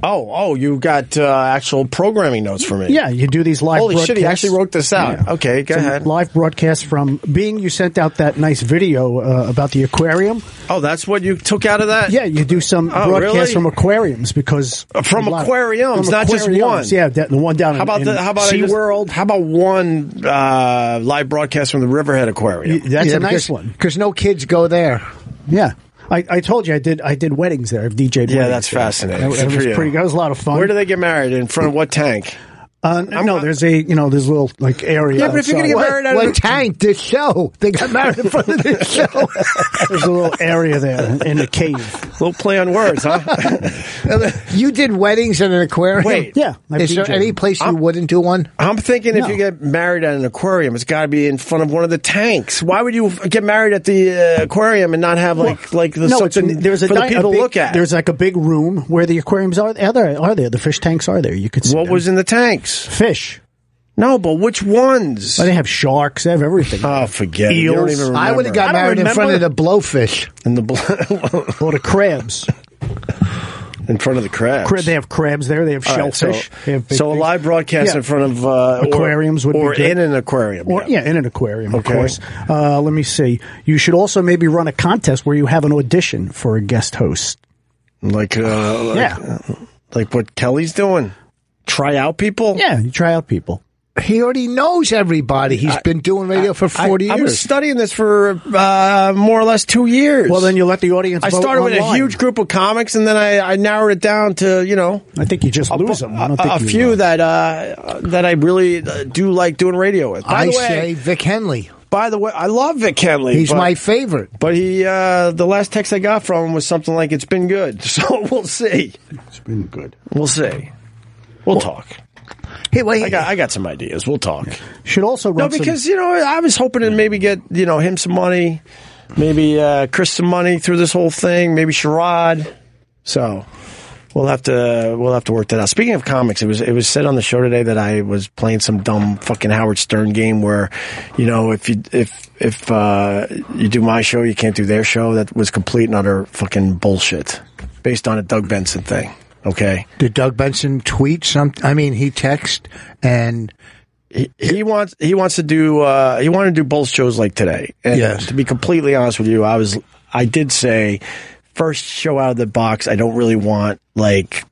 [SPEAKER 1] Oh, oh, you got uh, actual programming notes for me.
[SPEAKER 6] Yeah, you do these live.
[SPEAKER 1] Holy
[SPEAKER 6] broadcasts.
[SPEAKER 1] shit, he actually wrote this out. Okay, go
[SPEAKER 6] Some
[SPEAKER 1] ahead.
[SPEAKER 6] Live broadcasts from being. You sent out that nice video uh, about the aquarium.
[SPEAKER 1] Oh, that's what you took out of that?
[SPEAKER 6] Yeah, you do some
[SPEAKER 1] Oh,
[SPEAKER 6] broadcasts
[SPEAKER 1] really?
[SPEAKER 6] from aquariums because
[SPEAKER 1] Uh, from
[SPEAKER 6] live-
[SPEAKER 1] aquariums,
[SPEAKER 6] from
[SPEAKER 1] not just one.
[SPEAKER 6] aquariums. Yeah, that, the one down.
[SPEAKER 1] How about
[SPEAKER 6] in,
[SPEAKER 1] the, how about I just-
[SPEAKER 6] SeaWorld?
[SPEAKER 1] How about one uh, live broadcast from the Riverhead Aquarium?
[SPEAKER 6] That's a nice one.
[SPEAKER 2] because no kids go there.
[SPEAKER 6] Yeah. I, I told you I did I did weddings there. I've DJ'd
[SPEAKER 1] Yeah,
[SPEAKER 6] weddings
[SPEAKER 1] that's
[SPEAKER 6] there.
[SPEAKER 1] fascinating.
[SPEAKER 6] That,
[SPEAKER 1] Good
[SPEAKER 6] that
[SPEAKER 1] for
[SPEAKER 6] was
[SPEAKER 1] you.
[SPEAKER 6] pretty good. That was a lot of fun.
[SPEAKER 1] Where do they get married? In front of what tank?
[SPEAKER 6] Uh, no, there's a you know there's a little like area.
[SPEAKER 4] Yeah, but if you're gonna
[SPEAKER 6] outside.
[SPEAKER 4] get
[SPEAKER 2] What,
[SPEAKER 4] married out of
[SPEAKER 2] what
[SPEAKER 4] the-
[SPEAKER 2] tanked this show? They got married in front of this show.
[SPEAKER 6] there's a little area there in the cave.
[SPEAKER 1] Little play on words, huh?
[SPEAKER 2] you did weddings in an aquarium.
[SPEAKER 1] Wait.
[SPEAKER 6] Yeah, I
[SPEAKER 2] is there
[SPEAKER 6] DJed.
[SPEAKER 2] any place you
[SPEAKER 1] I'm-
[SPEAKER 2] wouldn't do one?
[SPEAKER 1] I'm thinking if
[SPEAKER 6] No.
[SPEAKER 1] you get married at an aquarium, it's got to be in front of one of the tanks. Why would you f- get married at the uh, aquarium and not have like like the
[SPEAKER 6] No, it's,
[SPEAKER 1] something
[SPEAKER 6] there's a
[SPEAKER 1] for the
[SPEAKER 6] di- a
[SPEAKER 1] people to
[SPEAKER 6] big-
[SPEAKER 1] look at?
[SPEAKER 6] There's like a big room where the aquariums are. Are there? Are there? The fish tanks are there. You could see
[SPEAKER 1] what
[SPEAKER 6] them.
[SPEAKER 1] was in the tanks?
[SPEAKER 6] fish.
[SPEAKER 1] No, but which ones?
[SPEAKER 6] But they have sharks. They have everything.
[SPEAKER 1] Oh, forget it. You don't
[SPEAKER 6] Eels.
[SPEAKER 1] even
[SPEAKER 2] I would
[SPEAKER 1] remember.
[SPEAKER 2] have got
[SPEAKER 6] I don't
[SPEAKER 2] married in front of
[SPEAKER 6] remember.
[SPEAKER 2] the blowfish.
[SPEAKER 1] in the bl-
[SPEAKER 6] or the crabs.
[SPEAKER 1] in front of the crabs.
[SPEAKER 6] Crab, they have crabs there. They have
[SPEAKER 1] All right, so-
[SPEAKER 6] shellfish. They have
[SPEAKER 1] so,
[SPEAKER 6] big
[SPEAKER 1] a
[SPEAKER 6] things.
[SPEAKER 1] live broadcast
[SPEAKER 6] Yeah.
[SPEAKER 1] in front of uh, or-
[SPEAKER 6] Aquariums would be
[SPEAKER 1] or
[SPEAKER 6] good.
[SPEAKER 1] in an aquarium.
[SPEAKER 6] Or, yeah, in an aquarium,
[SPEAKER 1] Okay.
[SPEAKER 6] of course. Uh, let me see. You should also maybe run a contest where you have an audition for a guest host.
[SPEAKER 1] like, uh, like
[SPEAKER 6] Yeah.
[SPEAKER 1] like what Kelly's doing. Try out people.
[SPEAKER 6] Yeah, you try out people.
[SPEAKER 2] He already knows everybody. He's been doing radio for
[SPEAKER 1] I,
[SPEAKER 2] 40
[SPEAKER 1] I
[SPEAKER 2] years.
[SPEAKER 1] was studying this for uh, more or less two years.
[SPEAKER 6] Well, then you let the audience.
[SPEAKER 1] I
[SPEAKER 6] vote
[SPEAKER 1] started with a
[SPEAKER 6] online.
[SPEAKER 1] huge group of comics, and then I, I narrowed it down to you know
[SPEAKER 6] I think you just lose them. I
[SPEAKER 1] a,
[SPEAKER 6] don't think
[SPEAKER 1] a
[SPEAKER 6] you,
[SPEAKER 1] few
[SPEAKER 6] uh,
[SPEAKER 1] that uh, that I really uh, do like doing radio with. By
[SPEAKER 2] I
[SPEAKER 1] the way,
[SPEAKER 2] say Vic Henley.
[SPEAKER 1] by the way, I love Vic Henley.
[SPEAKER 2] He's
[SPEAKER 1] but-
[SPEAKER 2] my favorite.
[SPEAKER 1] But he, uh, the last text I got from him was something like, "It's been good." So we'll see.
[SPEAKER 6] It's been good.
[SPEAKER 1] We'll see. We'll talk.
[SPEAKER 2] Hey, wait,
[SPEAKER 1] I got, I got some ideas. We'll talk.
[SPEAKER 6] Should also
[SPEAKER 1] No,
[SPEAKER 6] run some-
[SPEAKER 1] because you know, I was hoping to maybe get you know him some money, maybe uh, Chris some money through this whole thing, maybe Sherrod. So we'll have to we'll have to work that out. Speaking of comics, it was it was said on the show today that I was playing some dumb fucking Howard Stern game where, you know, if you if if uh, you do my show, you can't do their show. That was complete and utter fucking bullshit, based on a Doug Benson thing. Okay.
[SPEAKER 2] did Doug Benson tweet something? I mean, he text and
[SPEAKER 1] he wants he wants to do uh, he wanted to do both shows like today. And
[SPEAKER 2] Yes.
[SPEAKER 1] To be completely honest with you, I was I did say first show out of the box. I don't really want like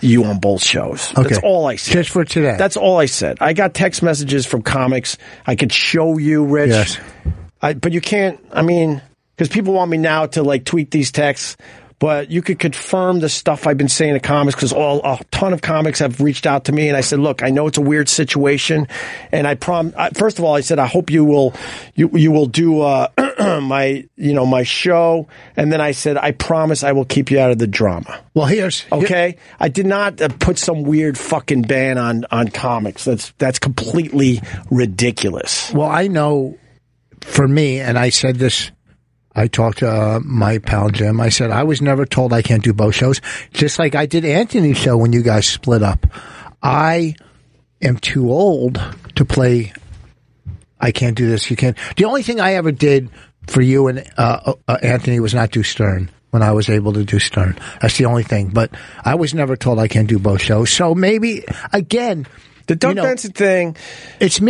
[SPEAKER 1] you on both shows.
[SPEAKER 2] okay.
[SPEAKER 1] That's all I said.
[SPEAKER 2] Just for today.
[SPEAKER 1] That's all I said. I got text messages from comics. I could show you, Rich.
[SPEAKER 2] Yes.
[SPEAKER 1] I, but you can't. I mean, because people want me now to like tweet these texts, but you could confirm the stuff I've been saying to comics because all a ton of comics have reached out to me, and I said, look, I know it's a weird situation, and I prom. I, first of all, I said I hope you will you you will do uh, my you know my show, and then I said I promise I will keep you out of the drama.
[SPEAKER 2] well, here's
[SPEAKER 1] Okay, I did not uh, put some weird fucking ban on on comics. That's that's completely ridiculous.
[SPEAKER 2] Well, I know for me, and I said this, I talked to uh, my pal Jim. I said, I was never told I can't do both shows, just like I did Anthony's show when you guys split up. I am too old to play. I can't do this. You can't. The only thing I ever did for you and uh, uh, Anthony was not do Stern when I was able to do Stern. That's the only thing. But I was never told I can't do both shows. So maybe again,
[SPEAKER 1] The Doug
[SPEAKER 2] you know,
[SPEAKER 1] Benson thing.
[SPEAKER 2] it's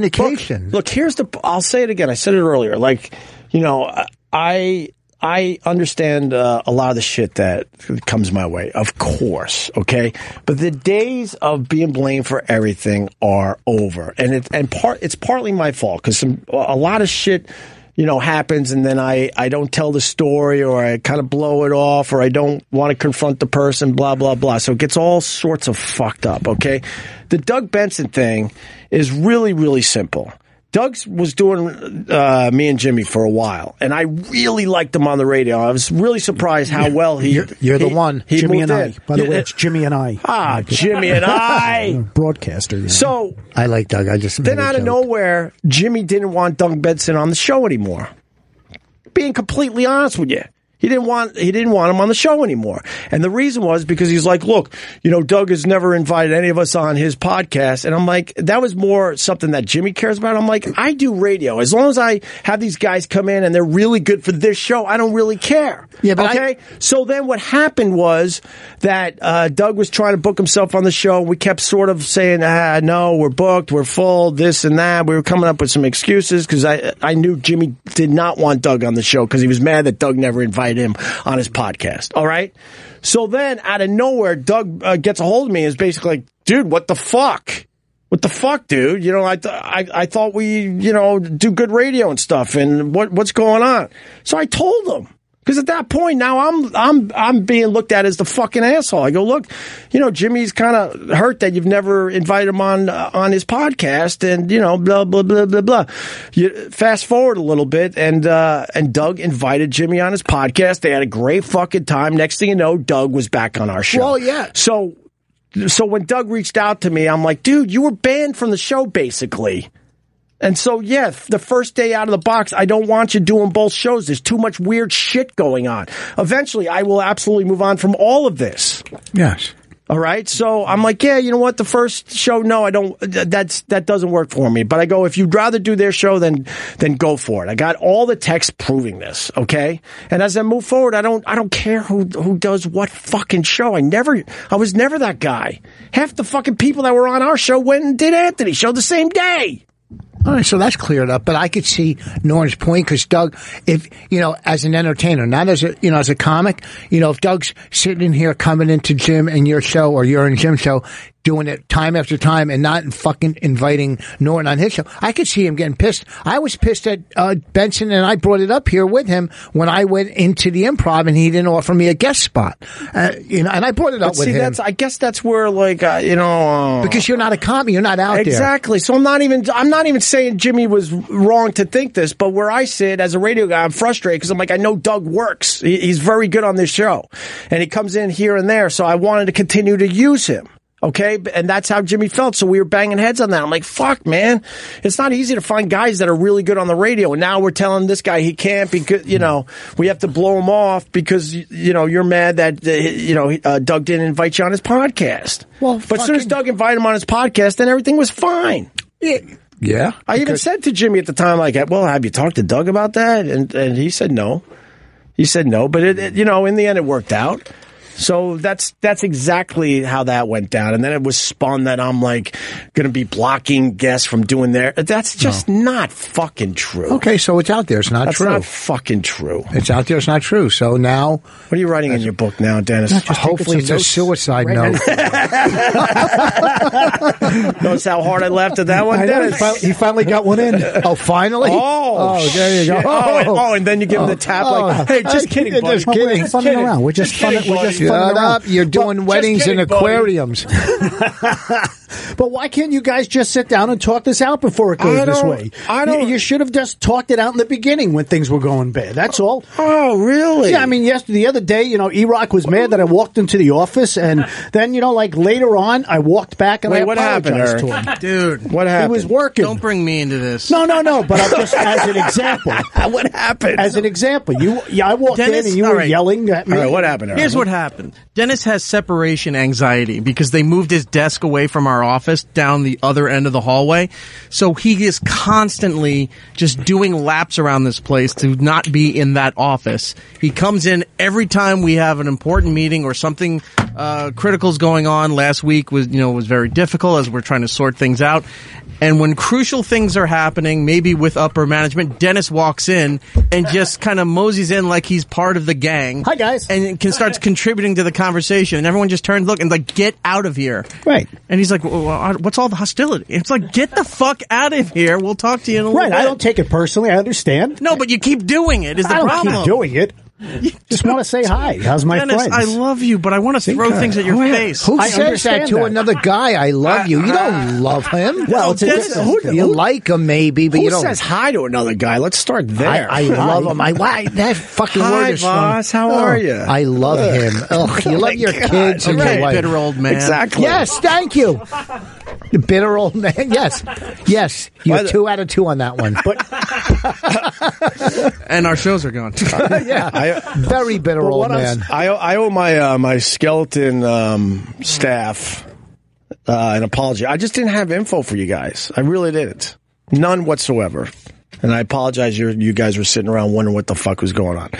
[SPEAKER 2] miscommunication.
[SPEAKER 1] Look, here's the. I'll say it again. I said it earlier. Like, you know, I I understand uh, a lot of the shit that comes my way, of course. Okay, but the days of being blamed for everything are over, and it and part it's partly my fault because some a lot of shit. You know, happens, and then I, I don't tell the story, or I kind of blow it off, or I don't want to confront the person, blah, blah, blah. So it gets all sorts of fucked up, okay? The Doug Benson thing is really, really simple. Doug's was doing uh, me and Jimmy for a while, and I really liked him on the radio. I was really surprised how well he.
[SPEAKER 2] You're- you're the
[SPEAKER 1] he-
[SPEAKER 2] one,
[SPEAKER 1] he
[SPEAKER 6] Jimmy
[SPEAKER 1] moved
[SPEAKER 6] and I.
[SPEAKER 1] in.
[SPEAKER 6] By the
[SPEAKER 1] Yeah,
[SPEAKER 6] way, it's Jimmy and I.
[SPEAKER 1] ah, Jimmy and I.
[SPEAKER 6] broadcaster. you know.
[SPEAKER 1] So
[SPEAKER 2] I like Doug. I just
[SPEAKER 1] then
[SPEAKER 2] made a
[SPEAKER 1] out of
[SPEAKER 2] joke.
[SPEAKER 1] nowhere, Jimmy didn't want Doug Benson on the show anymore. Being completely honest with you. He didn't want he didn't want him on the show anymore. And the reason was because he's like, look, you know, Doug has never invited any of us on his podcast. And I'm like, that was more something that Jimmy cares about. I'm like, I do radio. As long as I have these guys come in and they're really good for this show, I don't really care.
[SPEAKER 2] Yeah, but I-
[SPEAKER 1] okay? So then what happened was that uh, Doug was trying to book himself on the show. We kept sort of saying, ah, no, we're booked, we're full, this and that. We were coming up with some excuses because I, I knew Jimmy did not want Doug on the show because he was mad that Doug never invited him on his podcast. All right. So then out of nowhere, Doug uh, gets a hold of me and is basically like, dude, what the fuck? what the fuck, dude? You know, I, th- I I thought we, you know, do good radio and stuff, and what what's going on? So I told him, Because at that point now I'm I'm I'm being looked at as the fucking asshole. I go look, you know Jimmy's kind of hurt that you've never invited him on uh, on his podcast, and you know blah blah blah blah blah. You fast forward a little bit, and uh, and Doug invited Jimmy on his podcast. They had a great fucking time. Next thing you know, Doug was back on our show.
[SPEAKER 2] Well, yeah.
[SPEAKER 1] So so when Doug reached out to me, I'm like, dude, you were banned from the show basically. And so, yeah, f- the first day out of the box, I don't want you doing both shows. There's too much weird shit going on. Eventually, I will absolutely move on from all of this.
[SPEAKER 2] Yes.
[SPEAKER 1] All right. So I'm like, yeah, you know what? The first show, no, I don't. th- That's that doesn't work for me. But I go, if you'd rather do their show, then then go for it. I got all the text proving this. Okay. And as I move forward, I don't I don't care who who does what fucking show. I never I was never that guy. Half the fucking people that were on our show went and did Anthony's show the same day.
[SPEAKER 2] All right, so that's cleared up. But I could see Norton's point because Doug, if you know, as an entertainer, not as a you know as a comic, you know, if Doug's sitting in here coming into Jim and your show or you're in Jim's show, doing it time after time and not fucking inviting Norton on his show, I could see him getting pissed. I was pissed at uh, Benson, and I brought it up here with him when I went into the improv, and he didn't offer me a guest spot. Uh, you know, and I brought it up with
[SPEAKER 1] See,
[SPEAKER 2] him
[SPEAKER 1] that's I guess that's where like uh, you know uh,
[SPEAKER 2] because you're not a comic, you're not out there.
[SPEAKER 1] exactly. So I'm not even I'm not even saying Jimmy was wrong to think this, but where I sit as a radio guy, I'm frustrated because I'm like I know Doug works. He, he's very good on this show, and he comes in here and there. So I wanted to continue to use him. Okay, B- and that's how Jimmy felt. So we were banging heads on that. I'm like, fuck, man, it's not easy to find guys that are really good on the radio. And now we're telling this guy he can't because you know we have to blow him off because y- you know you're mad that uh, you know uh, Doug didn't invite you on his podcast.
[SPEAKER 2] Well,
[SPEAKER 1] but as soon as Doug.
[SPEAKER 2] fucking-
[SPEAKER 1] Doug invited him on his podcast, and everything was fine.
[SPEAKER 2] Yeah,
[SPEAKER 1] I even said to Jimmy at the time, like, "Well, have you talked to Doug about that?" And and he said no. He said no, but it, it you know in the end it worked out. So that's that's exactly how that went down, and then it was spun that I'm like going to be blocking guests from doing their. That's just not fucking true.
[SPEAKER 2] Okay, so it's out there. It's not
[SPEAKER 1] that's
[SPEAKER 2] true.
[SPEAKER 1] not fucking true.
[SPEAKER 2] It's out there. It's not true. So now,
[SPEAKER 1] What are you writing in your book now, Dennis?
[SPEAKER 2] hopefully, it's a suicide note.
[SPEAKER 1] Notice how hard I laughed at that one,
[SPEAKER 6] I know, he,
[SPEAKER 1] Dennis.
[SPEAKER 6] fi- he finally got one in.
[SPEAKER 2] oh, finally!
[SPEAKER 1] Oh,
[SPEAKER 2] oh, there you go.
[SPEAKER 1] shit. Oh, and, oh, and then you give him the tap like,
[SPEAKER 2] Oh.
[SPEAKER 1] hey, just kidding, buddy.
[SPEAKER 2] Just kidding.
[SPEAKER 6] We're funning
[SPEAKER 1] kidding.
[SPEAKER 6] around. We're just,
[SPEAKER 1] Just
[SPEAKER 6] funning,
[SPEAKER 1] kidding,
[SPEAKER 6] we're
[SPEAKER 1] buddy.
[SPEAKER 6] just funning
[SPEAKER 2] Shut
[SPEAKER 6] around.
[SPEAKER 2] up! You're doing
[SPEAKER 1] just
[SPEAKER 2] weddings
[SPEAKER 1] kidding,
[SPEAKER 2] and
[SPEAKER 1] buddy.
[SPEAKER 2] aquariums.
[SPEAKER 6] But why can't you guys just sit down and talk this out before it
[SPEAKER 1] I
[SPEAKER 6] goes this
[SPEAKER 1] don't-
[SPEAKER 6] way?
[SPEAKER 1] I
[SPEAKER 6] You,
[SPEAKER 1] don't-
[SPEAKER 6] you should have just talked it out in the beginning when things were going bad. That's all.
[SPEAKER 1] Oh, really?
[SPEAKER 6] Yeah, I mean, yesterday, the other day, you know, E Rock was mad that I walked into the office, and then, you know, like later on, I walked back and
[SPEAKER 1] Wait,
[SPEAKER 6] I
[SPEAKER 1] what
[SPEAKER 6] apologized
[SPEAKER 1] happened,
[SPEAKER 6] to him.
[SPEAKER 4] dude.
[SPEAKER 1] what
[SPEAKER 6] He
[SPEAKER 1] happened?
[SPEAKER 6] was working.
[SPEAKER 4] Don't bring me into this.
[SPEAKER 6] no, no, no. But I'm just as an example.
[SPEAKER 1] what happened?
[SPEAKER 6] As an example, you, yeah, I walked
[SPEAKER 4] Dennis,
[SPEAKER 6] in and you
[SPEAKER 4] all
[SPEAKER 6] were
[SPEAKER 4] right.
[SPEAKER 6] yelling at me.
[SPEAKER 1] All right, what happened?
[SPEAKER 4] Here's what happened. Dennis has separation anxiety because they moved his desk away from our office down the other end of the hallway. So he is constantly just doing laps around this place to not be in that office. He comes in every time we have an important meeting or something uh, critical's going on. Last week was you know was very difficult as we're trying to sort things out. And when crucial things are happening, maybe with upper management, Dennis walks in and just kind of moseys in like he's part of the gang
[SPEAKER 6] Hi, guys.
[SPEAKER 4] and it can starts contributing to the conversation, and everyone just turns look and like get out of here.
[SPEAKER 6] Right.
[SPEAKER 4] And he's like, well, well, "What's all the hostility?" It's like, "Get the fuck out of here. We'll talk to you in a little
[SPEAKER 6] Right.
[SPEAKER 4] bit."
[SPEAKER 6] I don't take it personally. I understand.
[SPEAKER 4] no, but you keep doing it. Is the
[SPEAKER 6] I don't
[SPEAKER 4] problem?
[SPEAKER 6] keep doing it. Just want to say hi. How's my
[SPEAKER 4] Dennis,
[SPEAKER 6] friends?
[SPEAKER 4] I love you, but I want to throw things at your face.
[SPEAKER 2] Who
[SPEAKER 6] I
[SPEAKER 2] says that
[SPEAKER 6] understand
[SPEAKER 2] to
[SPEAKER 6] that.
[SPEAKER 2] another guy? I love you. You don't love him.
[SPEAKER 6] Well, it's a
[SPEAKER 4] Dennis,
[SPEAKER 6] distance.
[SPEAKER 1] who-
[SPEAKER 2] you like him maybe, but
[SPEAKER 1] Who
[SPEAKER 2] you don't.
[SPEAKER 1] says hi to another guy? Let's start
[SPEAKER 2] I,
[SPEAKER 1] there.
[SPEAKER 2] I love him. I why that fucking
[SPEAKER 1] Hi,
[SPEAKER 2] word is strong.
[SPEAKER 1] boss. How are ya?
[SPEAKER 2] I love him. Oh, you love your
[SPEAKER 1] God.
[SPEAKER 2] kids and
[SPEAKER 4] Okay,
[SPEAKER 2] your wife.
[SPEAKER 4] bitter old man.
[SPEAKER 1] exactly.
[SPEAKER 2] Yes, thank you. The bitter old man. Yes, yes.
[SPEAKER 1] By
[SPEAKER 2] You're
[SPEAKER 1] the-
[SPEAKER 2] two out of two on that one. But
[SPEAKER 4] And our shows are gone.
[SPEAKER 1] I,
[SPEAKER 2] very bitter old
[SPEAKER 6] what I'm
[SPEAKER 2] man.
[SPEAKER 1] I, owe- I owe my uh, my skeleton um, staff uh, an apology. I just didn't have info for you guys. I really didn't. None whatsoever. And I apologize. You you guys were sitting around wondering what the fuck was going on.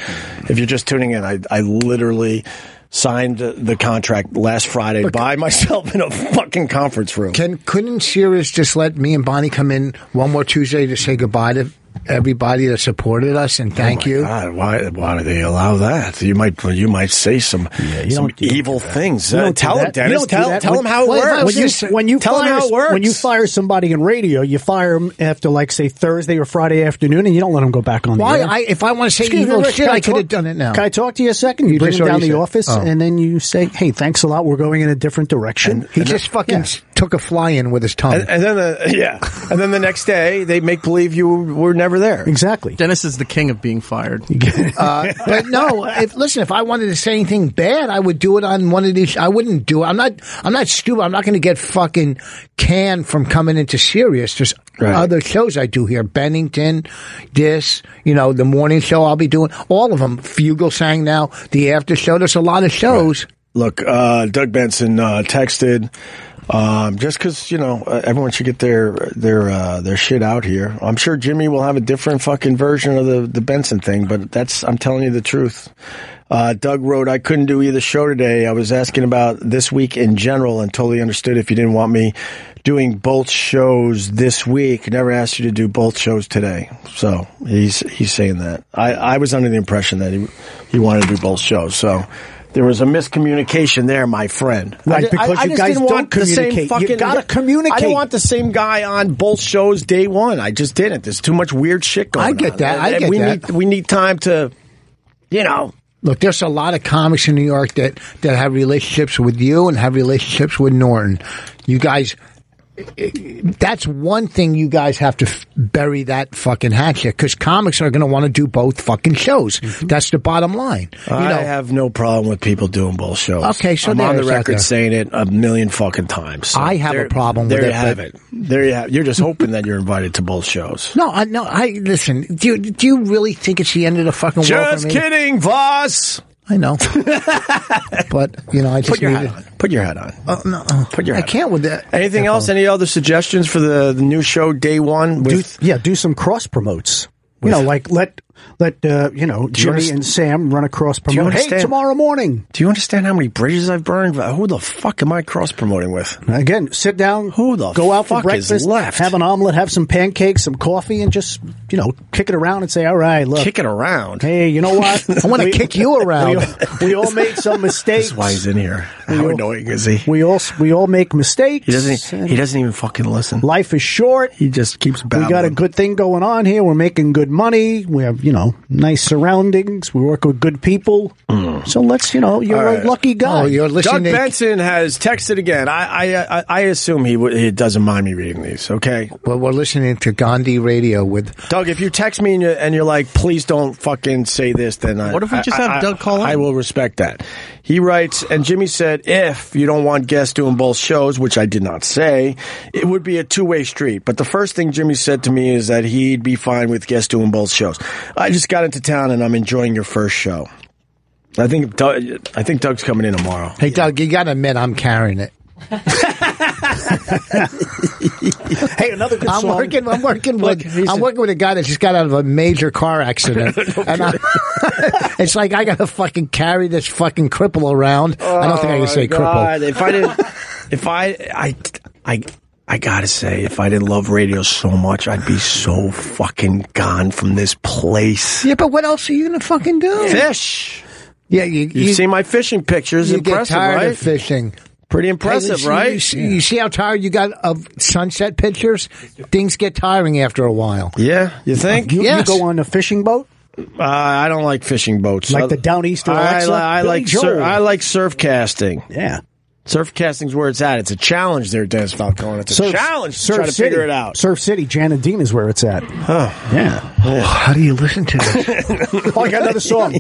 [SPEAKER 1] If you're just tuning in, I I literally signed the contract last Friday by myself in a fucking conference room.
[SPEAKER 2] Can couldn't Sears just let me and Bonnie come in one more Tuesday to say goodbye to everybody that supported us, and thank you.
[SPEAKER 1] God, why why do they allow that? You might you might say some
[SPEAKER 6] you
[SPEAKER 1] some
[SPEAKER 6] don't- you don't
[SPEAKER 1] evil things.
[SPEAKER 6] You
[SPEAKER 1] Uh,
[SPEAKER 6] don't do
[SPEAKER 1] tell
[SPEAKER 6] that.
[SPEAKER 1] them,
[SPEAKER 6] You
[SPEAKER 1] Dennis.
[SPEAKER 6] don't do
[SPEAKER 1] Tell,
[SPEAKER 6] that.
[SPEAKER 1] tell them how it
[SPEAKER 2] when-
[SPEAKER 1] works.
[SPEAKER 2] when
[SPEAKER 6] When you, when you
[SPEAKER 1] tell them
[SPEAKER 6] fire
[SPEAKER 1] how it works.
[SPEAKER 6] when you fire somebody in radio, you fire them after like say Thursday or Friday afternoon, and you don't let them go back on.
[SPEAKER 2] Why?
[SPEAKER 6] the air.
[SPEAKER 2] I, if I want to say
[SPEAKER 6] Excuse me,
[SPEAKER 2] evil
[SPEAKER 6] Rich,
[SPEAKER 2] shit,
[SPEAKER 6] can
[SPEAKER 2] I could
[SPEAKER 6] talk-
[SPEAKER 2] have done it now.
[SPEAKER 6] Can I talk to you a second? You
[SPEAKER 2] You
[SPEAKER 6] bring
[SPEAKER 2] just
[SPEAKER 6] him down
[SPEAKER 2] already
[SPEAKER 6] the
[SPEAKER 2] said-
[SPEAKER 6] office,
[SPEAKER 2] oh.
[SPEAKER 6] and then you say, "Hey, thanks a lot. We're going in a different direction."
[SPEAKER 2] he just fucking
[SPEAKER 6] Yeah.
[SPEAKER 2] s- took a fly in with his tongue.
[SPEAKER 1] and, and then the, yeah, and then the next day they make believe you were never there.
[SPEAKER 6] exactly.
[SPEAKER 4] Dennis is the king of being fired.
[SPEAKER 2] Uh, but no, if, listen, if I wanted to say anything bad, I would do it on one of these. I wouldn't do it. I'm not, I'm not stupid. I'm not going to get fucking canned from coming into serious. There's
[SPEAKER 1] Right.
[SPEAKER 2] other shows I do here. Bennington, this, you know, the morning show I'll be doing all of them. Fugle sang now, the after show. There's a lot of shows.
[SPEAKER 1] Look, uh, Doug Benson uh, texted. Um, just because you know uh, everyone should get their their uh, their shit out here. I'm sure Jimmy will have a different fucking version of the the Benson thing, but that's I'm telling you the truth. Uh, Doug wrote, I couldn't do either show today. I was asking about this week in general and totally understood if you didn't want me doing both shows this week. Never asked you to do both shows today. So he's he's saying that. I, I was under the impression that he he wanted to do both shows. So there was a miscommunication there, my friend. I
[SPEAKER 6] Right,
[SPEAKER 1] di- I,
[SPEAKER 6] because
[SPEAKER 1] I
[SPEAKER 6] you
[SPEAKER 1] just
[SPEAKER 6] guys
[SPEAKER 1] didn't want
[SPEAKER 6] don't
[SPEAKER 1] the same
[SPEAKER 6] communicate. You
[SPEAKER 1] fucking.
[SPEAKER 6] gotta
[SPEAKER 1] I
[SPEAKER 6] communicate.
[SPEAKER 1] didn't want the same guy on both shows day one. I just didn't. There's too much weird shit going on.
[SPEAKER 2] I get that. I
[SPEAKER 1] And- and
[SPEAKER 2] get
[SPEAKER 1] we
[SPEAKER 2] that.
[SPEAKER 1] Need, we need time to, you know.
[SPEAKER 2] Look, there's a lot of comics in New York that, that have relationships with you and have relationships with Norton. You guys, that's one thing you guys have to f- bury that fucking hatchet because comics are going to want to do both fucking shows. That's the bottom line. You
[SPEAKER 1] Mm-hmm. I
[SPEAKER 2] know,
[SPEAKER 1] have no problem with people doing both shows.
[SPEAKER 2] Okay, so
[SPEAKER 1] I'm on
[SPEAKER 2] there
[SPEAKER 1] the
[SPEAKER 2] it's out there.
[SPEAKER 1] record saying it a million fucking times. So
[SPEAKER 2] I have a
[SPEAKER 1] there-
[SPEAKER 2] problem with
[SPEAKER 1] there
[SPEAKER 2] it,
[SPEAKER 1] you have
[SPEAKER 2] but-
[SPEAKER 1] it. There you have. You're just hoping that you're invited to both shows.
[SPEAKER 2] no, I no, I listen. Do you, do you really think it's the end of the fucking world for
[SPEAKER 1] Just
[SPEAKER 2] me?
[SPEAKER 1] kidding, Voss.
[SPEAKER 2] I know, but you know, I just
[SPEAKER 1] Put your
[SPEAKER 2] needed.
[SPEAKER 1] hat on. Put your hat on.
[SPEAKER 2] Oh, no, oh,
[SPEAKER 1] Put your
[SPEAKER 2] I
[SPEAKER 1] hat
[SPEAKER 2] can't with that.
[SPEAKER 1] Anything else? Any other suggestions for the, the new show day one?
[SPEAKER 6] do,
[SPEAKER 1] With
[SPEAKER 6] yeah, do some cross promotes. You know, like let let uh, you know Jimmy
[SPEAKER 1] underst-
[SPEAKER 6] and Sam run a cross promote. Hey,
[SPEAKER 1] understand-
[SPEAKER 6] tomorrow morning
[SPEAKER 1] Do you understand how many bridges I've burned? Who the fuck am I cross promoting with?
[SPEAKER 6] again. Sit down.
[SPEAKER 1] Who the
[SPEAKER 6] go out for
[SPEAKER 1] fuck is
[SPEAKER 6] breakfast?
[SPEAKER 1] left?
[SPEAKER 6] Have an omelet. Have some pancakes, some coffee, and just you know kick it around and say, "All right, look,
[SPEAKER 1] Kick it around.
[SPEAKER 6] hey, you know what?
[SPEAKER 2] I want to
[SPEAKER 6] We-
[SPEAKER 2] kick you
[SPEAKER 6] We all,
[SPEAKER 2] around.
[SPEAKER 6] we all made some mistakes.
[SPEAKER 1] That's why he's in here. How annoying is he?
[SPEAKER 6] We all we all make mistakes.
[SPEAKER 1] He doesn't.
[SPEAKER 6] and
[SPEAKER 1] He doesn't even fucking listen.
[SPEAKER 6] life is short.
[SPEAKER 1] He just keeps babbling.
[SPEAKER 6] We got a good thing going on here. We're making good money. We have, you know, nice surroundings. We work with good people. So let's, you know, you're
[SPEAKER 1] Mm. right.
[SPEAKER 6] a lucky guy.
[SPEAKER 2] Oh, you're
[SPEAKER 1] Doug
[SPEAKER 2] listening. to-
[SPEAKER 1] Benson has texted again. I I, I, I assume he w- he doesn't mind me reading these. Okay,
[SPEAKER 2] Well, we're listening to Gandhi Radio with
[SPEAKER 1] Doug, if you text me and you're, and you're like, please don't fucking say this, then I,
[SPEAKER 4] What if we just
[SPEAKER 1] I-
[SPEAKER 4] have
[SPEAKER 1] I-
[SPEAKER 4] Doug call in?
[SPEAKER 1] I will respect that. He writes, and Jimmy said, if you don't want guests doing both shows, which I did not say, it would be a two way street. But the first thing Jimmy said to me is that he'd be fine with guests doing both shows. I just got into town and I'm enjoying your first show. I think Doug, I think Doug's coming in tomorrow.
[SPEAKER 2] Hey, Doug, you got to admit I'm carrying it.
[SPEAKER 6] hey, another good
[SPEAKER 2] I'm
[SPEAKER 6] song.
[SPEAKER 2] working. I'm working
[SPEAKER 1] Look,
[SPEAKER 2] with.
[SPEAKER 1] he's
[SPEAKER 2] I'm
[SPEAKER 1] a-
[SPEAKER 2] working with a guy that just got out of a major car accident, and I, it's like I got to fucking carry this fucking cripple around. I don't think I can say cripple.
[SPEAKER 1] Oh God, If I didn't, if I, I, I, I gotta say, if I didn't love radio so much, I'd be so fucking gone from this place.
[SPEAKER 2] Yeah, but what else are you gonna fucking do?
[SPEAKER 1] Fish.
[SPEAKER 2] Yeah, you
[SPEAKER 1] You've
[SPEAKER 2] you,
[SPEAKER 1] seen my fishing pictures.
[SPEAKER 2] you get
[SPEAKER 1] impressive,
[SPEAKER 2] tired
[SPEAKER 1] right?
[SPEAKER 2] of fishing.
[SPEAKER 1] Pretty
[SPEAKER 2] Hey,
[SPEAKER 1] impressive,
[SPEAKER 2] listen,
[SPEAKER 1] right?
[SPEAKER 2] You see, you see how tired you got of sunset pictures? Things get tiring after a while.
[SPEAKER 1] yeah, you think?
[SPEAKER 6] You,
[SPEAKER 2] Yes.
[SPEAKER 6] you go on a fishing boat?
[SPEAKER 1] Uh, I don't like fishing boats.
[SPEAKER 6] Like
[SPEAKER 1] I-
[SPEAKER 6] the Downeaster
[SPEAKER 1] I,
[SPEAKER 6] Alexa?
[SPEAKER 1] I
[SPEAKER 6] Billy
[SPEAKER 1] like
[SPEAKER 6] Joel.
[SPEAKER 1] sur- I like surf casting.
[SPEAKER 6] Yeah.
[SPEAKER 1] Surf casting's where it's at. It's a challenge there, Dennis Falcone. It's a challenge to try to
[SPEAKER 6] City.
[SPEAKER 1] figure it out.
[SPEAKER 6] Surf City, Janadine is where it's at. Yeah.
[SPEAKER 1] Oh,
[SPEAKER 2] How do you listen to this?
[SPEAKER 6] Oh, I got another song.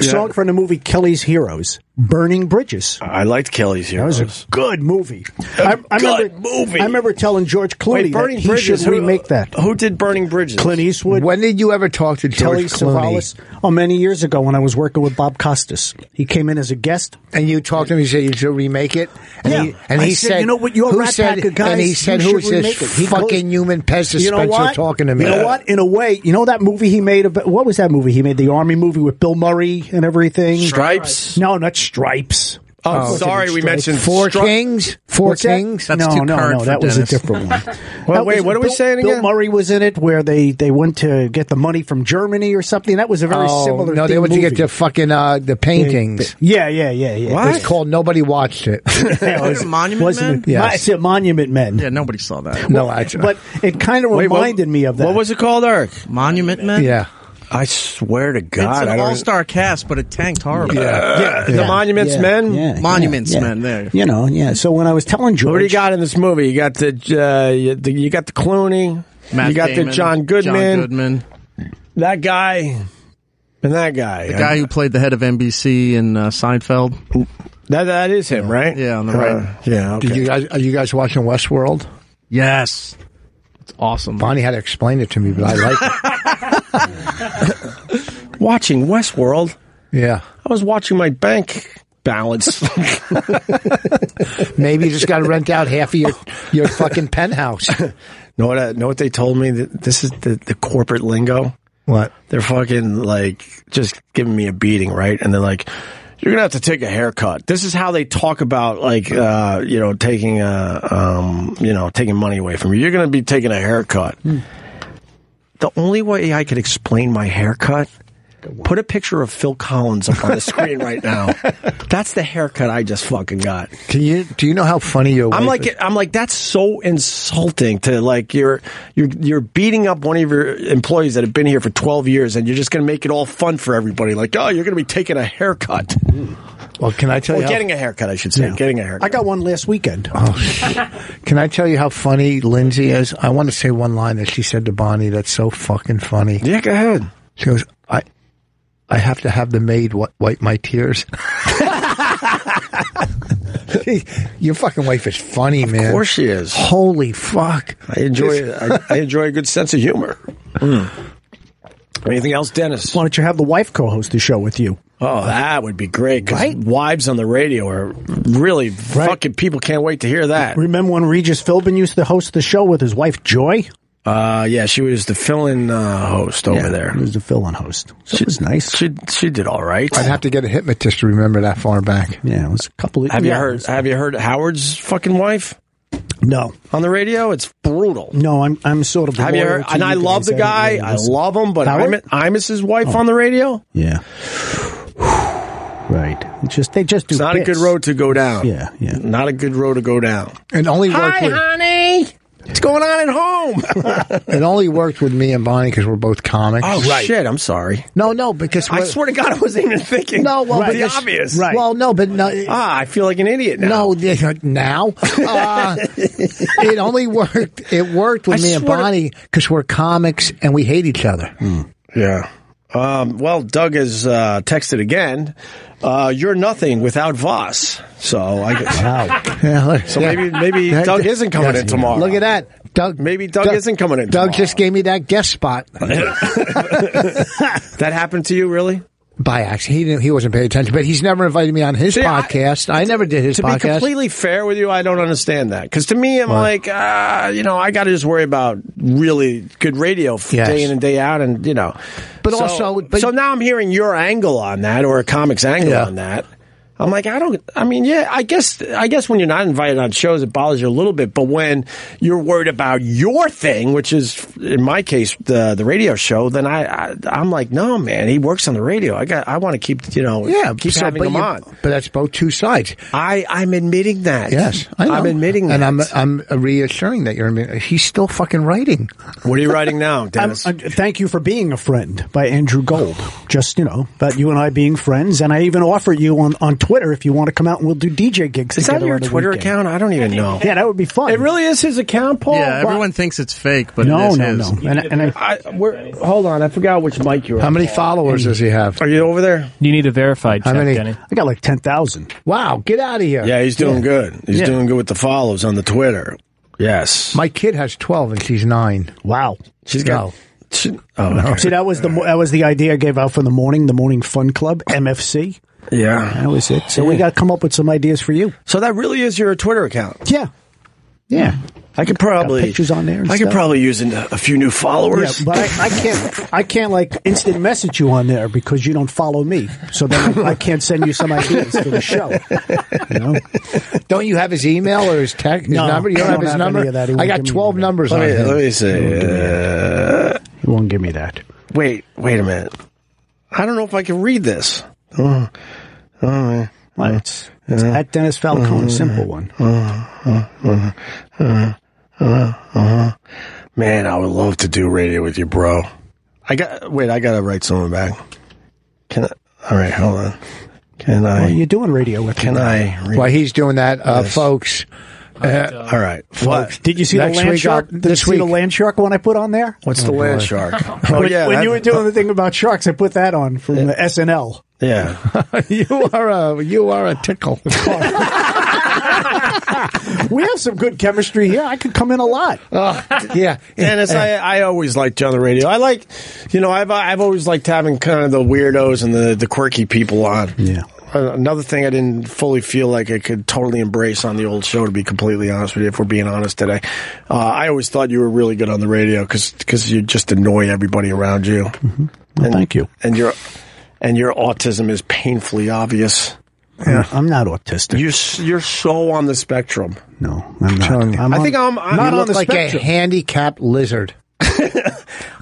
[SPEAKER 6] Song from the movie Kelly's Heroes, Burning Bridges.
[SPEAKER 1] I liked Kelly's here.
[SPEAKER 6] That was a good movie. I I
[SPEAKER 1] good
[SPEAKER 6] remember,
[SPEAKER 1] movie.
[SPEAKER 6] I remember telling George Clooney
[SPEAKER 1] Wait, Burning
[SPEAKER 6] that he
[SPEAKER 1] Bridges.
[SPEAKER 6] should
[SPEAKER 1] who- Oh,
[SPEAKER 6] remake that.
[SPEAKER 1] Who did Burning Bridges?
[SPEAKER 6] Clint Eastwood,
[SPEAKER 2] when did you ever talk to
[SPEAKER 6] Telly
[SPEAKER 2] George Clooney?
[SPEAKER 6] Savalas. Oh, many years ago when I was working with Bob Costas, he came in as a guest.
[SPEAKER 2] And you talked to him. You said you should remake it. And
[SPEAKER 6] Yeah.
[SPEAKER 2] he, and
[SPEAKER 6] I
[SPEAKER 2] he
[SPEAKER 6] said,
[SPEAKER 2] said,
[SPEAKER 6] "You know what, you're a
[SPEAKER 2] who
[SPEAKER 6] rat
[SPEAKER 2] said,
[SPEAKER 6] pack of guys,
[SPEAKER 2] And he
[SPEAKER 6] you
[SPEAKER 2] said,
[SPEAKER 6] should
[SPEAKER 2] "Who's
[SPEAKER 6] remake it."
[SPEAKER 2] this
[SPEAKER 6] He
[SPEAKER 2] fucking
[SPEAKER 6] goes-
[SPEAKER 2] human pest
[SPEAKER 6] You know
[SPEAKER 2] dispenser
[SPEAKER 6] what?
[SPEAKER 2] talking to me?"
[SPEAKER 6] You know what? In a way, you know that movie he made. About, what was that movie he made? The army movie with Bill Murray and everything.
[SPEAKER 1] Stripes.
[SPEAKER 6] No, not Stripes.
[SPEAKER 1] Oh, sorry, we mentioned
[SPEAKER 2] Four
[SPEAKER 1] Stri-
[SPEAKER 2] Kings. Four
[SPEAKER 6] What's that?
[SPEAKER 2] Kings.
[SPEAKER 4] That's
[SPEAKER 6] no,
[SPEAKER 4] too
[SPEAKER 6] no,
[SPEAKER 4] current
[SPEAKER 6] no.
[SPEAKER 4] for
[SPEAKER 6] that was
[SPEAKER 4] Dennis.
[SPEAKER 6] a different one.
[SPEAKER 1] Well,
[SPEAKER 6] That
[SPEAKER 1] wait,
[SPEAKER 6] was-
[SPEAKER 1] what are we
[SPEAKER 6] Bill-
[SPEAKER 1] saying
[SPEAKER 6] Bill
[SPEAKER 1] again?
[SPEAKER 6] Murray was in it, where they they went to get the money from Germany or something. That was a very
[SPEAKER 2] Oh,
[SPEAKER 6] similar.
[SPEAKER 2] no, they
[SPEAKER 6] themed
[SPEAKER 2] went to get
[SPEAKER 6] movie.
[SPEAKER 2] the fucking uh, the paintings.
[SPEAKER 6] Yeah, yeah, yeah, yeah.
[SPEAKER 1] What?
[SPEAKER 2] It's called Nobody Watched It.
[SPEAKER 6] Yeah, it was-
[SPEAKER 4] Wasn't Oh, it Monument
[SPEAKER 6] wasn't
[SPEAKER 2] Men?
[SPEAKER 6] It,
[SPEAKER 2] Yes.
[SPEAKER 6] Yes. it Monument Men.
[SPEAKER 4] Yeah, nobody saw that.
[SPEAKER 2] no, actually,
[SPEAKER 6] But it kind of
[SPEAKER 1] Wait, what-
[SPEAKER 6] reminded me of that.
[SPEAKER 1] What was it called, Eric?
[SPEAKER 4] Monument Men.
[SPEAKER 2] yeah,
[SPEAKER 1] I swear to
[SPEAKER 4] It's
[SPEAKER 1] God, I
[SPEAKER 4] an
[SPEAKER 1] don't.
[SPEAKER 4] all-star cast, but it tanked horribly.
[SPEAKER 6] Yeah,
[SPEAKER 1] The Monuments Men?
[SPEAKER 4] Monuments Men, there.
[SPEAKER 6] You know, yeah. So when I was telling George,
[SPEAKER 1] What do you got in this movie? You got the uh, you, the, you got the Clooney.
[SPEAKER 4] Matt
[SPEAKER 1] you got the
[SPEAKER 4] Damon,
[SPEAKER 1] John Goodman,
[SPEAKER 4] John Goodman,
[SPEAKER 1] that guy, and that guy.
[SPEAKER 4] the guy who played the head of NBC in uh, Seinfeld.
[SPEAKER 1] that that is him, right? Uh,
[SPEAKER 4] Yeah, on the right.
[SPEAKER 1] yeah, okay.
[SPEAKER 2] did you guys are you guys watching Westworld?
[SPEAKER 4] Yes, it's awesome.
[SPEAKER 2] Bonnie had to explain it to me, but I like it.
[SPEAKER 1] watching Westworld?
[SPEAKER 2] Yeah,
[SPEAKER 1] I was watching my bank balance.
[SPEAKER 2] maybe you just got to rent out half of your your fucking penthouse.
[SPEAKER 1] know what? I, know what they told me? That this is the, the corporate lingo.
[SPEAKER 2] What?
[SPEAKER 1] They're fucking like just giving me a beating, right? And they're like, "You're gonna have to take a haircut." This is how they talk about like uh, you know taking uh, um, you know taking money away from you. You're gonna be taking a haircut. The only way I could explain my haircut. Put a picture of Phil Collins up on the screen right now. That's the haircut I just fucking got.
[SPEAKER 2] Can you do you know how funny your?
[SPEAKER 1] I'm
[SPEAKER 2] wife
[SPEAKER 1] like
[SPEAKER 2] is?
[SPEAKER 1] I'm like that's so insulting to like you're you're you're beating up one of your employees that have been here for 12 years and you're just going to make it all fun for everybody like oh you're going to be taking a haircut
[SPEAKER 2] Well, can I tell
[SPEAKER 1] or
[SPEAKER 2] you? how-
[SPEAKER 1] getting a haircut I should say getting a haircut
[SPEAKER 6] I got one last weekend.
[SPEAKER 2] Oh. Can I tell you how funny Lindsay is? I want to say one line that she said to Bonnie that's so fucking funny.
[SPEAKER 1] yeah go ahead
[SPEAKER 2] She goes, I, I have to have the maid wi- wipe my tears. Your fucking wife is funny, man.
[SPEAKER 1] of course she is
[SPEAKER 2] Holy fuck.
[SPEAKER 1] I enjoy I, I enjoy a good sense of humor Hmm. anything else Dennis
[SPEAKER 6] Why don't you have the wife co-host the show with you?
[SPEAKER 1] oh that would be great 'cause
[SPEAKER 6] Right?
[SPEAKER 1] wives on the radio are really fucking people can't wait to hear that
[SPEAKER 6] Remember when Regis Philbin used to host the show with his wife Joy?
[SPEAKER 1] uh yeah she was the fill-in uh, host over there
[SPEAKER 6] He was the fill-in host. So it was nice.
[SPEAKER 1] she she did all right
[SPEAKER 2] I'd have to get a hypnotist to remember that far back.
[SPEAKER 6] yeah, it was a couple of.
[SPEAKER 1] Have
[SPEAKER 6] yeah,
[SPEAKER 1] you heard? Have you heard Howard's fucking wife
[SPEAKER 6] No,
[SPEAKER 1] on the radio? It's brutal.
[SPEAKER 6] no. I'm I'm sort of.
[SPEAKER 1] Have you
[SPEAKER 6] loyal
[SPEAKER 1] heard?
[SPEAKER 6] to
[SPEAKER 1] And I
[SPEAKER 6] you
[SPEAKER 1] love
[SPEAKER 6] guys.
[SPEAKER 1] the guy.
[SPEAKER 6] really
[SPEAKER 1] I
[SPEAKER 6] listen.
[SPEAKER 1] love him, but
[SPEAKER 6] Howard?
[SPEAKER 1] I'm his wife
[SPEAKER 2] Oh.
[SPEAKER 1] on the radio.
[SPEAKER 6] Yeah. Right. It's just they just do.
[SPEAKER 1] It's not a
[SPEAKER 6] bits.
[SPEAKER 1] good road to go down.
[SPEAKER 6] Yeah, yeah.
[SPEAKER 1] Not a good road to go down.
[SPEAKER 2] It only worked with,
[SPEAKER 1] honey. What's going on at home?
[SPEAKER 2] it only worked with me and Bonnie because we're both comics.
[SPEAKER 1] oh shit! I'm sorry.
[SPEAKER 2] No, no, because
[SPEAKER 1] I
[SPEAKER 2] we're-
[SPEAKER 1] swear to God, I wasn't even thinking.
[SPEAKER 2] No, well,
[SPEAKER 1] the
[SPEAKER 2] because-
[SPEAKER 1] obvious.
[SPEAKER 6] Right.
[SPEAKER 2] Well, no, but no.
[SPEAKER 1] Ah, I feel like an idiot now.
[SPEAKER 2] No, the- now uh, it only worked. It worked with
[SPEAKER 1] I
[SPEAKER 2] me and
[SPEAKER 1] swear to- Hmm.
[SPEAKER 2] Bonnie because we're comics and we hate each other.
[SPEAKER 1] Yeah. Um, well, Doug has uh, texted again. Uh, you're nothing without Voss. So I guess.
[SPEAKER 2] Yeah, look-
[SPEAKER 1] So
[SPEAKER 2] yeah.
[SPEAKER 1] maybe maybe
[SPEAKER 2] That-
[SPEAKER 1] Doug isn't coming in tomorrow.
[SPEAKER 2] Look at that, Doug.
[SPEAKER 1] Maybe Doug isn't coming in
[SPEAKER 2] Doug
[SPEAKER 1] tomorrow.
[SPEAKER 2] just gave me that guest spot
[SPEAKER 1] That happened to you, really?
[SPEAKER 2] by accident. He didn't, he wasn't paying attention, but he's never invited me on his
[SPEAKER 1] I-
[SPEAKER 2] podcast. I, never did his
[SPEAKER 1] To be
[SPEAKER 2] podcast.
[SPEAKER 1] completely fair with you, I don't understand that. Because to me, I'm
[SPEAKER 2] What?
[SPEAKER 1] like, uh, you know, I got to just worry about really good radio f-
[SPEAKER 2] Yes.
[SPEAKER 1] day in and day out, and you know.
[SPEAKER 2] But
[SPEAKER 1] So-
[SPEAKER 2] also- but-
[SPEAKER 1] so now I'm hearing your angle on that, or a comic's angle
[SPEAKER 2] Yeah.
[SPEAKER 1] on that. I'm like, I don't. I mean, yeah, I guess, I guess when you're not invited on shows, it bothers you a little bit. But when you're worried about your thing, which is in my case the the radio show, then I, I I'm like, no, man, he works on the radio. I got, I want to keep, you know,
[SPEAKER 2] yeah,
[SPEAKER 1] keep
[SPEAKER 2] so,
[SPEAKER 1] having
[SPEAKER 2] but
[SPEAKER 1] him
[SPEAKER 2] you-
[SPEAKER 1] on.
[SPEAKER 2] But that's both two sides.
[SPEAKER 1] I, I'm admitting that.
[SPEAKER 2] Yes, I know.
[SPEAKER 1] am admitting that.
[SPEAKER 2] and I'm I'm reassuring that you're. He's still fucking writing.
[SPEAKER 1] what are you writing now,
[SPEAKER 6] I'm,
[SPEAKER 1] Dennis?
[SPEAKER 6] uh, thank you for being a friend by Andrew Gold. Just you know about you and I being friends, and I even offer you on, on Twitter if you want to come out and we'll do DJ gigs.
[SPEAKER 1] is that
[SPEAKER 6] together
[SPEAKER 1] your
[SPEAKER 6] on the
[SPEAKER 1] Twitter
[SPEAKER 6] weekend.
[SPEAKER 1] account? I don't even know.
[SPEAKER 6] Yeah, that would be fun.
[SPEAKER 1] It really is his account, Paul.
[SPEAKER 4] yeah, everyone thinks it's fake, but it
[SPEAKER 6] No,
[SPEAKER 4] is
[SPEAKER 6] no,
[SPEAKER 4] his.
[SPEAKER 6] no. And, and I,
[SPEAKER 1] I, we're, hold on, I forgot which mic you're.
[SPEAKER 2] How
[SPEAKER 1] on.
[SPEAKER 2] many followers does he have?
[SPEAKER 1] Are you over there?
[SPEAKER 7] You need a verified
[SPEAKER 2] How
[SPEAKER 7] check,
[SPEAKER 2] many?
[SPEAKER 7] Denny.
[SPEAKER 6] I got like ten thousand.
[SPEAKER 2] Wow, get out of here.
[SPEAKER 1] Yeah, he's doing good. He's
[SPEAKER 6] Yeah.
[SPEAKER 1] doing good with the follows on the Twitter. Yes,
[SPEAKER 2] My kid has 12 and she's nine.
[SPEAKER 6] Wow.
[SPEAKER 1] she's got.
[SPEAKER 2] No.
[SPEAKER 1] She, oh, okay.
[SPEAKER 6] See, that was the mo- that was the idea I gave out for the morning, the morning fun club, MFC.
[SPEAKER 1] yeah.
[SPEAKER 6] That was it. So we got to come up with some ideas for you.
[SPEAKER 1] So that really is your Twitter account.
[SPEAKER 6] Yeah. Yeah.
[SPEAKER 1] I could probably
[SPEAKER 6] pictures on there and
[SPEAKER 1] I could
[SPEAKER 6] stuff.
[SPEAKER 1] probably use an, a few new
[SPEAKER 6] Yeah,
[SPEAKER 1] followers.
[SPEAKER 6] but I, I can't. I can't like instant message you on there because you don't follow me. So then I can't send you some ideas for the show. You know?
[SPEAKER 2] Don't you have his email or his text? His
[SPEAKER 6] No,
[SPEAKER 2] number? You don't,
[SPEAKER 6] I don't
[SPEAKER 2] have his
[SPEAKER 6] have
[SPEAKER 2] number.
[SPEAKER 6] any of that. He
[SPEAKER 2] I
[SPEAKER 6] won't
[SPEAKER 2] got
[SPEAKER 6] give me
[SPEAKER 2] twelve
[SPEAKER 6] that.
[SPEAKER 2] numbers on
[SPEAKER 1] let, me,
[SPEAKER 2] him.
[SPEAKER 1] let me see. Uh,
[SPEAKER 6] You won't give me that.
[SPEAKER 1] wait, wait a minute. I don't know if I can read this.
[SPEAKER 6] Well, uh, it's, it's at Dennis Falcone, simple one.
[SPEAKER 1] Man, I would love to do radio with you, bro. I got wait. I gotta write someone back. Can I? All right, hold on. Can I?
[SPEAKER 6] You're doing radio with
[SPEAKER 1] can
[SPEAKER 6] me.
[SPEAKER 1] I? Read,
[SPEAKER 2] While he's doing that, uh, folks. uh,
[SPEAKER 1] all right. What?
[SPEAKER 6] Did you see
[SPEAKER 2] Next
[SPEAKER 6] the land
[SPEAKER 2] week,
[SPEAKER 6] shark?
[SPEAKER 2] uh,
[SPEAKER 6] Did
[SPEAKER 2] this
[SPEAKER 6] you see the
[SPEAKER 2] week.
[SPEAKER 6] land shark one I put on there?
[SPEAKER 1] What's the land shark? Oh
[SPEAKER 6] when,
[SPEAKER 1] yeah,
[SPEAKER 6] when
[SPEAKER 1] that-
[SPEAKER 6] you were doing the thing about sharks, I put that on from the SNL.
[SPEAKER 1] yeah.
[SPEAKER 2] you are a you are a tickle.
[SPEAKER 6] We have some good chemistry here. I could come in a lot.
[SPEAKER 2] yeah,
[SPEAKER 1] Dennis, I, I always liked you on the radio. I like, you know, I've I've always liked having kind of the weirdos and the the quirky people on.
[SPEAKER 6] Yeah.
[SPEAKER 1] Uh, Another thing I didn't fully feel like I could totally embrace on the old show, to be completely honest with you, if we're being honest today, uh, I always thought you were really good on the radio because you just annoy everybody around you,
[SPEAKER 6] thank you.
[SPEAKER 1] and your and your autism is painfully obvious.
[SPEAKER 6] I'm not autistic.
[SPEAKER 1] You s- you're so on the spectrum.
[SPEAKER 6] no, I'm not.
[SPEAKER 2] telling you.
[SPEAKER 6] I'm
[SPEAKER 1] I
[SPEAKER 6] on-
[SPEAKER 1] think I'm, I'm
[SPEAKER 6] not
[SPEAKER 2] you
[SPEAKER 6] on
[SPEAKER 2] look
[SPEAKER 6] the
[SPEAKER 2] like
[SPEAKER 6] spectrum.
[SPEAKER 2] a handicapped lizard.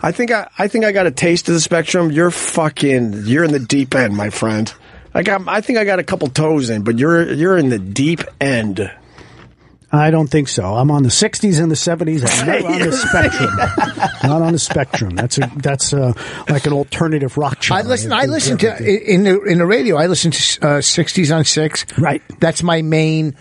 [SPEAKER 1] I think I, I think I got a taste of the spectrum. You're fucking you're in the deep end, my friend. I got I think I got a couple toes in, but you're you're in the deep end.
[SPEAKER 6] I don't think so. I'm on the 60s and the 70s. I'm not on the spectrum. not on the spectrum. That's a that's a, like an alternative rock
[SPEAKER 2] I
[SPEAKER 6] channel.
[SPEAKER 2] listen. I listen to in the in the radio. I listen to uh, sixties on six.
[SPEAKER 6] Right.
[SPEAKER 2] That's my main.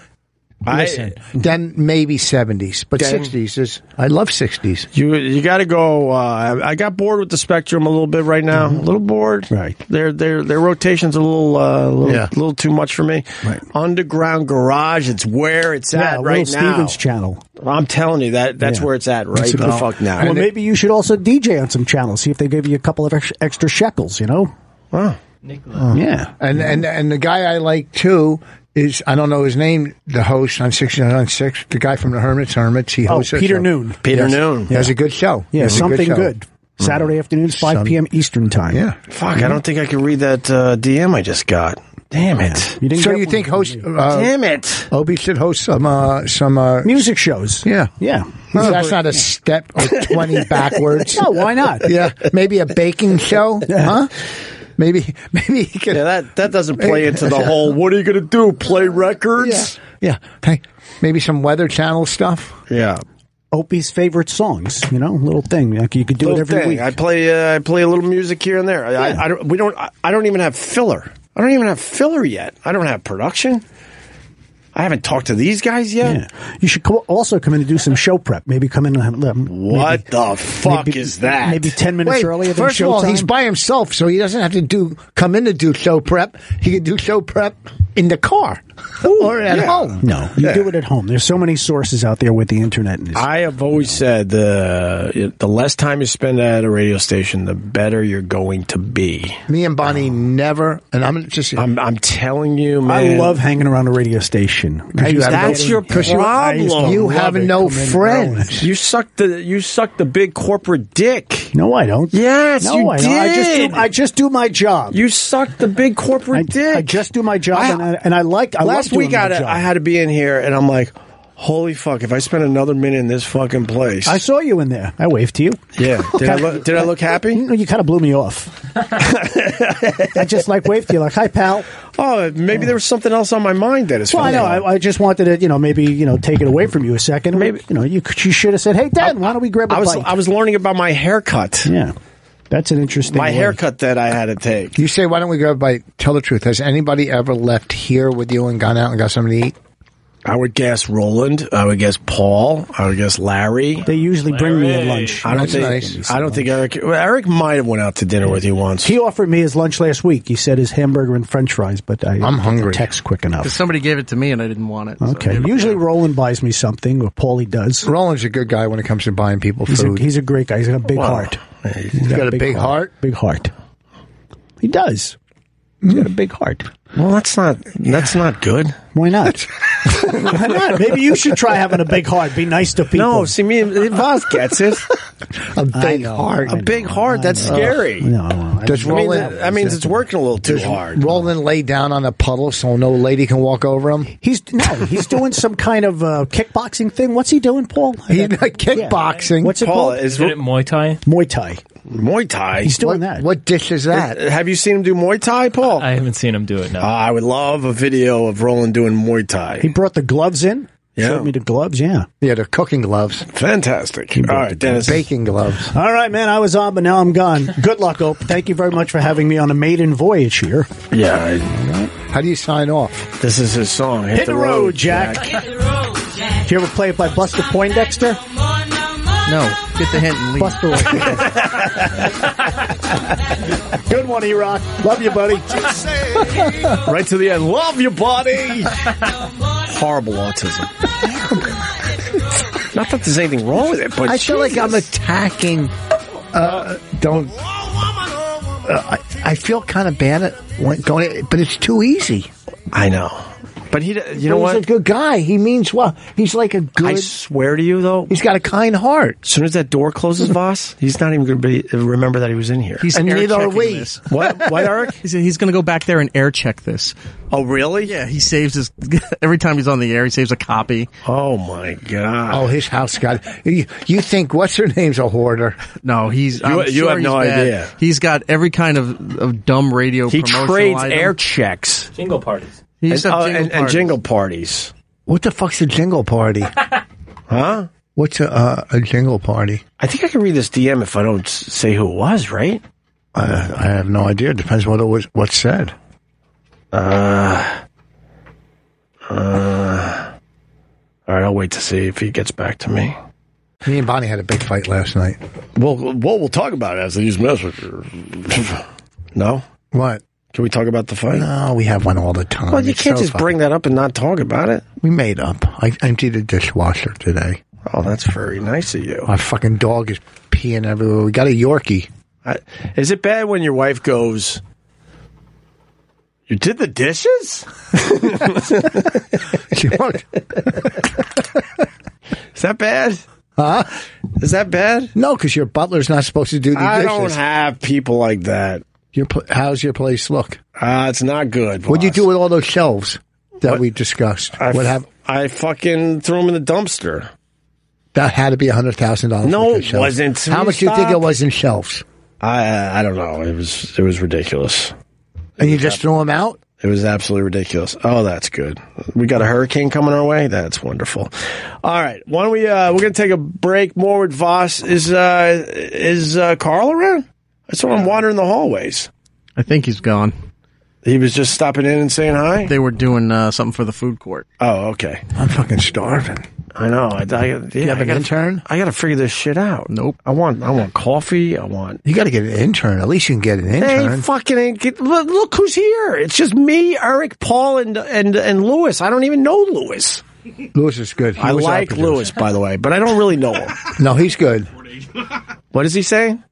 [SPEAKER 1] I-
[SPEAKER 2] Listen, then maybe seventies, but
[SPEAKER 1] Then-
[SPEAKER 2] sixties is. I love sixties.
[SPEAKER 1] You you got to go. Uh, I, I got bored with the spectrum a little bit right now. A little bored.
[SPEAKER 6] Mm-hmm. Right.
[SPEAKER 1] Their their their rotations a little uh, a little,
[SPEAKER 2] Yeah.
[SPEAKER 1] little too much for me.
[SPEAKER 6] Right.
[SPEAKER 1] Underground garage. It's where it's
[SPEAKER 6] yeah,
[SPEAKER 1] at
[SPEAKER 6] Little
[SPEAKER 1] right now.
[SPEAKER 6] Stevens channel.
[SPEAKER 1] I'm telling you that that's
[SPEAKER 6] Yeah.
[SPEAKER 1] where it's at
[SPEAKER 6] That's
[SPEAKER 1] right the
[SPEAKER 6] about-
[SPEAKER 1] fuck now.
[SPEAKER 6] Well, maybe you should also DJ on some channels. See if they give you a couple of ex- extra shekels. You know.
[SPEAKER 1] Wow.
[SPEAKER 6] Yeah.
[SPEAKER 2] And and and the guy I like too is I don't know his name. The host on sixties on six. The guy from the Hermits Hermits. He
[SPEAKER 6] Oh,
[SPEAKER 2] hosts that
[SPEAKER 6] Peter
[SPEAKER 2] show.
[SPEAKER 6] Noon.
[SPEAKER 1] Peter
[SPEAKER 2] Yes.
[SPEAKER 1] Noon.
[SPEAKER 2] He has a good show. He
[SPEAKER 6] Yeah,
[SPEAKER 2] has a
[SPEAKER 6] something
[SPEAKER 2] show.
[SPEAKER 6] good. Saturday afternoons, 5
[SPEAKER 2] Some-
[SPEAKER 6] p.m. Eastern time.
[SPEAKER 2] Yeah.
[SPEAKER 1] Fuck. I don't think I can read that uh, DM I just got. Damn it.
[SPEAKER 6] You didn't
[SPEAKER 2] So
[SPEAKER 6] get
[SPEAKER 2] you
[SPEAKER 6] one.
[SPEAKER 2] think host uh,
[SPEAKER 1] Damn it.
[SPEAKER 2] Obi should host some uh, some uh,
[SPEAKER 6] music shows?
[SPEAKER 2] Yeah.
[SPEAKER 6] Yeah.
[SPEAKER 2] That's not a step or 20 backwards.
[SPEAKER 6] No, why not?
[SPEAKER 2] Yeah. Maybe a baking show, huh? Maybe, maybe he could.
[SPEAKER 1] Yeah, that that doesn't play into the whole. What are you gonna do? Play records?
[SPEAKER 2] yeah. Hey, maybe some Weather Channel stuff.
[SPEAKER 1] Yeah.
[SPEAKER 6] Opie's favorite songs, you know, little thing. Like you could do it
[SPEAKER 1] Little
[SPEAKER 6] every
[SPEAKER 1] thing.
[SPEAKER 6] week.
[SPEAKER 1] I play uh, I play a little music here and there. I, I, I don't, we don't. I, I don't even have filler. I don't even have filler yet. I don't have production. I haven't talked to these guys yet.
[SPEAKER 6] yeah. You should co- also come in and do some show prep. Maybe come in and have um,
[SPEAKER 1] What
[SPEAKER 6] maybe-
[SPEAKER 1] the fuck
[SPEAKER 6] maybe-
[SPEAKER 1] is that?
[SPEAKER 6] Maybe 10 minutes earlier than
[SPEAKER 2] first of all,
[SPEAKER 6] showtime.
[SPEAKER 2] he's by himself, so he doesn't have to do come in to do show prep. He could do show prep in the car or at
[SPEAKER 1] yeah.
[SPEAKER 2] home.
[SPEAKER 6] No, you
[SPEAKER 1] Yeah.
[SPEAKER 6] do it at home. There's so many sources out there with the internet. And it's-
[SPEAKER 1] I have always said the the less time you spend at a radio station, the better you're going to be.
[SPEAKER 2] Me and Bonnie never, and I'm just.
[SPEAKER 1] I'm I'm telling you,
[SPEAKER 6] I
[SPEAKER 1] man.
[SPEAKER 6] love hanging around a radio station.
[SPEAKER 2] Hey, you have
[SPEAKER 1] That's
[SPEAKER 2] no-
[SPEAKER 1] your
[SPEAKER 2] because you-
[SPEAKER 1] problem.
[SPEAKER 2] You
[SPEAKER 1] Love
[SPEAKER 2] have
[SPEAKER 1] it.
[SPEAKER 2] no
[SPEAKER 6] Come in
[SPEAKER 2] friends.
[SPEAKER 1] You suck the you suck the big corporate dick.
[SPEAKER 6] No, I don't.
[SPEAKER 1] Yes,
[SPEAKER 6] no,
[SPEAKER 1] you
[SPEAKER 6] I don't. I just
[SPEAKER 1] did.
[SPEAKER 6] do, I just do my job.
[SPEAKER 1] You suck the big corporate
[SPEAKER 6] I,
[SPEAKER 1] dick.
[SPEAKER 6] I just do my job,
[SPEAKER 1] I-
[SPEAKER 6] and, I, and I like. I
[SPEAKER 1] Last
[SPEAKER 6] love doing
[SPEAKER 1] week, I
[SPEAKER 6] my
[SPEAKER 1] had, a,
[SPEAKER 6] job.
[SPEAKER 1] I had to be in here, and I'm like, holy fuck! If I spend another minute in this fucking place,
[SPEAKER 6] I saw you in there. I waved to you.
[SPEAKER 1] yeah. Did I look, did I look happy?
[SPEAKER 6] No, you kind of blew me off. I just like waved to you, like hi pal.
[SPEAKER 1] Oh, maybe there was something else on my mind that is.
[SPEAKER 6] Well, I know. I, I just wanted to, you know, maybe you know, take it away from you a second.
[SPEAKER 1] Maybe-
[SPEAKER 6] you know, you could- you should have said, hey, Dan, why don't we grab a
[SPEAKER 1] I was
[SPEAKER 6] bite?
[SPEAKER 1] I was learning about my haircut.
[SPEAKER 6] yeah, that's an interesting.
[SPEAKER 1] My
[SPEAKER 6] way.
[SPEAKER 1] haircut that I had to take.
[SPEAKER 2] You say, why don't we go by? Tell the truth. Has anybody ever left here with you and gone out and got something to eat?
[SPEAKER 1] I would guess Roland. I would guess Paul. I would guess Larry.
[SPEAKER 6] They usually bring me a lunch.
[SPEAKER 1] I don't
[SPEAKER 2] That's
[SPEAKER 1] think.
[SPEAKER 2] nice.
[SPEAKER 1] Oh, I don't think Eric. Well, Eric might have went out to dinner with you once.
[SPEAKER 6] He offered me his lunch last week. He said his hamburger and French fries, but I
[SPEAKER 2] I'm hungry.
[SPEAKER 6] Text quick enough.
[SPEAKER 4] Because somebody gave it to me and I didn't want it. so I
[SPEAKER 6] Okay.
[SPEAKER 4] gave it-
[SPEAKER 6] Usually Roland buys me something, or Paulie does.
[SPEAKER 2] Roland's a good guy when it comes to buying people
[SPEAKER 6] He's a,
[SPEAKER 2] food.
[SPEAKER 6] he's a great guy. He's got a big
[SPEAKER 1] Wow.
[SPEAKER 6] heart.
[SPEAKER 1] Hey,
[SPEAKER 6] He's
[SPEAKER 2] got a big heart?
[SPEAKER 6] Big heart. He does. He's got a big heart.
[SPEAKER 1] Well, that's not that's not good.
[SPEAKER 6] Why not? Why not? Maybe you should try having a big heart. Be nice to people.
[SPEAKER 1] No, see me. Voss gets it.
[SPEAKER 2] A
[SPEAKER 6] I
[SPEAKER 2] big
[SPEAKER 6] know,
[SPEAKER 2] heart.
[SPEAKER 6] I
[SPEAKER 1] A big heart. That's scary.
[SPEAKER 6] No, I-
[SPEAKER 2] Does
[SPEAKER 1] I mean,
[SPEAKER 2] Roland,
[SPEAKER 1] that, that means it's working a little too hard.
[SPEAKER 2] Roland lay down on a puddle so no lady can walk over him?
[SPEAKER 6] he's no, he's doing some kind of uh, kickboxing thing. What's he doing, Paul? I
[SPEAKER 2] He
[SPEAKER 6] got-
[SPEAKER 2] kickboxing.
[SPEAKER 6] What's it
[SPEAKER 1] Paul
[SPEAKER 6] called?
[SPEAKER 1] is
[SPEAKER 7] Did it Muay Thai?
[SPEAKER 6] Muay Thai.
[SPEAKER 1] Muay Thai.
[SPEAKER 6] He's doing
[SPEAKER 2] what,
[SPEAKER 6] that.
[SPEAKER 2] what dish is that?
[SPEAKER 1] Have you seen him do Muay Thai, Paul?
[SPEAKER 7] I haven't seen him do it. No.
[SPEAKER 1] Uh, I would love a video of Roland doing Muay Thai.
[SPEAKER 6] He brought the gloves in.
[SPEAKER 1] Yeah.
[SPEAKER 6] Showed me the gloves. Yeah.
[SPEAKER 2] yeah, the cooking gloves,
[SPEAKER 1] Fantastic. All right, Dennis.
[SPEAKER 2] baking gloves.
[SPEAKER 6] All right, man. I was on, but now I'm gone. Good luck, Ope. Thank you very much for having me on a maiden voyage here.
[SPEAKER 1] Yeah, I-
[SPEAKER 2] How do you sign off?
[SPEAKER 1] this is his song. Hit,
[SPEAKER 6] Hit the road, Jack. Do you ever play it by Buster Poindexter?
[SPEAKER 4] No, get the hint and leave.
[SPEAKER 6] Buster. Good one, E Rock. Love you, buddy.
[SPEAKER 1] Right to the end. Love your body. Horrible autism. Not that there's anything wrong with it, but
[SPEAKER 2] I feel like I'm attacking. Uh, don't. Uh, I, I feel kind of bad at when- going, but it's too easy.
[SPEAKER 1] I know. But he, d- you know
[SPEAKER 2] He's a
[SPEAKER 1] what?
[SPEAKER 2] good guy. He means well. He's like a
[SPEAKER 1] I
[SPEAKER 2] good.
[SPEAKER 1] swear to you, though, as
[SPEAKER 2] he's got a kind heart.
[SPEAKER 1] soon as that door closes, Voss, he's not even going to be remember that he was in here.
[SPEAKER 4] He's
[SPEAKER 2] And
[SPEAKER 4] air
[SPEAKER 2] neither are
[SPEAKER 4] checking
[SPEAKER 2] we.
[SPEAKER 4] This.
[SPEAKER 1] what? What, Eric?
[SPEAKER 4] He's, he's going to go back there and air check this.
[SPEAKER 1] Oh, really?
[SPEAKER 4] Yeah, he saves his every time he's on the air. He saves a copy.
[SPEAKER 1] Oh my God.
[SPEAKER 2] Oh, his house got. You, you think what's her name's a hoarder?
[SPEAKER 4] No, he's.
[SPEAKER 1] You-
[SPEAKER 4] I'm
[SPEAKER 1] you
[SPEAKER 4] sure
[SPEAKER 1] have
[SPEAKER 4] he's
[SPEAKER 1] no
[SPEAKER 4] bad.
[SPEAKER 1] idea.
[SPEAKER 4] He's got every kind of, of dumb radio.
[SPEAKER 1] he
[SPEAKER 4] promotional
[SPEAKER 1] trades
[SPEAKER 4] item.
[SPEAKER 1] air checks
[SPEAKER 7] Jingle parties.
[SPEAKER 4] He
[SPEAKER 1] and,
[SPEAKER 4] used to have
[SPEAKER 1] oh, and, and
[SPEAKER 4] parties.
[SPEAKER 1] jingle parties.
[SPEAKER 2] What the fuck's a jingle party?
[SPEAKER 1] Huh?
[SPEAKER 2] What's a uh, a jingle party?
[SPEAKER 1] I think I can read this DM if I don't s- say who it was, right?
[SPEAKER 2] Uh, I have no idea. It depends what it was what's said.
[SPEAKER 1] Uh, All right, I'll wait to see if he gets back to me.
[SPEAKER 2] Me and Bonnie had a big fight last night.
[SPEAKER 1] Well, well, we'll talk about it as I use messenger. no,
[SPEAKER 2] What?
[SPEAKER 1] can we talk about the fight?
[SPEAKER 2] Oh, we have one all the time.
[SPEAKER 1] Well, you
[SPEAKER 2] It's
[SPEAKER 1] can't
[SPEAKER 2] so
[SPEAKER 1] just
[SPEAKER 2] fun.
[SPEAKER 1] bring that up and not talk about it.
[SPEAKER 2] We made up. I emptied the dishwasher today.
[SPEAKER 1] Oh, that's very nice of you.
[SPEAKER 2] My fucking dog is peeing everywhere. We got a Yorkie.
[SPEAKER 1] I, is it bad when your wife goes, "You did the dishes"?
[SPEAKER 2] She won't-
[SPEAKER 1] Is that bad? Huh? Is that bad?
[SPEAKER 2] no, because your butler's not supposed to do the
[SPEAKER 1] I
[SPEAKER 2] dishes.
[SPEAKER 1] don't have people like that.
[SPEAKER 2] your pl- how's your place look?
[SPEAKER 1] Uh, it's not good.
[SPEAKER 2] What'd you
[SPEAKER 1] boss.
[SPEAKER 2] do with all those shelves that we discussed?
[SPEAKER 1] I, f-
[SPEAKER 2] what happened?
[SPEAKER 1] I fucking threw them in the dumpster.
[SPEAKER 2] That had to be hundred thousand dollars.
[SPEAKER 1] No, it wasn't.
[SPEAKER 2] How
[SPEAKER 1] Will
[SPEAKER 2] much
[SPEAKER 1] you
[SPEAKER 2] do you think it
[SPEAKER 1] stop?
[SPEAKER 2] was in shelves?
[SPEAKER 1] I I don't know. It was it was ridiculous.
[SPEAKER 2] And you just threw them out?
[SPEAKER 1] It was absolutely ridiculous. Oh, that's good. We got a hurricane coming our way. That's wonderful. All right, why don't we? Uh, we're gonna take a break. More with Voss. Is uh, is uh, Carl around? I saw him wandering the hallways.
[SPEAKER 4] I think he's gone.
[SPEAKER 1] He was just stopping in and saying hi.
[SPEAKER 4] They were doing uh, something for the food court.
[SPEAKER 1] Oh, okay.
[SPEAKER 2] I'm fucking starving.
[SPEAKER 1] I know. I, I, yeah,
[SPEAKER 2] You have
[SPEAKER 1] I
[SPEAKER 2] an
[SPEAKER 1] gotta,
[SPEAKER 2] intern?
[SPEAKER 1] I gotta figure this shit out.
[SPEAKER 4] Nope.
[SPEAKER 1] I want. I want coffee. I want.
[SPEAKER 2] You got to get an intern. At least you can get an
[SPEAKER 1] Hey,
[SPEAKER 2] intern.
[SPEAKER 1] fucking! ain't get- Look, look who's here! It's just me, Eric, Paul, and and and Lewis. I don't even know Lewis.
[SPEAKER 2] Lewis is good. He
[SPEAKER 1] I
[SPEAKER 2] was our
[SPEAKER 1] like
[SPEAKER 2] producer.
[SPEAKER 1] Lewis, by the way, but I don't really know him.
[SPEAKER 2] No, he's good.
[SPEAKER 1] What is he saying?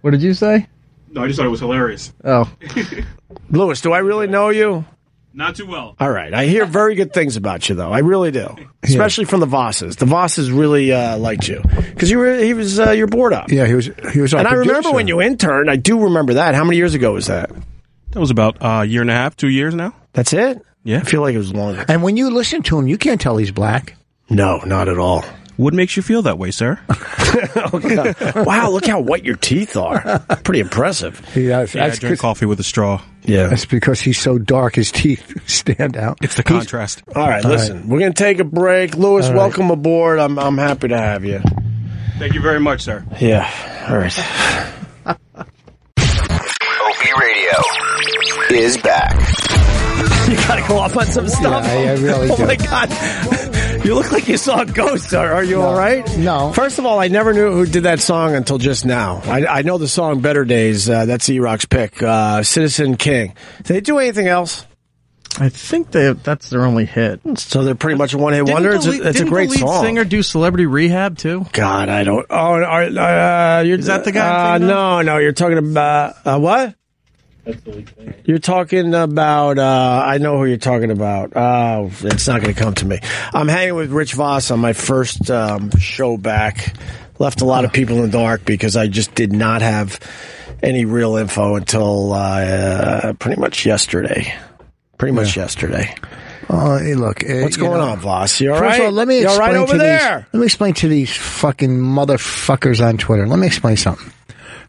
[SPEAKER 4] What did you say?
[SPEAKER 8] No, I just thought it was hilarious.
[SPEAKER 4] Oh,
[SPEAKER 1] Lewis, do I really know you?
[SPEAKER 8] Not too well.
[SPEAKER 1] All right. I hear very good things about you, though. I really do. Especially from the Vosses. The Vosses really uh, liked you because you were he was uh, your board up.
[SPEAKER 2] Yeah, he was. He was. Our
[SPEAKER 1] And I remember
[SPEAKER 2] producer.
[SPEAKER 1] when you interned. I do remember that. How many years ago was that?
[SPEAKER 8] That was about uh, a year and a half, two years now.
[SPEAKER 1] That's it.
[SPEAKER 8] Yeah.
[SPEAKER 1] I feel like it was longer.
[SPEAKER 2] And when you listen to him, you can't tell he's black.
[SPEAKER 1] No, not at all.
[SPEAKER 8] What makes you feel that way, sir?
[SPEAKER 1] wow, look how white your teeth are. Pretty impressive.
[SPEAKER 2] Yeah,
[SPEAKER 8] yeah, I drink coffee with a straw.
[SPEAKER 1] Yeah.
[SPEAKER 2] that's because he's so dark. His teeth stand out.
[SPEAKER 8] It's the contrast.
[SPEAKER 1] All right, listen. We're gonna take a break. Lewis, welcome aboard. I'm I'm happy to have you.
[SPEAKER 8] Thank you very much, sir.
[SPEAKER 1] Yeah. All right.
[SPEAKER 5] Opie E Radio is back.
[SPEAKER 1] You gotta go off on some stuff.
[SPEAKER 2] Yeah, I- I really
[SPEAKER 1] oh
[SPEAKER 2] do.
[SPEAKER 1] my god. You look like you saw a ghost. Are, are you all right?
[SPEAKER 2] No.
[SPEAKER 1] First of all, I never knew who did that song until just now. I, I know the song "Better Days." Uh, that's E Rock's pick. Uh, Citizen King. Did they do anything else?
[SPEAKER 4] I think they, that's their only hit.
[SPEAKER 1] So they're pretty much a one-hit wonder.
[SPEAKER 4] Didn't
[SPEAKER 1] It's
[SPEAKER 4] the
[SPEAKER 1] a,
[SPEAKER 4] lead-
[SPEAKER 1] it's a
[SPEAKER 4] didn't
[SPEAKER 1] great
[SPEAKER 4] the lead
[SPEAKER 1] song.
[SPEAKER 4] singer do Celebrity Rehab too?
[SPEAKER 1] God, I don't. Oh, are, uh, you're,
[SPEAKER 4] Is that the guy I'm
[SPEAKER 1] Uh,
[SPEAKER 4] thinking
[SPEAKER 1] no, no, you're talking about uh, what? You're talking about. Uh, I know who you're talking about. Uh, it's not going to come to me. I'm hanging with Rich Voss on my first um, show back. Left a lot of people in the dark because I just did not have any real info until uh, pretty much yesterday. Pretty much yesterday.
[SPEAKER 2] Oh, hey, look. uh,
[SPEAKER 1] What's
[SPEAKER 2] you
[SPEAKER 1] going
[SPEAKER 2] know.
[SPEAKER 1] on, Voss? You all
[SPEAKER 2] First
[SPEAKER 1] right?
[SPEAKER 2] of all, let me
[SPEAKER 1] you all
[SPEAKER 2] explain
[SPEAKER 1] right over
[SPEAKER 2] to
[SPEAKER 1] there?
[SPEAKER 2] these. Let me explain to these fucking motherfuckers on Twitter. Let me explain something.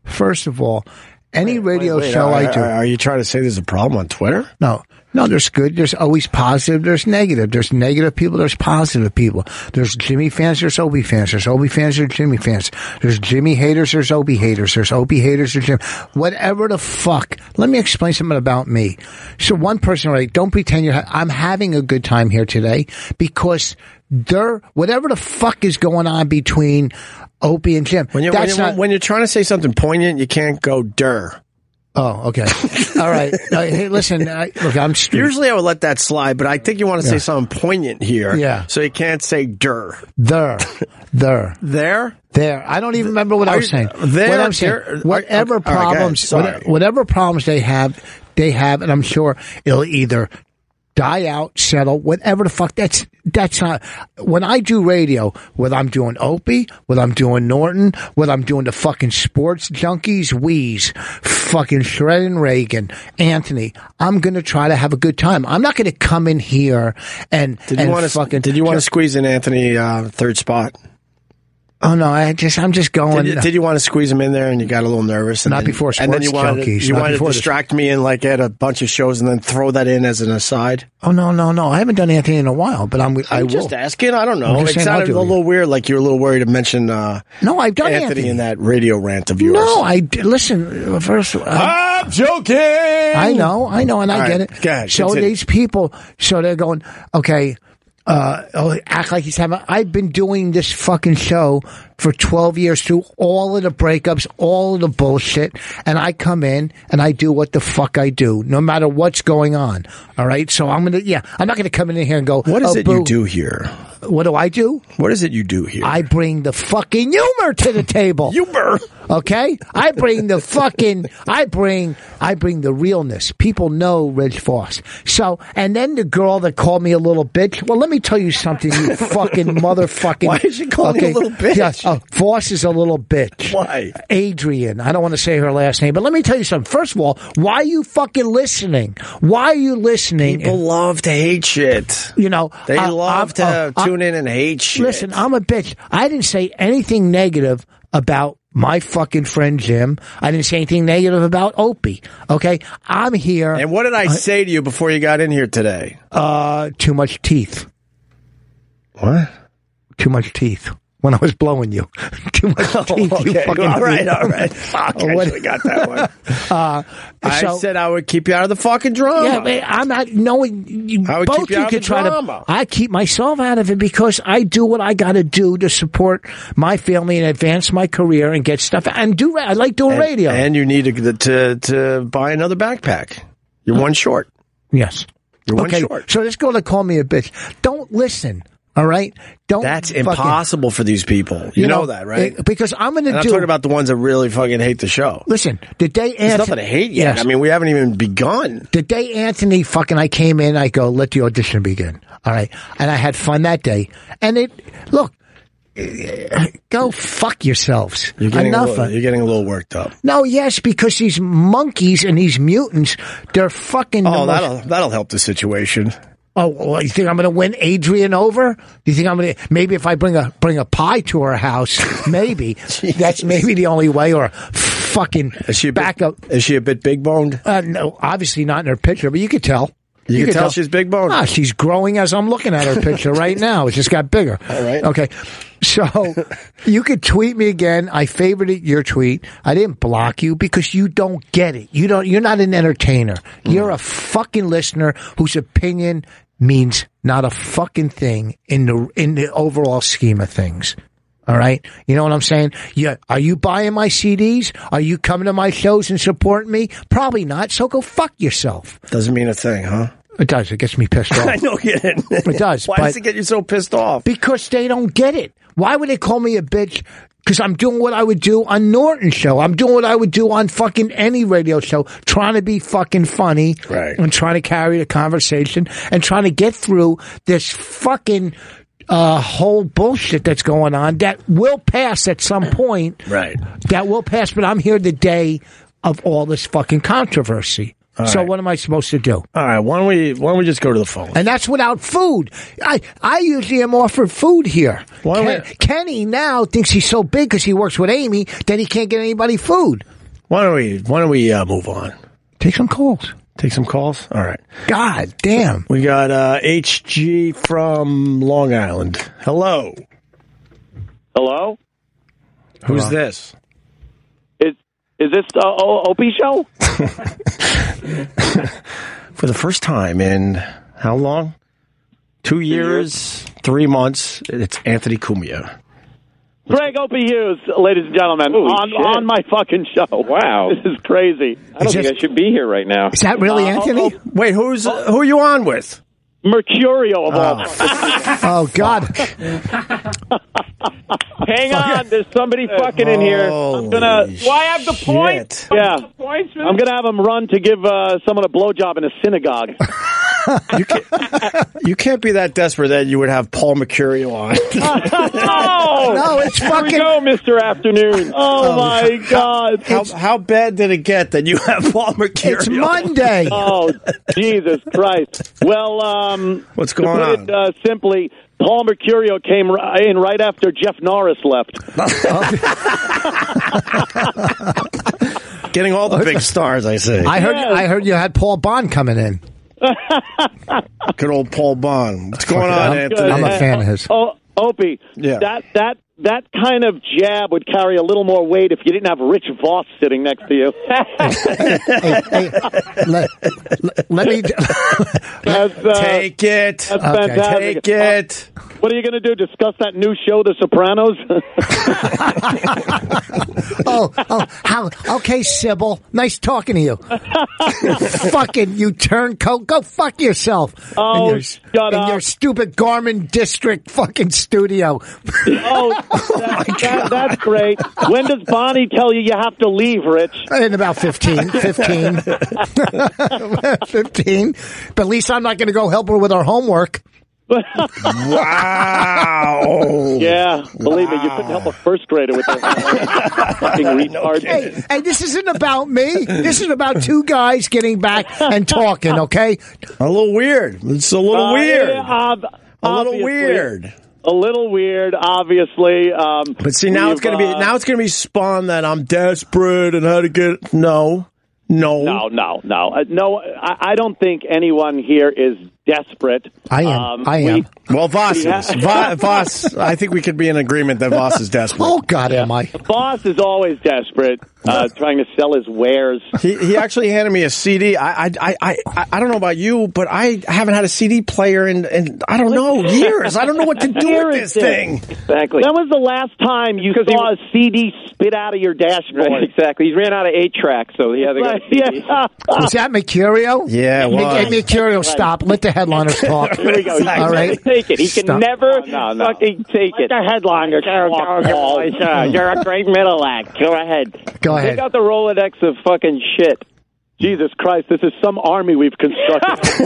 [SPEAKER 2] First of all, any radio
[SPEAKER 1] Wait,
[SPEAKER 2] show
[SPEAKER 1] are,
[SPEAKER 2] I do,
[SPEAKER 1] Are, are you trying to say there's a problem on Twitter?
[SPEAKER 2] no, no, there's good. There's always positive. There's negative. There's negative people. There's positive people. There's Jimmy fans. There's Obi fans. There's Obi fans. There's Jimmy fans. There's Jimmy haters. There's Obi haters. There's Obi haters. There's Jimmy. Whatever the fuck. Let me explain something about me. So one person, right? Don't pretend you're. Ha- I'm having a good time here today because there, whatever the fuck is going on between Opie and Jim.
[SPEAKER 1] When you're, when,
[SPEAKER 2] that's
[SPEAKER 1] you're,
[SPEAKER 2] not,
[SPEAKER 1] when you're trying to say something poignant, you can't go der.
[SPEAKER 2] oh, okay. All right. Uh, hey, listen. I, look, I'm street.
[SPEAKER 1] Usually I would let that slide, but I think you want to say something poignant here.
[SPEAKER 2] Yeah.
[SPEAKER 1] So you can't say der.
[SPEAKER 2] there, there.
[SPEAKER 1] There?
[SPEAKER 2] There, I don't even remember what I
[SPEAKER 1] Are
[SPEAKER 2] was
[SPEAKER 1] you-
[SPEAKER 2] saying.
[SPEAKER 1] there,
[SPEAKER 2] what I'm saying,
[SPEAKER 1] there-
[SPEAKER 2] whatever
[SPEAKER 1] okay, okay,
[SPEAKER 2] problems,
[SPEAKER 1] sorry.
[SPEAKER 2] what- whatever problems they have, they have, and I'm sure it'll either die out, settle, whatever the fuck. That's that's not. When I do radio, whether I'm doing Opie, whether I'm doing Norton, whether I'm doing the fucking sports junkies, Wheeze, fucking Shred and Reagan, Anthony, I'm gonna try to have a good time. I'm not gonna come in here and
[SPEAKER 1] Did
[SPEAKER 2] and
[SPEAKER 1] you want to
[SPEAKER 2] fucking.
[SPEAKER 1] Did you want to squeeze in Anthony uh, third spot?
[SPEAKER 2] Oh no, I just I'm just going.
[SPEAKER 1] Did you, did you want to squeeze him in there and you got a little nervous? And
[SPEAKER 2] Oh, Not
[SPEAKER 1] then-
[SPEAKER 2] before
[SPEAKER 1] And then
[SPEAKER 2] Sports
[SPEAKER 1] you wanted, to-
[SPEAKER 2] Junkies,
[SPEAKER 1] you
[SPEAKER 2] not
[SPEAKER 1] wanted to
[SPEAKER 2] before this.
[SPEAKER 1] distract me and like add a bunch of shows and then throw that in as an aside.
[SPEAKER 2] Oh no, no, no! I haven't done Anthony in a while, but I'm. I
[SPEAKER 1] I'm
[SPEAKER 2] will.
[SPEAKER 1] just asking. I don't know.
[SPEAKER 2] I'm just
[SPEAKER 1] It
[SPEAKER 2] saying I'll
[SPEAKER 1] sounded
[SPEAKER 2] do
[SPEAKER 1] a
[SPEAKER 2] it.
[SPEAKER 1] little weird. Like you were a little worried to mention uh,
[SPEAKER 2] no, I've done
[SPEAKER 1] Anthony,
[SPEAKER 2] Anthony.
[SPEAKER 1] in that radio rant of yours.
[SPEAKER 2] No, I did- listen. First, I,
[SPEAKER 1] I'm joking.
[SPEAKER 2] I know, I know, and I
[SPEAKER 1] All
[SPEAKER 2] get
[SPEAKER 1] right,
[SPEAKER 2] it.
[SPEAKER 1] go ahead,
[SPEAKER 2] so
[SPEAKER 1] continue.
[SPEAKER 2] these people, so they're going, okay, uh, oh, act like he's having. I've been doing this fucking show for twelve years through all of the breakups, all of the bullshit, and I come in and I do what the fuck I do, no matter what's going on. All right, so I'm gonna, yeah, I'm not gonna come in here and go.
[SPEAKER 1] What is
[SPEAKER 2] oh,
[SPEAKER 1] it
[SPEAKER 2] boo.
[SPEAKER 1] you do here?
[SPEAKER 2] What do I do?
[SPEAKER 1] What is it you do here?
[SPEAKER 2] I bring the fucking humor to the table.
[SPEAKER 1] Uber.
[SPEAKER 2] Okay, I bring the fucking, I bring, I bring the realness. People know Rich Voss. So, and then the girl that called me a little bitch. Well, let me tell you something, you fucking motherfucking.
[SPEAKER 1] Why is she calling you a little bitch?
[SPEAKER 2] Yes, oh, Voss is a little bitch.
[SPEAKER 1] Why?
[SPEAKER 2] Adrian. I don't want to say her last name, but let me tell you something. First of all, why are you fucking listening? Why are you listening?
[SPEAKER 1] People love to hate shit.
[SPEAKER 2] you know,
[SPEAKER 1] They
[SPEAKER 2] I-
[SPEAKER 1] love to
[SPEAKER 2] I'm- uh,
[SPEAKER 1] tune in and hate shit.
[SPEAKER 2] Listen, I'm a bitch. I didn't say anything negative about my fucking friend Jim. I didn't say anything negative about Opie. Okay, I'm here.
[SPEAKER 1] and what did I say to you before you got in here today?
[SPEAKER 2] uh, too much teeth.
[SPEAKER 1] What?
[SPEAKER 2] Too much teeth. When I was blowing you, too much teeth. you fucking
[SPEAKER 1] all right, all right. Fuck, I
[SPEAKER 2] What-
[SPEAKER 1] actually got that one. I
[SPEAKER 2] so-
[SPEAKER 1] said I would keep you out of the fucking drama.
[SPEAKER 2] Yeah, but I'm not knowing. You,
[SPEAKER 1] I would
[SPEAKER 2] both
[SPEAKER 1] keep you
[SPEAKER 2] you
[SPEAKER 1] out of
[SPEAKER 2] could
[SPEAKER 1] the
[SPEAKER 2] try
[SPEAKER 1] drama.
[SPEAKER 2] to. I keep myself out of it because I do what I got to do to support my family and advance my career and get stuff and do. ra- I like doing
[SPEAKER 1] and,
[SPEAKER 2] radio.
[SPEAKER 1] And you need to, to to buy another backpack. You're one short.
[SPEAKER 2] yes.
[SPEAKER 1] You're one
[SPEAKER 2] Okay,
[SPEAKER 1] short.
[SPEAKER 2] so this girl that called me a bitch, don't listen. All right, don't.
[SPEAKER 1] That's
[SPEAKER 2] fucking-
[SPEAKER 1] impossible for these people. You, know, that, right?
[SPEAKER 2] it- because I'm going
[SPEAKER 1] and
[SPEAKER 2] to
[SPEAKER 1] I'm
[SPEAKER 2] do.
[SPEAKER 1] talking about the ones that really fucking hate the show.
[SPEAKER 2] listen, the day Anthony,
[SPEAKER 1] There's nothing to hate yet.
[SPEAKER 2] Yes.
[SPEAKER 1] I mean, we haven't even begun.
[SPEAKER 2] the day Anthony fucking I came in, I go let the audition begin. All right, and I had fun that day. And it look, go fuck yourselves.
[SPEAKER 1] You're getting, a
[SPEAKER 2] Enough.
[SPEAKER 1] little, you're getting a little worked up.
[SPEAKER 2] no, yes, because these monkeys and these mutants, they're fucking.
[SPEAKER 1] Oh,
[SPEAKER 2] the most-
[SPEAKER 1] that'll that'll help the situation.
[SPEAKER 2] Oh, well, you think I'm going to win Adrian over? You think I'm going to maybe if I bring a bring a pie to her house, maybe that's maybe the only way. Or fucking
[SPEAKER 1] Is she a
[SPEAKER 2] back
[SPEAKER 1] bit,
[SPEAKER 2] up?
[SPEAKER 1] Is she a bit big boned?
[SPEAKER 2] Uh, no, obviously not in her picture, but you could tell.
[SPEAKER 1] You, can, tell, she's big boned.
[SPEAKER 2] Ah, she's growing as I'm looking at her picture right now. It just got bigger. All
[SPEAKER 1] right.
[SPEAKER 2] Okay. So you could tweet me again. I favorited your tweet. I didn't block you because you don't get it. You don't. You're not an entertainer. You're a fucking listener whose opinion means not a fucking thing in the in the overall scheme of things. All right. You know what I'm saying? Yeah. Are you buying my CDs? Are you coming to my shows and supporting me? Probably not. So go fuck yourself.
[SPEAKER 1] Doesn't mean a thing, huh?
[SPEAKER 2] It does. It gets me pissed off.
[SPEAKER 1] I know you didn't.
[SPEAKER 2] It does,
[SPEAKER 1] Why
[SPEAKER 2] but-
[SPEAKER 1] does it get you so pissed off?
[SPEAKER 2] Because they don't get it. Why would they call me a bitch? Because I'm doing what I would do on Norton show. I'm doing what I would do on fucking any radio show, trying to be fucking funny
[SPEAKER 1] Right.
[SPEAKER 2] and trying to carry the conversation and trying to get through this fucking uh, whole bullshit that's going on that will pass at some point.
[SPEAKER 1] Right.
[SPEAKER 2] That will pass, but I'm here the day of all this fucking controversy. so what am I supposed to do?
[SPEAKER 1] All right, why don't we why don't we just go to the phone?
[SPEAKER 2] And that's without food. I, I usually am offered food here.
[SPEAKER 1] Why
[SPEAKER 2] Ken-
[SPEAKER 1] we-
[SPEAKER 2] Kenny now thinks he's so big because he works with Amy that he can't get anybody food.
[SPEAKER 1] Why don't we why don't we uh, move on?
[SPEAKER 2] Take some calls.
[SPEAKER 1] Take some calls. All right,
[SPEAKER 2] God damn.
[SPEAKER 1] we got uh, HG from Long Island. Hello,
[SPEAKER 7] Hello?
[SPEAKER 1] who's this?
[SPEAKER 7] Is is this the O- Opie show?
[SPEAKER 1] for the first time in how long? Two years, three months. It's Anthony Cumia.
[SPEAKER 7] Greg Opie Hughes, ladies and gentlemen, on on my fucking show. Wow, this is crazy.
[SPEAKER 9] I don't think I should be here right now.
[SPEAKER 2] Is that really
[SPEAKER 7] Uh,
[SPEAKER 2] Anthony?
[SPEAKER 7] oh,
[SPEAKER 1] Wait, who's who are you on with?
[SPEAKER 7] Mercurial of all.
[SPEAKER 2] Oh, God.
[SPEAKER 9] Hang on, there's somebody fucking in here. I'm gonna.
[SPEAKER 1] Holy
[SPEAKER 9] Why
[SPEAKER 1] shit.
[SPEAKER 9] have the point?
[SPEAKER 7] Yeah,
[SPEAKER 9] Points for
[SPEAKER 7] I'm gonna have him run to give uh, someone a blowjob in a synagogue.
[SPEAKER 1] You can't be that desperate that you would have Paul Mercurio on.
[SPEAKER 9] Oh,
[SPEAKER 2] No, it's
[SPEAKER 9] here we
[SPEAKER 2] fucking-
[SPEAKER 9] go, Mr. Afternoon.
[SPEAKER 7] Oh my God!
[SPEAKER 1] how, how bad did it get that you have Paul Mercurio?
[SPEAKER 2] It's Monday.
[SPEAKER 7] Oh Jesus Christ! Well, um,
[SPEAKER 1] What's
[SPEAKER 7] to
[SPEAKER 1] going
[SPEAKER 7] put
[SPEAKER 1] on?
[SPEAKER 7] It, uh, simply, Paul Mercurio came ri- in right after Jeff Norris left.
[SPEAKER 1] Getting all the big stars, I say.
[SPEAKER 2] I heard.
[SPEAKER 7] Yeah.
[SPEAKER 2] I heard you had Paul Bond coming in.
[SPEAKER 1] Good old Paul Bond. What's going on,
[SPEAKER 2] I'm,
[SPEAKER 1] Anthony?
[SPEAKER 2] I'm a fan of his.
[SPEAKER 7] Oh, Opie,
[SPEAKER 1] Yeah.
[SPEAKER 7] that that that kind of jab would carry a little more weight if you didn't have Rich Voss sitting next to you. uh,
[SPEAKER 2] Hey, let, let me.
[SPEAKER 7] That's, uh,
[SPEAKER 1] Take it.
[SPEAKER 7] that's
[SPEAKER 2] Okay.
[SPEAKER 7] fantastic.
[SPEAKER 1] Take it.
[SPEAKER 7] What are you going to do? Discuss that new show, The Sopranos?
[SPEAKER 2] Oh, oh, how? Okay, Sybil. Nice talking to you. Fucking you turncoat. Go fuck yourself. in
[SPEAKER 7] Oh,
[SPEAKER 2] your,
[SPEAKER 7] shut
[SPEAKER 2] in
[SPEAKER 7] up.
[SPEAKER 2] your stupid Garmin District fucking studio.
[SPEAKER 7] oh, that, that, that's great. When does Bonnie tell you you have to leave, Rich?
[SPEAKER 2] In about 15, 15, 15. But at least I'm not going to go help her with her homework.
[SPEAKER 1] Wow.
[SPEAKER 7] Yeah, believe me, you couldn't help a first grader with that fucking retard.
[SPEAKER 2] Hey, hey, this isn't about me. This is about two guys getting back and talking, okay?
[SPEAKER 1] A little weird. It's a little
[SPEAKER 7] Uh,
[SPEAKER 1] weird.
[SPEAKER 7] yeah, ob-
[SPEAKER 1] a little
[SPEAKER 7] obviously.
[SPEAKER 1] weird.
[SPEAKER 7] A little weird, obviously. Um,
[SPEAKER 1] But see, now it's
[SPEAKER 7] we've,
[SPEAKER 1] gonna be
[SPEAKER 7] uh,
[SPEAKER 1] now it's gonna be spawn that I'm desperate and how to get no, no,
[SPEAKER 7] No, no, no, uh, no. I, I don't think anyone here is desperate. Um,
[SPEAKER 2] I am. I am.
[SPEAKER 7] we-
[SPEAKER 1] Well, Voss
[SPEAKER 7] Yeah.
[SPEAKER 1] is Va- Voss. I think we could be in agreement that Voss is desperate.
[SPEAKER 2] Oh, God, am I?
[SPEAKER 7] Boss is always desperate, uh, trying to sell his wares.
[SPEAKER 1] He, he actually handed me a CD. I, I I I I don't know about you, but I haven't had a CD player in, in I don't know years. I don't know what to do
[SPEAKER 7] Here
[SPEAKER 1] with
[SPEAKER 7] it
[SPEAKER 1] this
[SPEAKER 7] is.
[SPEAKER 1] thing.
[SPEAKER 9] Exactly.
[SPEAKER 7] When was the last time you
[SPEAKER 9] Because he-
[SPEAKER 7] saw a CD spit out of your dashboard?
[SPEAKER 9] Right, exactly. He ran out of eight tracks, so he had to
[SPEAKER 7] Right,
[SPEAKER 9] go.
[SPEAKER 7] yeah.
[SPEAKER 2] Is that Mercurio?
[SPEAKER 1] Yeah, it
[SPEAKER 2] Mi-
[SPEAKER 1] was.
[SPEAKER 2] Mercurio, stop. Let the headliners talk.
[SPEAKER 9] Here we go. He
[SPEAKER 2] All
[SPEAKER 9] can
[SPEAKER 2] right.
[SPEAKER 9] never take it. He can
[SPEAKER 2] Stop.
[SPEAKER 9] never
[SPEAKER 7] No, no, no.
[SPEAKER 9] fucking take it.
[SPEAKER 7] the headliner talk, Paul.
[SPEAKER 9] You're a great middle act. Go ahead.
[SPEAKER 2] Go ahead.
[SPEAKER 9] Take out the Rolodex of fucking shit.
[SPEAKER 7] Jesus Christ, this is some army we've constructed.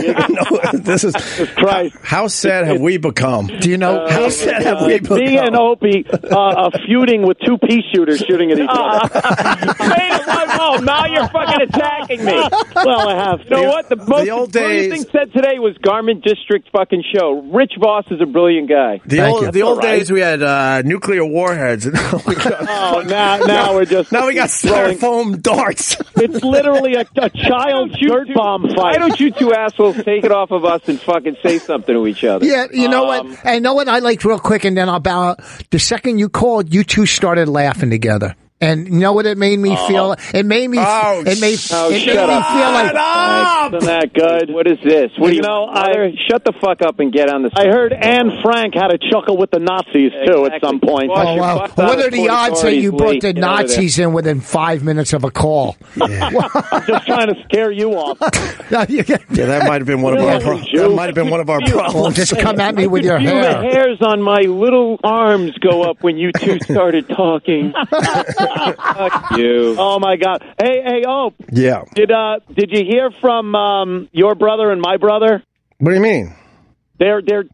[SPEAKER 7] Jesus
[SPEAKER 1] No, this is
[SPEAKER 7] Christ.
[SPEAKER 1] how sad have we become?
[SPEAKER 2] Do you know?
[SPEAKER 1] How sad have we become?
[SPEAKER 7] Me and Opie uh, are feuding with two pea shooters shooting at each other.
[SPEAKER 9] Wait, whoa, whoa, now you're fucking attacking me.
[SPEAKER 7] well, I have.
[SPEAKER 9] You know what? The most
[SPEAKER 1] the old
[SPEAKER 9] important
[SPEAKER 1] days-
[SPEAKER 9] thing said today was Garmin District fucking show. Rich Voss is a brilliant guy.
[SPEAKER 1] The
[SPEAKER 2] Thank
[SPEAKER 1] old
[SPEAKER 2] you.
[SPEAKER 1] the old
[SPEAKER 9] all right.
[SPEAKER 1] days we had uh, nuclear warheads. and now we got-
[SPEAKER 7] Oh, now, now we're just
[SPEAKER 1] Now we got
[SPEAKER 7] throwing-
[SPEAKER 1] styrofoam darts.
[SPEAKER 7] It's literally a, a child
[SPEAKER 9] you
[SPEAKER 7] dirt
[SPEAKER 9] two-
[SPEAKER 7] bomb
[SPEAKER 9] Why
[SPEAKER 7] fight.
[SPEAKER 9] don't you two assholes take it off of us and fucking say something to each other?
[SPEAKER 2] Yeah, you know
[SPEAKER 9] Um,
[SPEAKER 2] what? I know what I liked real quick, and then I'll bow out. The second you called, you two started laughing together. And you know what it made me feel? It made me.
[SPEAKER 1] Oh,
[SPEAKER 2] it made, it
[SPEAKER 9] oh,
[SPEAKER 2] made me
[SPEAKER 9] shut
[SPEAKER 2] feel
[SPEAKER 9] up.
[SPEAKER 2] like.
[SPEAKER 1] up!
[SPEAKER 9] Isn't that good? What is this? What do
[SPEAKER 7] You
[SPEAKER 9] you
[SPEAKER 7] know, I-
[SPEAKER 9] Mother, shut the fuck up and get on the.
[SPEAKER 7] I heard Anne Frank had a chuckle with the Nazis too at some point.
[SPEAKER 9] Exactly.
[SPEAKER 2] Oh,
[SPEAKER 9] your
[SPEAKER 2] wow.
[SPEAKER 9] bus out
[SPEAKER 2] What
[SPEAKER 9] of
[SPEAKER 2] are the
[SPEAKER 9] Port
[SPEAKER 2] odds that
[SPEAKER 9] Authority
[SPEAKER 2] you
[SPEAKER 9] is
[SPEAKER 2] brought
[SPEAKER 9] late.
[SPEAKER 2] the
[SPEAKER 9] Get over there.
[SPEAKER 2] Nazis in within five minutes of a call?
[SPEAKER 7] I'm just trying to scare you off.
[SPEAKER 2] No, you get-
[SPEAKER 1] Yeah, that might have been one of our pro- that might have been one of our
[SPEAKER 2] well,
[SPEAKER 1] problems.
[SPEAKER 2] just come at me with your
[SPEAKER 9] Feel The
[SPEAKER 2] hair.
[SPEAKER 9] hairs on my little arms go up when you two started talking. Fuck you.
[SPEAKER 7] Oh my God! Hey, hey, oh,
[SPEAKER 1] Yeah.
[SPEAKER 7] did uh, did you hear from um, your brother and my brother?
[SPEAKER 1] What do you mean?
[SPEAKER 7] They're they're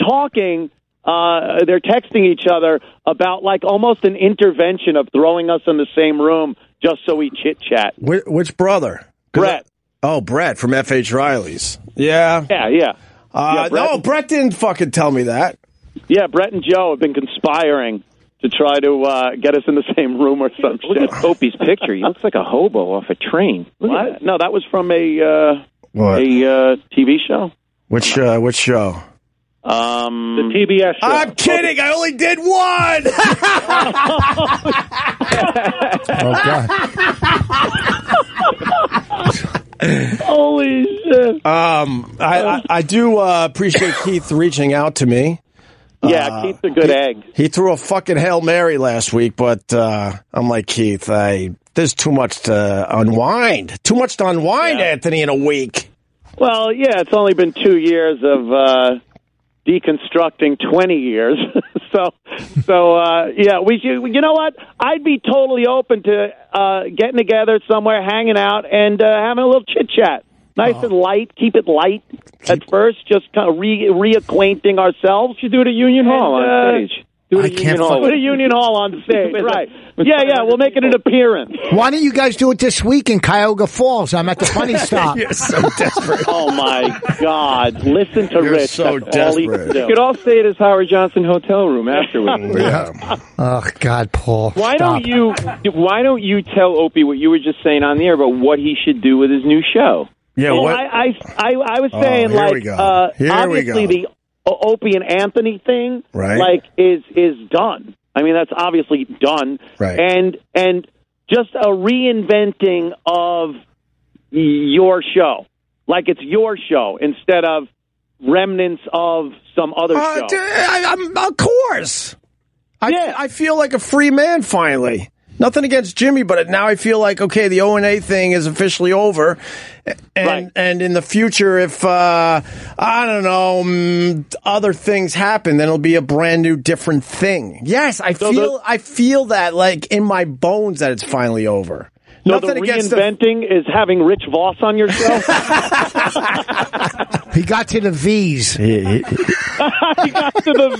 [SPEAKER 7] talking. Uh, they're texting each other about like almost an intervention of throwing us in the same room just so we chit chat.
[SPEAKER 1] Which, which brother? 'Cause
[SPEAKER 7] Brett.
[SPEAKER 1] I- oh, Brett from FH Riley's. Yeah.
[SPEAKER 7] Yeah, yeah,
[SPEAKER 1] Uh,
[SPEAKER 7] Yeah, Brett.
[SPEAKER 1] No, Brett didn't fucking tell me that.
[SPEAKER 7] yeah. Brett and Joe have been conspiring to try to uh, get us in the same room or some
[SPEAKER 9] Look
[SPEAKER 7] shit.
[SPEAKER 9] at Opie's picture. He looks like a hobo off a train. Look at
[SPEAKER 7] What? No, that was from a uh,
[SPEAKER 1] What?
[SPEAKER 7] a uh, TV show.
[SPEAKER 1] Which uh, which show?
[SPEAKER 7] Um,
[SPEAKER 9] that. TBS
[SPEAKER 1] I'm kidding. I only did one.
[SPEAKER 2] Oh, God.
[SPEAKER 7] Holy shit!
[SPEAKER 1] um, I, I I do uh, appreciate Keith reaching out to me.
[SPEAKER 7] yeah,
[SPEAKER 1] uh,
[SPEAKER 7] Keith's a good egg.
[SPEAKER 1] He threw a fucking hail mary last week, but uh, I'm like Keith. I there's too much to unwind. Too much to unwind, Anthony, in a week.
[SPEAKER 7] Well, yeah, it's only been two years of uh, deconstructing twenty years. so, so uh, yeah, we should. You know what? I'd be totally open to uh, getting together somewhere, hanging out, and uh, having a little chit chat. Nice
[SPEAKER 1] Oh.
[SPEAKER 7] and light. Keep it light at first. Just kind of re- reacquainting ourselves. You do it at Union
[SPEAKER 9] Hall on
[SPEAKER 1] uh,
[SPEAKER 9] stage. Do it
[SPEAKER 2] I
[SPEAKER 9] at
[SPEAKER 2] can't
[SPEAKER 9] Union Hall.
[SPEAKER 7] Do it at Union Hall on stage, right? Yeah, yeah. We'll make it an appearance.
[SPEAKER 2] Why don't you guys do it this week in Cuyahoga Falls? I'm at the funny stop.
[SPEAKER 1] so desperate.
[SPEAKER 7] Oh my God! Listen to
[SPEAKER 1] You're
[SPEAKER 7] Rich.
[SPEAKER 1] so
[SPEAKER 7] That's all he can
[SPEAKER 1] desperate.
[SPEAKER 7] do.
[SPEAKER 9] You could all stay at his Howard Johnson hotel room afterwards.
[SPEAKER 1] Yeah.
[SPEAKER 2] Oh God, Paul.
[SPEAKER 9] Why
[SPEAKER 2] stop.
[SPEAKER 9] don't you? Why don't you tell Opie what you were just saying on the air about what he should do with his new show?
[SPEAKER 1] Yeah.
[SPEAKER 7] Well,
[SPEAKER 1] What?
[SPEAKER 7] I, I, I, I was
[SPEAKER 1] Oh,
[SPEAKER 7] saying
[SPEAKER 1] here
[SPEAKER 7] like
[SPEAKER 1] we go.
[SPEAKER 7] Uh,
[SPEAKER 1] Here we
[SPEAKER 7] obviously
[SPEAKER 1] go.
[SPEAKER 7] the O- Opie and Anthony thing,
[SPEAKER 1] Right.
[SPEAKER 7] Like is is done. I mean, that's obviously done,
[SPEAKER 1] Right.
[SPEAKER 7] And and just a reinventing of your show, like it's your show instead of remnants of some other
[SPEAKER 1] Uh,
[SPEAKER 7] show.
[SPEAKER 1] d- I, am of course. I,
[SPEAKER 7] Yeah.
[SPEAKER 1] I feel like a free man finally. Nothing against Jimmy, but now I feel like okay, the O and A thing is officially over, and
[SPEAKER 7] Right.
[SPEAKER 1] and in the future, if uh, I don't know, mm, other things happen, then it'll be a brand new, different thing. Yes, I
[SPEAKER 7] So
[SPEAKER 1] feel
[SPEAKER 7] the-
[SPEAKER 1] I feel that like in my bones that it's finally over.
[SPEAKER 7] so
[SPEAKER 1] Nothing
[SPEAKER 7] the
[SPEAKER 1] against the-
[SPEAKER 7] reinventing is having Rich Voss on your show.
[SPEAKER 2] He got to the V's.
[SPEAKER 1] He-
[SPEAKER 9] He got to the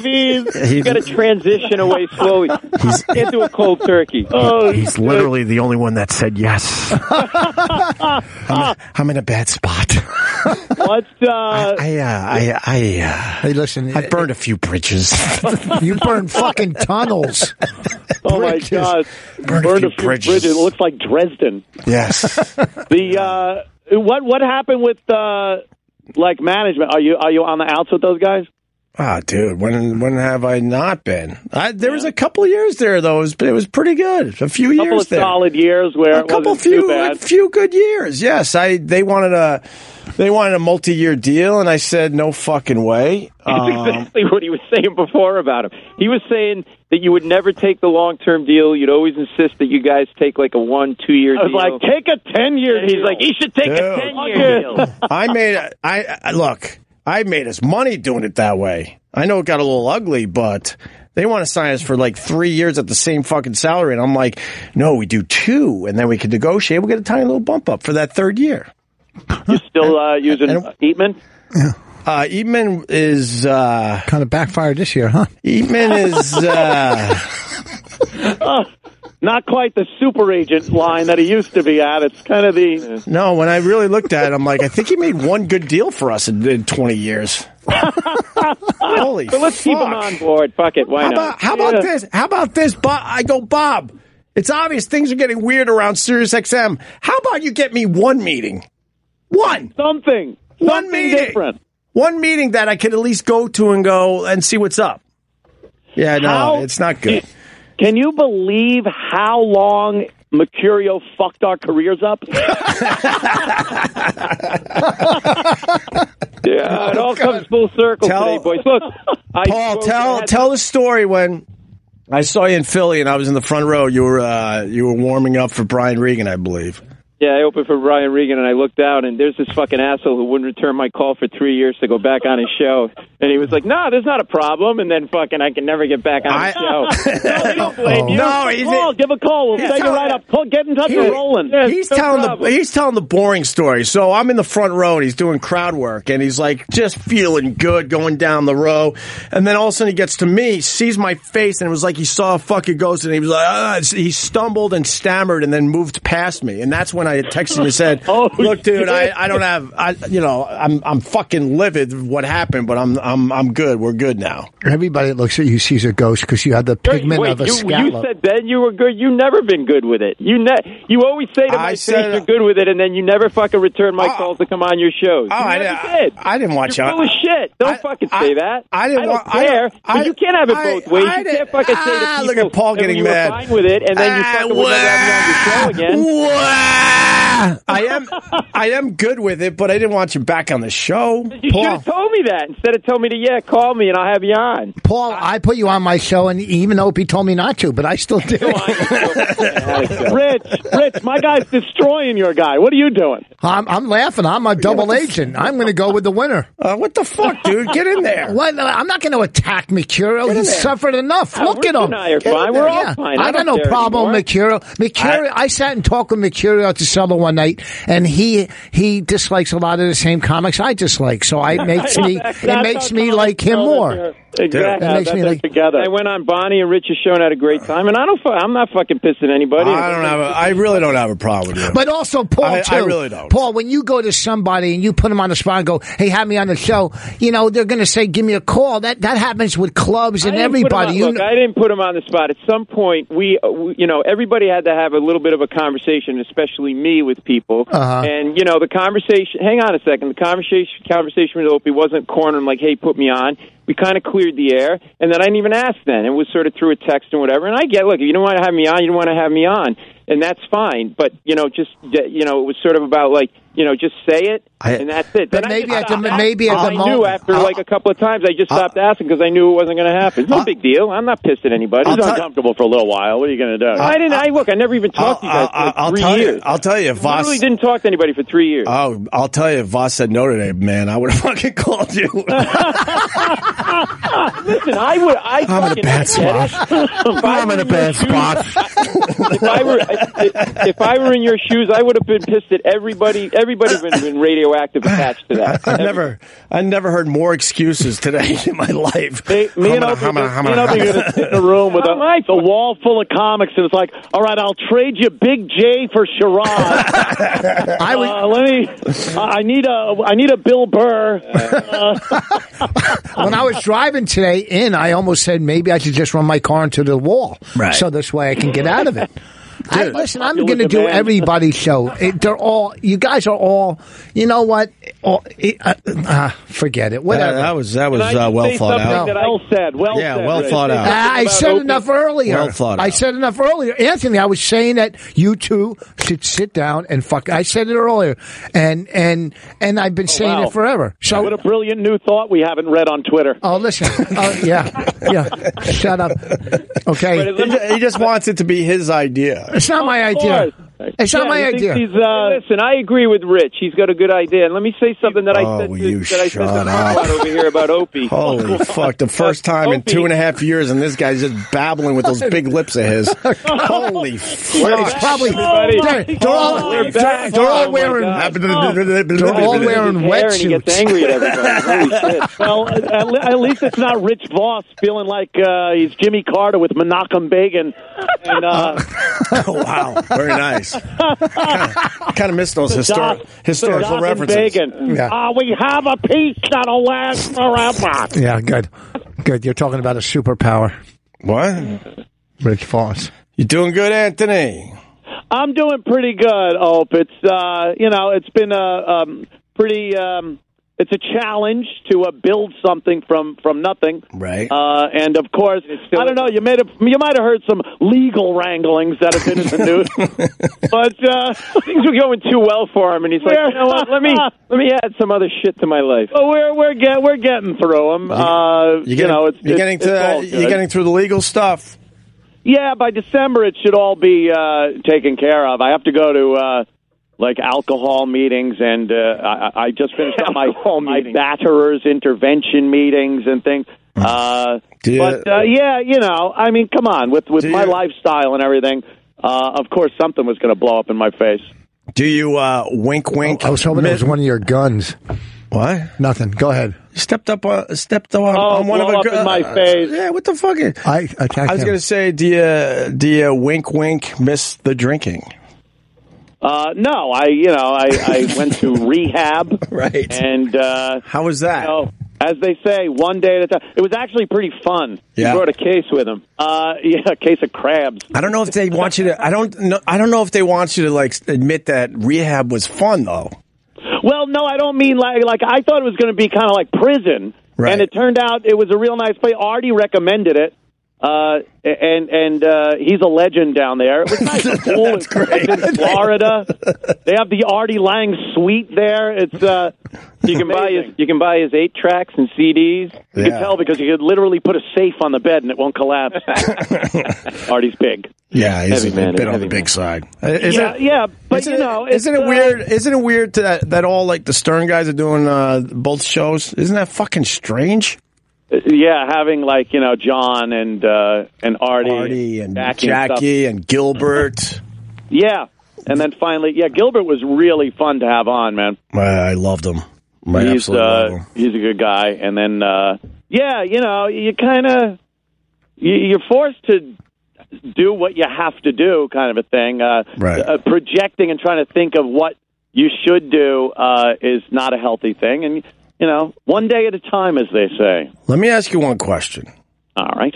[SPEAKER 9] V's.
[SPEAKER 1] he-
[SPEAKER 9] You got to transition away slowly. Can't do a cold turkey.
[SPEAKER 7] Oh,
[SPEAKER 1] he- he's literally the only one that said yes. I'm, I'm in a bad spot.
[SPEAKER 7] What's uh,
[SPEAKER 1] I, uh, I, I,
[SPEAKER 2] Hey, listen,
[SPEAKER 1] uh, I burned a few bridges.
[SPEAKER 2] you burn fucking tunnels.
[SPEAKER 7] Oh my
[SPEAKER 2] bridges.
[SPEAKER 7] God!
[SPEAKER 1] Burned a few bridges.
[SPEAKER 7] It looks like Dresden.
[SPEAKER 1] yes.
[SPEAKER 7] The uh, what what happened with uh, like management? Are you are you on the outs with those guys?
[SPEAKER 1] Ah, dude, when when have I not been? I, there was a couple of years there though. It was, it was pretty good. A few
[SPEAKER 7] A couple
[SPEAKER 1] years
[SPEAKER 7] of
[SPEAKER 1] there.
[SPEAKER 7] solid years where
[SPEAKER 1] a
[SPEAKER 7] it
[SPEAKER 1] couple
[SPEAKER 7] wasn't too
[SPEAKER 1] few a
[SPEAKER 7] bad.
[SPEAKER 1] few good years. Yes, I they wanted a they wanted a multi year deal, and I said no fucking way.
[SPEAKER 9] That's
[SPEAKER 1] Um,
[SPEAKER 9] exactly what he was saying before about him. He was saying that you would never take the long term deal. You'd always insist that you guys take like a one, two year
[SPEAKER 7] I
[SPEAKER 9] deal.
[SPEAKER 7] was like, take a ten year.
[SPEAKER 9] And he's like, he should take
[SPEAKER 1] Dude.
[SPEAKER 9] a 10 year deal.
[SPEAKER 1] I made I, I look. I made us money doing it that way. I know it got a little ugly, but they want to sign us for like three years at the same fucking salary, and I'm like, no, we do two, and then we can negotiate. We will get a tiny little bump up for that third year.
[SPEAKER 7] you still uh, using
[SPEAKER 1] And-
[SPEAKER 7] Eatman?
[SPEAKER 1] Uh, Eatman is uh,
[SPEAKER 2] kind of backfired this year, huh?
[SPEAKER 1] Eatman is uh,
[SPEAKER 7] Not quite the super agent line that he used to be at. It's kind of the
[SPEAKER 1] no. When I really looked at it, I'm like, I think he made one good deal for us in, in 20 years. Holy,
[SPEAKER 9] But let's keep him
[SPEAKER 1] fuck.
[SPEAKER 9] on board. Fuck it. Why
[SPEAKER 1] How
[SPEAKER 9] not?
[SPEAKER 1] about, how about this? How about this? Bob? I go, Bob. It's obvious things are getting weird around Sirius XM. How about you get me one meeting, one,
[SPEAKER 7] something.
[SPEAKER 1] One
[SPEAKER 7] something
[SPEAKER 1] meeting.
[SPEAKER 7] different.
[SPEAKER 1] one meeting that I could at least go to and go and see what's up. Yeah, no,
[SPEAKER 7] How-
[SPEAKER 1] it's not good.
[SPEAKER 10] Can you believe how long Mercurio fucked our careers up? yeah, it all comes full circle
[SPEAKER 1] Tell-
[SPEAKER 10] today, boys. Look, I
[SPEAKER 1] Paul,
[SPEAKER 10] spoke
[SPEAKER 1] tell
[SPEAKER 10] at-
[SPEAKER 1] tell the story when I saw you in Philly and I was in the front row. You were uh, you were warming up for Brian Regan, I believe.
[SPEAKER 7] Yeah, I opened for Brian Regan, and I looked out, and there's this fucking asshole who wouldn't return my call for three years to go back on his show. And he was like, "No, there's not a problem." And then fucking, I can never get back on
[SPEAKER 1] I- Oh,
[SPEAKER 7] his show. no, they don't blame you.
[SPEAKER 1] No, he's-
[SPEAKER 7] call, give a call. We'll
[SPEAKER 1] He's
[SPEAKER 7] set you
[SPEAKER 1] telling-
[SPEAKER 7] right up. Call, get in touch with Roland. Yeah,
[SPEAKER 1] he's
[SPEAKER 7] no
[SPEAKER 1] telling
[SPEAKER 7] problem.
[SPEAKER 1] the he's telling the boring story. So I'm in the front row and he's doing crowd work and he's like just feeling good going down the row, and then all of a sudden he gets to me, sees my face, and it was like he saw a fucking ghost, and he was like ah, he stumbled and stammered and then moved past me, and that's when I had texted him and said,
[SPEAKER 7] Oh,
[SPEAKER 1] look, dude, I, I don't have I you know I'm I'm fucking livid what happened, but I'm I'm I'm good. We're good now.
[SPEAKER 2] Everybody that looks at you sees a ghost because you have the pigment
[SPEAKER 7] Wait,
[SPEAKER 2] of a
[SPEAKER 7] you, you
[SPEAKER 2] scallop.
[SPEAKER 7] said then you were good. You never been good with it. You ne- you always say to
[SPEAKER 1] I
[SPEAKER 7] my face
[SPEAKER 1] said-
[SPEAKER 7] you're good with it, and then you never fucking return my
[SPEAKER 1] Oh.
[SPEAKER 7] calls to come on your shows.
[SPEAKER 1] Oh,
[SPEAKER 7] you
[SPEAKER 1] I
[SPEAKER 7] never
[SPEAKER 1] didn't-
[SPEAKER 7] did.
[SPEAKER 1] I didn't watch
[SPEAKER 7] You're
[SPEAKER 1] out.
[SPEAKER 7] full of shit. Don't
[SPEAKER 1] I-
[SPEAKER 7] fucking
[SPEAKER 1] I-
[SPEAKER 7] say that.
[SPEAKER 1] I didn't
[SPEAKER 7] I don't
[SPEAKER 1] want- I
[SPEAKER 7] care.
[SPEAKER 1] don't- I-
[SPEAKER 7] but you can't have it
[SPEAKER 1] I-
[SPEAKER 7] both ways.
[SPEAKER 1] I
[SPEAKER 7] you
[SPEAKER 1] didn't-
[SPEAKER 7] can't fucking say to
[SPEAKER 1] Ah,
[SPEAKER 7] people
[SPEAKER 1] look at Paul
[SPEAKER 7] that
[SPEAKER 1] getting
[SPEAKER 7] you
[SPEAKER 1] mad.
[SPEAKER 7] were fine with it, and then you
[SPEAKER 1] Ah,
[SPEAKER 7] fucking would never have me on your show again.
[SPEAKER 1] wah. I am, I am good with it, but I didn't want you back on the show.
[SPEAKER 7] You should
[SPEAKER 1] Paul,
[SPEAKER 7] have told me that instead of telling me to yeah, call me and I'll have you on.
[SPEAKER 2] Paul, I put you on my show, and even though he told me not to, but I still did.
[SPEAKER 10] Rich, Rich, my guy's destroying your guy. What are you doing?
[SPEAKER 2] I'm, I'm laughing. I'm a double agent. I'm going to go with the winner.
[SPEAKER 1] uh, what the fuck, dude? Get in there.
[SPEAKER 2] What? I'm not going to attack Mercurio. He suffered enough. Look
[SPEAKER 7] we're
[SPEAKER 2] at him.
[SPEAKER 7] two and I are
[SPEAKER 2] Get
[SPEAKER 7] fine.
[SPEAKER 2] in
[SPEAKER 7] We're
[SPEAKER 2] there.
[SPEAKER 7] all fine. I
[SPEAKER 2] I got no
[SPEAKER 7] don't care
[SPEAKER 2] problem with Mercurio. Mercurio. I, sat and talked with Mercurio at the cellar one night, and he he dislikes a lot of the same comics I dislike. So I, it makes me it
[SPEAKER 7] That's
[SPEAKER 2] makes
[SPEAKER 7] how
[SPEAKER 2] me
[SPEAKER 7] comics
[SPEAKER 2] like him
[SPEAKER 7] know that
[SPEAKER 2] more.
[SPEAKER 7] they're- Exactly.
[SPEAKER 2] That makes
[SPEAKER 7] That
[SPEAKER 2] me
[SPEAKER 7] they're
[SPEAKER 2] like-
[SPEAKER 7] together. I went on Bonnie and Rich's show and had a great time, and I don't. fu- I'm not fucking pissing anybody.
[SPEAKER 1] I don't have. A, I really don't have a problem with you.
[SPEAKER 2] But also, Paul,
[SPEAKER 1] I- I
[SPEAKER 2] too.
[SPEAKER 1] really don't.
[SPEAKER 2] Paul, when you go to somebody and you put them on the spot and go, hey, have me on the show, you know, they're going to say, give me a call. That that happens with clubs and
[SPEAKER 7] I didn't put him
[SPEAKER 2] everybody.
[SPEAKER 7] on-
[SPEAKER 2] you
[SPEAKER 7] look,
[SPEAKER 2] know-
[SPEAKER 7] I didn't put him on the spot. At some point, we, uh, we- you know, everybody had to have a little bit of a conversation, especially me with people.
[SPEAKER 2] Uh-huh.
[SPEAKER 7] And you know, the conversation. Hang on a second. The conversation conversation with Opie wasn't cornering like, "Hey, put me on." We kind of cleared the air, and then I didn't even ask. Then it was sort of through a text and whatever. And I get, look, if you don't want to have me on, you don't want to have me on, and that's fine. But you know, just you know, it was sort of about like. You know, just say it,
[SPEAKER 1] I-
[SPEAKER 7] and that's it.
[SPEAKER 2] But
[SPEAKER 7] Then I
[SPEAKER 2] maybe
[SPEAKER 7] just
[SPEAKER 2] at the-
[SPEAKER 7] stopped
[SPEAKER 2] maybe at
[SPEAKER 7] asking.
[SPEAKER 2] the
[SPEAKER 7] I knew
[SPEAKER 2] moment-
[SPEAKER 7] after like a couple of times, I just stopped asking because I knew it wasn't going to happen. No big deal. I'm not pissed at anybody.
[SPEAKER 1] I'll
[SPEAKER 7] It's
[SPEAKER 1] tell-
[SPEAKER 7] uncomfortable for a little while. What are you going to do? I didn't. I look. I never even
[SPEAKER 1] I'll,
[SPEAKER 7] talked to you guys
[SPEAKER 1] I'll-
[SPEAKER 7] for like
[SPEAKER 1] I'll
[SPEAKER 7] three
[SPEAKER 1] tell
[SPEAKER 7] years.
[SPEAKER 1] you. I'll tell you. If
[SPEAKER 7] I
[SPEAKER 1] Voss.
[SPEAKER 7] literally didn't talk to anybody for three years.
[SPEAKER 1] Oh, I'll tell you. If Voss said no today, man, I would have fucking called you.
[SPEAKER 7] Listen, I would. I
[SPEAKER 1] I'm in a bad spot.
[SPEAKER 7] I'm
[SPEAKER 1] I'm in a bad spot.
[SPEAKER 7] If I were, if I were in your shoes, I would have been pissed at everybody. Everybody would have been radioactive attached to that.
[SPEAKER 1] I've never, I never heard more excuses today in my life.
[SPEAKER 7] They, me and
[SPEAKER 1] Humana,
[SPEAKER 7] Opie,
[SPEAKER 1] humana,
[SPEAKER 7] me and
[SPEAKER 1] humana,
[SPEAKER 7] Opie are
[SPEAKER 1] humana.
[SPEAKER 7] gonna sit in a room with
[SPEAKER 10] All
[SPEAKER 7] a,
[SPEAKER 10] right, the wall full of comics, and it's like, all right, I'll trade you Big J for Sherrod.
[SPEAKER 2] I was,
[SPEAKER 10] Uh, let me. I I need a. I need a Bill Burr. Uh,
[SPEAKER 2] when I was driving today in, I almost said maybe I should just run my car into the wall,
[SPEAKER 1] Right.
[SPEAKER 2] so this way I can get out of it. I, listen, I'm
[SPEAKER 7] Popular
[SPEAKER 2] going to do
[SPEAKER 7] demand.
[SPEAKER 2] everybody's show. It, they're all, you guys are all, you know what? All, it, uh, uh, forget it.
[SPEAKER 1] That,
[SPEAKER 2] Whatever.
[SPEAKER 1] that was that was
[SPEAKER 7] Can I just
[SPEAKER 1] uh, well
[SPEAKER 7] say
[SPEAKER 1] thought
[SPEAKER 7] something
[SPEAKER 1] out.
[SPEAKER 7] that I-
[SPEAKER 10] well said. Well
[SPEAKER 1] Yeah,
[SPEAKER 10] said.
[SPEAKER 1] well
[SPEAKER 10] Rich.
[SPEAKER 1] thought out.
[SPEAKER 2] I
[SPEAKER 7] about
[SPEAKER 2] said
[SPEAKER 7] open-
[SPEAKER 2] enough earlier.
[SPEAKER 1] Well thought
[SPEAKER 2] I
[SPEAKER 1] out.
[SPEAKER 2] said enough earlier. Anthony, I was saying that you two should sit down and fuck. I said it earlier, and and and I've been
[SPEAKER 7] Oh,
[SPEAKER 2] saying
[SPEAKER 10] wow.
[SPEAKER 2] it forever. So
[SPEAKER 10] What a brilliant new thought we haven't read on Twitter.
[SPEAKER 2] oh, listen, oh yeah, yeah. Shut up. Okay,
[SPEAKER 1] He ju- he just wants it to be his idea.
[SPEAKER 2] it's not my idea.
[SPEAKER 7] course.
[SPEAKER 2] It's not
[SPEAKER 7] Yeah,
[SPEAKER 2] my
[SPEAKER 7] he thinks
[SPEAKER 2] idea.
[SPEAKER 10] He's uh,
[SPEAKER 7] Listen, I agree with Rich. He's got a good idea. And let me say something that I
[SPEAKER 1] Oh,
[SPEAKER 7] said
[SPEAKER 1] will
[SPEAKER 7] to,
[SPEAKER 1] you
[SPEAKER 7] that I said to
[SPEAKER 1] shut
[SPEAKER 7] Scott
[SPEAKER 1] up?
[SPEAKER 7] over here about Opie.
[SPEAKER 1] Holy fuck! The first time in
[SPEAKER 7] Opie.
[SPEAKER 1] two and a half years, and this guy's just babbling with those big lips of his. Holy
[SPEAKER 2] It's
[SPEAKER 1] fuck!
[SPEAKER 2] probably
[SPEAKER 7] Everybody.
[SPEAKER 2] they're, they're all
[SPEAKER 7] We're
[SPEAKER 2] they're,
[SPEAKER 7] back.
[SPEAKER 2] they're
[SPEAKER 7] Oh,
[SPEAKER 2] all
[SPEAKER 7] my
[SPEAKER 2] wearing
[SPEAKER 7] God.
[SPEAKER 1] They're
[SPEAKER 2] all
[SPEAKER 7] He
[SPEAKER 2] wearing
[SPEAKER 7] loses his hair and he
[SPEAKER 2] wetsuits.
[SPEAKER 7] gets angry at everybody. Holy shit.
[SPEAKER 10] well, at, at least it's not Rich Voss feeling like uh, he's Jimmy Carter with Menachem Begin. And uh,
[SPEAKER 1] Oh, wow, very nice. Kind of, kind of missed those histor-
[SPEAKER 10] Doc-
[SPEAKER 1] historical
[SPEAKER 10] Menachem
[SPEAKER 1] references.
[SPEAKER 10] Begin.
[SPEAKER 2] Yeah.
[SPEAKER 10] Uh, we have a peace that'll last forever.
[SPEAKER 2] Yeah, good, good. You're talking about a superpower,
[SPEAKER 1] What?
[SPEAKER 2] Rich Foss.
[SPEAKER 1] You doing good, Anthony?
[SPEAKER 10] I'm doing pretty good, Ope. It's uh, you know, it's been a um, pretty um,
[SPEAKER 7] it's a challenge to uh, build something from from nothing.
[SPEAKER 1] Right.
[SPEAKER 7] Uh, and of course, I don't know. You made a, you might have heard some legal wranglings that have been in the news, but uh,
[SPEAKER 9] Things were going too well for him, and he's like, you know what? Let me let me add some other shit to my life.
[SPEAKER 7] but we're we're get, we're getting through them. Uh, you,
[SPEAKER 1] getting,
[SPEAKER 7] know, it's,
[SPEAKER 1] you're
[SPEAKER 7] it's-
[SPEAKER 1] getting
[SPEAKER 7] it's
[SPEAKER 1] to
[SPEAKER 7] all
[SPEAKER 1] that, you're
[SPEAKER 7] good.
[SPEAKER 1] getting through the legal stuff.
[SPEAKER 7] Yeah, by December it should all be uh, taken care of. I have to go to uh, like alcohol meetings, and uh, I, I- I just finished up my
[SPEAKER 9] Alcohol
[SPEAKER 7] my
[SPEAKER 9] meetings.
[SPEAKER 7] batterers intervention meetings and things.
[SPEAKER 1] Hmm.
[SPEAKER 7] Uh,
[SPEAKER 1] Do you-
[SPEAKER 7] but uh, yeah, you know, I mean, come on, with with
[SPEAKER 1] Do
[SPEAKER 7] my
[SPEAKER 1] you-
[SPEAKER 7] lifestyle and everything, uh, of course something was going to blow up in my face.
[SPEAKER 1] Do you uh, wink, wink?
[SPEAKER 2] I was hoping it was
[SPEAKER 1] mid-
[SPEAKER 2] one of your guns.
[SPEAKER 1] What?
[SPEAKER 2] Nothing. Go ahead.
[SPEAKER 1] You stepped up, on, stepped on, on one
[SPEAKER 7] Oh,
[SPEAKER 1] of
[SPEAKER 7] blow
[SPEAKER 1] a
[SPEAKER 7] up
[SPEAKER 1] gr-
[SPEAKER 7] in my
[SPEAKER 1] uh,
[SPEAKER 7] face.
[SPEAKER 1] yeah, what the fuck? Is,
[SPEAKER 2] I attacked
[SPEAKER 1] I was
[SPEAKER 2] him.
[SPEAKER 1] gonna say, do you do you wink, wink, miss the drinking?
[SPEAKER 7] Uh, no, I you know I, I went to rehab,
[SPEAKER 1] Right.
[SPEAKER 7] And uh,
[SPEAKER 1] How was that?
[SPEAKER 7] you know, as they say, one day at a time. It was actually pretty fun.
[SPEAKER 1] Yeah.
[SPEAKER 7] We brought a case with him. Uh, yeah, a case of crabs.
[SPEAKER 1] I don't know if they want you to. I don't know. I don't know if they want you to like admit that rehab was fun though.
[SPEAKER 7] Well, no, I don't mean like like I thought it was going to be kind of like prison,
[SPEAKER 1] Right.
[SPEAKER 7] and it turned out it was a real nice place. Artie recommended it. Uh, and and uh, he's a legend down there. It was nice, It was
[SPEAKER 1] That's
[SPEAKER 7] cool. It's it's in Florida. They have the Artie Lang suite there. It's uh,
[SPEAKER 9] You can buy his you can buy his eight tracks and CDs.
[SPEAKER 7] you
[SPEAKER 1] Yeah.
[SPEAKER 7] can tell because you could literally put a safe on the bed and it won't collapse. Artie's big.
[SPEAKER 1] Yeah, he's
[SPEAKER 9] Heavy man,
[SPEAKER 1] a bit on
[SPEAKER 9] heavy
[SPEAKER 1] the big
[SPEAKER 9] man.
[SPEAKER 1] side. Uh, Is
[SPEAKER 7] yeah,
[SPEAKER 1] it-
[SPEAKER 7] yeah, but
[SPEAKER 1] isn't
[SPEAKER 7] you
[SPEAKER 1] it-
[SPEAKER 7] know, it's,
[SPEAKER 1] isn't it
[SPEAKER 7] uh,
[SPEAKER 1] weird? Isn't it weird to that, that all like the Stern guys are doing uh, both shows? Isn't that fucking strange?
[SPEAKER 7] Yeah, having like you know John and uh, and Artie,
[SPEAKER 1] Marty and
[SPEAKER 7] Jackie, and stuff.
[SPEAKER 1] Jackie and Gilbert.
[SPEAKER 7] yeah, and then finally, yeah, Gilbert was really fun to have on, man.
[SPEAKER 1] Uh, I loved them. I
[SPEAKER 7] he's
[SPEAKER 1] absolutely loved
[SPEAKER 7] uh,
[SPEAKER 1] them.
[SPEAKER 7] he's a good guy, and then uh, yeah, you know, you kind of you, you're forced to do what you have to do, kind of a thing. Uh,
[SPEAKER 1] Right.
[SPEAKER 7] uh, projecting and trying to think of what you should do uh, is not a healthy thing, and you know, one day at a time, as they say.
[SPEAKER 1] Let me ask you one question.
[SPEAKER 7] All right,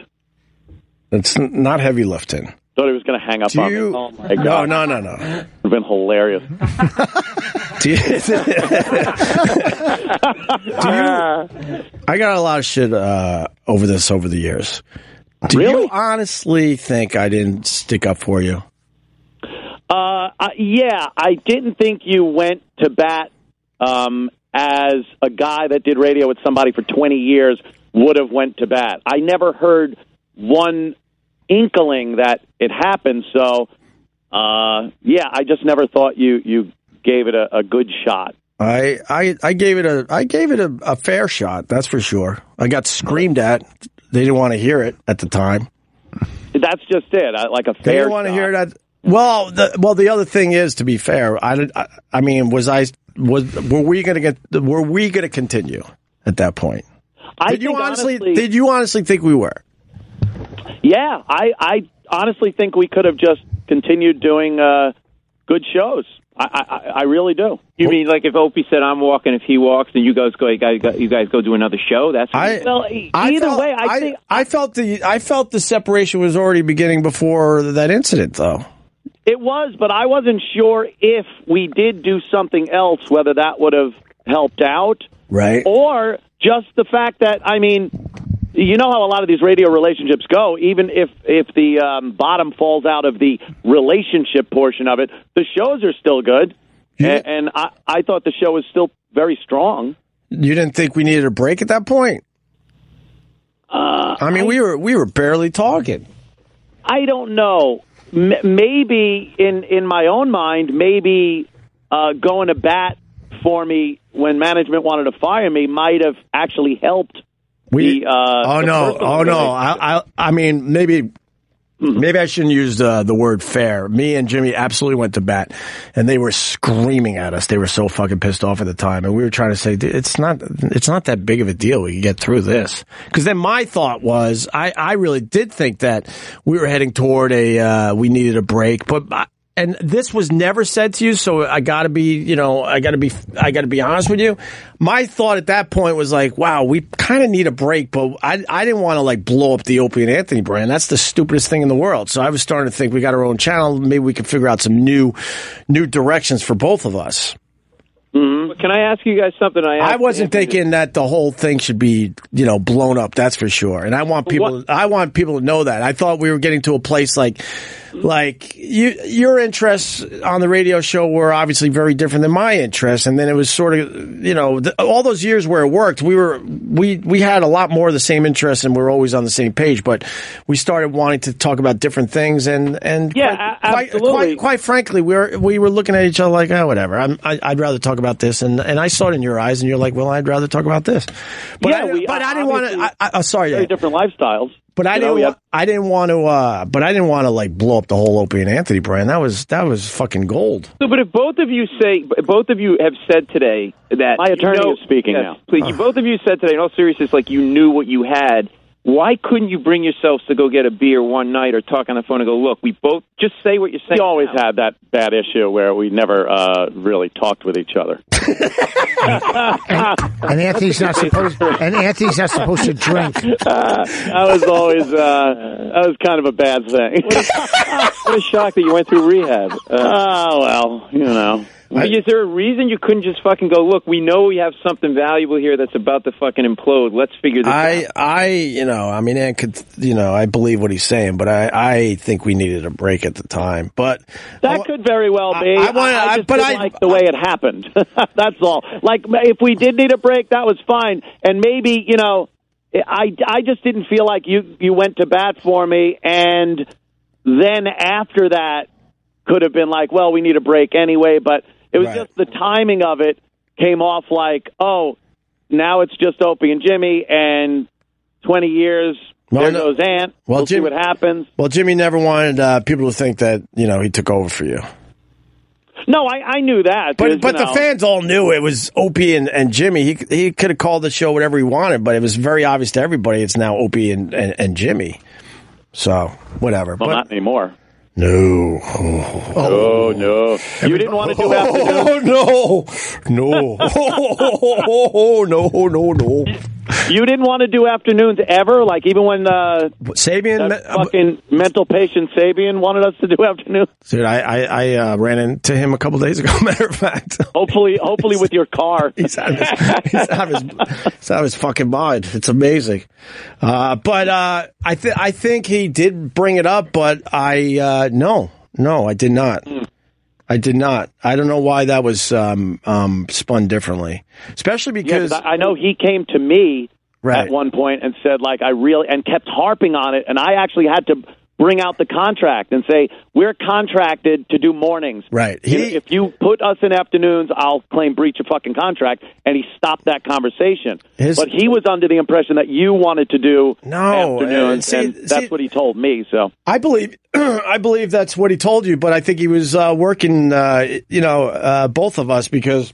[SPEAKER 1] It's n- not heavy lifting.
[SPEAKER 7] thought he was going to hang up
[SPEAKER 1] Do
[SPEAKER 7] on
[SPEAKER 1] you?
[SPEAKER 7] me. Oh my
[SPEAKER 1] no,
[SPEAKER 7] god.
[SPEAKER 1] no, no, no.
[SPEAKER 7] It's been hilarious.
[SPEAKER 1] Do you, do you? I got a lot of shit uh, over this over the years. Do you
[SPEAKER 7] Really?
[SPEAKER 1] honestly think I didn't stick up for you?
[SPEAKER 7] Uh, I- yeah, I didn't think you went to bat um, as a guy that did radio with somebody for 20 years would have went to bat. I never heard one inkling that it happened. So, uh, yeah, I just never thought you you gave it a, a good shot.
[SPEAKER 1] I, I, I gave it a I gave it a, a fair shot. That's for sure. I got screamed at. They didn't want to hear it at the time.
[SPEAKER 7] That's just it. I, like a
[SPEAKER 1] They
[SPEAKER 7] fair.
[SPEAKER 1] didn't want to
[SPEAKER 7] shot.
[SPEAKER 1] hear that. Well, the, well, the other thing is, to be fair, I, did- I, I mean, was I was were we going to get were we going to continue at that point?
[SPEAKER 7] I
[SPEAKER 1] Did you
[SPEAKER 7] think
[SPEAKER 1] honestly, did you honestly think we were?
[SPEAKER 7] Yeah, I, I honestly think we could have just continued doing uh, good shows. I, I, I- I really do.
[SPEAKER 9] You mean like if Opie said I'm walking, if he walks, and you guys go, you guys, you guys go do another show. That's what
[SPEAKER 1] I,
[SPEAKER 9] you-
[SPEAKER 7] Well, e- either
[SPEAKER 1] felt-
[SPEAKER 7] way, I think-
[SPEAKER 1] I felt the I felt the separation was already beginning before that incident, though.
[SPEAKER 7] It was, but I wasn't sure if we did do something else, whether that would have helped out,
[SPEAKER 1] Right.
[SPEAKER 7] or just the fact that I mean, you know how a lot of these radio relationships go. Even if if the um, bottom falls out of the relationship portion of it, the shows are still good,
[SPEAKER 1] Yeah.
[SPEAKER 7] and, and I, I thought the show was still very strong.
[SPEAKER 1] You didn't think we needed a break at that point?
[SPEAKER 7] Uh,
[SPEAKER 1] I mean, we were we were barely talking.
[SPEAKER 7] I don't know. M- maybe in in my own mind, maybe uh, going to bat for me when management wanted to fire me might have actually helped.
[SPEAKER 1] We
[SPEAKER 7] The, uh,
[SPEAKER 1] oh
[SPEAKER 7] the
[SPEAKER 1] no
[SPEAKER 7] personal
[SPEAKER 1] oh no
[SPEAKER 7] relationship.
[SPEAKER 1] I, I I mean maybe
[SPEAKER 7] Hmm.
[SPEAKER 1] maybe I shouldn't use the the word fair. Me and Jimmy absolutely went to bat, and they were screaming at us. They were so fucking pissed off at the time, and we were trying to say "Dude, it's not it's not that big of a deal. We can get through this. Because then my thought was I I really did think that we were heading toward a uh, we needed a break, but. I, and this was never said to you, so I got to be, you know, I got to be, I got to be honest with you. My thought at that point was like, wow, we kind of need a break, but I, I didn't want to like blow up the Opie and Anthony brand. That's the stupidest thing in the world. So I was starting to think we got our own channel. Maybe we could figure out some new, new directions for both of us.
[SPEAKER 7] Hmm?
[SPEAKER 9] but can I ask you guys something? I
[SPEAKER 1] I
[SPEAKER 9] asked
[SPEAKER 1] wasn't
[SPEAKER 9] Anthony?
[SPEAKER 1] thinking that the whole thing should be, you know, blown up. That's for sure. And I want people.
[SPEAKER 9] What-
[SPEAKER 1] I want people to know that. I thought we were getting to a place like,
[SPEAKER 9] Mm-hmm.
[SPEAKER 1] like you, your interests on the radio show were obviously very different than my interests. And then it was sort of, you know, the, all those years where it worked, we were we we had a lot more of the same interests, and we were always on the same page. But we started wanting to talk about different things, and and
[SPEAKER 9] Yeah, a-
[SPEAKER 1] quite, quite,
[SPEAKER 9] absolutely.
[SPEAKER 1] quite, quite frankly, we were we were looking at each other like, oh, whatever. I'm, I, I'd rather talk about this, and and I saw it in your eyes, and you're like, well, I'd rather talk about this. But
[SPEAKER 9] Yeah,
[SPEAKER 1] I,
[SPEAKER 9] we-
[SPEAKER 1] but I didn't want to.
[SPEAKER 9] obviously-
[SPEAKER 1] I, I, oh, sorry,
[SPEAKER 9] very
[SPEAKER 1] Ed.
[SPEAKER 9] different lifestyles.
[SPEAKER 1] but I
[SPEAKER 9] You know,
[SPEAKER 1] didn't.
[SPEAKER 9] we
[SPEAKER 1] wa-
[SPEAKER 9] have-
[SPEAKER 1] I didn't want to. Uh, but I didn't want to like blow up the whole Opie and Anthony brand. That was that was fucking gold.
[SPEAKER 9] So, but if both of you say, both of you have said today that
[SPEAKER 7] My attorney
[SPEAKER 9] you know-
[SPEAKER 7] is speaking
[SPEAKER 9] yes,
[SPEAKER 7] now.
[SPEAKER 9] Please, you both of you said today, in all seriousness, like you knew what you had. Why couldn't you bring yourselves to go get a beer one night or talk on the phone and go, look, we both just say what you're saying.
[SPEAKER 7] We always
[SPEAKER 9] now.
[SPEAKER 7] had that that issue where we never uh, really talked with each other.
[SPEAKER 2] And Anthony's not supposed. And Anthony's not supposed to drink.
[SPEAKER 1] Oh,
[SPEAKER 7] That was always uh, that was kind of a bad thing.
[SPEAKER 9] What a shock that you went through rehab. Uh,
[SPEAKER 7] Ah, well, you know.
[SPEAKER 9] is there a reason you couldn't just fucking go, look, we know we have something valuable here that's about to fucking implode. Let's figure this out.
[SPEAKER 1] I I you know I mean Ant could you know I believe what he's saying, but I I think we needed a break at the time. But oh, I
[SPEAKER 7] That
[SPEAKER 1] wa-
[SPEAKER 7] could very well
[SPEAKER 1] I-
[SPEAKER 7] be.
[SPEAKER 1] I wanna- I-
[SPEAKER 7] just
[SPEAKER 1] but
[SPEAKER 7] didn't
[SPEAKER 1] I-
[SPEAKER 7] like the way it happened. That's all. Like if we did need a break, that was fine. And maybe you know, I I just didn't feel like you you went to bat for me. And then after that, could have been like, well, we need a break anyway. But it was
[SPEAKER 1] Right.
[SPEAKER 7] just the timing of it came off like, oh, now it's just Opie and Jimmy, and twenty years.
[SPEAKER 1] Well,
[SPEAKER 7] there
[SPEAKER 1] no-
[SPEAKER 7] goes Ant.
[SPEAKER 1] well,
[SPEAKER 7] we'll see
[SPEAKER 1] Jimmy-
[SPEAKER 7] what happens.
[SPEAKER 1] well, Jimmy never wanted uh, people to think that you know he took over for you.
[SPEAKER 7] No, I, I knew that. because,
[SPEAKER 1] But but
[SPEAKER 7] you
[SPEAKER 1] the
[SPEAKER 7] know-
[SPEAKER 1] fans all knew it was Opie and, and Jimmy. He he could have called the show whatever he wanted, but it was very obvious to everybody. It's now Opie and, and, and Jimmy. So whatever.
[SPEAKER 7] Well,
[SPEAKER 1] but
[SPEAKER 7] not anymore.
[SPEAKER 1] no,
[SPEAKER 7] Oh no! You didn't want to do afternoon.
[SPEAKER 1] oh, no, no, oh, no, no, no.
[SPEAKER 7] You didn't want to do afternoons ever. Like even when uh,
[SPEAKER 1] Sabian, uh,
[SPEAKER 7] that fucking mental patient Sabian wanted us to do afternoon.
[SPEAKER 1] dude, I I, I uh, ran into him a couple days ago. Matter of fact,
[SPEAKER 7] Hopefully, hopefully with your car.
[SPEAKER 1] He's out of his, he's out of his, he's out of his fucking mind. It's amazing. Uh, but uh, I think I think he did bring it up, but I uh, no, no, I did not.
[SPEAKER 7] Hmm.
[SPEAKER 1] I did not. I don't know why that was um, um, spun differently, especially
[SPEAKER 7] Yeah,
[SPEAKER 1] because
[SPEAKER 7] 'cause I I know he came to me
[SPEAKER 1] Right.
[SPEAKER 7] at one point and said, like, I really and kept harping on it, and I actually had to bring out the contract and say, we're contracted to do mornings.
[SPEAKER 1] Right.
[SPEAKER 7] You know,
[SPEAKER 1] He-
[SPEAKER 7] if you put us in afternoons, I'll claim breach of fucking contract, and he stopped that conversation.
[SPEAKER 1] His-
[SPEAKER 7] but he was under the impression that you wanted to do
[SPEAKER 1] No, uh,
[SPEAKER 7] afternoons,
[SPEAKER 1] see-
[SPEAKER 7] and
[SPEAKER 1] see-
[SPEAKER 7] that's what he told me. So
[SPEAKER 1] I believe I believe that's what he told you, but I think he was uh, working, uh, you know, uh, both of us because.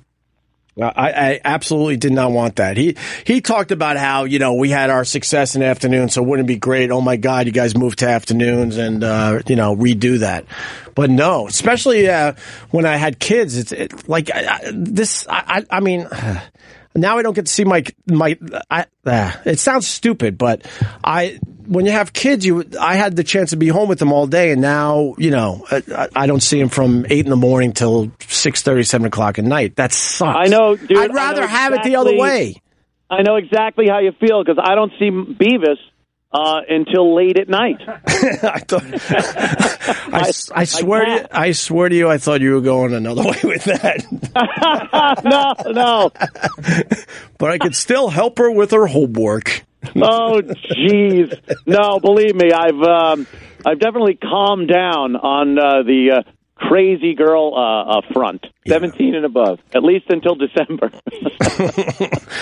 [SPEAKER 1] I, I absolutely did not want that. He he talked about how you know we had our success in afternoon, so wouldn't it be great? Oh my God, you guys moved to afternoons and uh, you know redo that. But no, especially uh, when I had kids, it's it, like I, I, this. I, I I mean, now I don't get to see my my. I, uh, it sounds stupid, but I when you have kids, you I had the chance to be home with them all day, and now you know I, I- I don't see them from eight in the morning till six thirty, seven o'clock at night. That sucks.
[SPEAKER 7] I know, dude, I
[SPEAKER 1] I'd
[SPEAKER 7] know
[SPEAKER 1] rather have it the other
[SPEAKER 7] exactly-
[SPEAKER 1] way.
[SPEAKER 7] I know exactly how you feel because I don't see Beavis uh, until late at night.
[SPEAKER 1] I, thought, I, s- I swear to you,
[SPEAKER 7] can't.
[SPEAKER 1] I swear to you, I thought you were going another way with that,
[SPEAKER 7] no, no.
[SPEAKER 1] but I could still help her with her homework.
[SPEAKER 7] Oh, jeez. No, believe me, I've um, I've definitely calmed down on uh, the uh, crazy girl uh, uh, front.
[SPEAKER 9] Seventeen and above.
[SPEAKER 7] At least until December.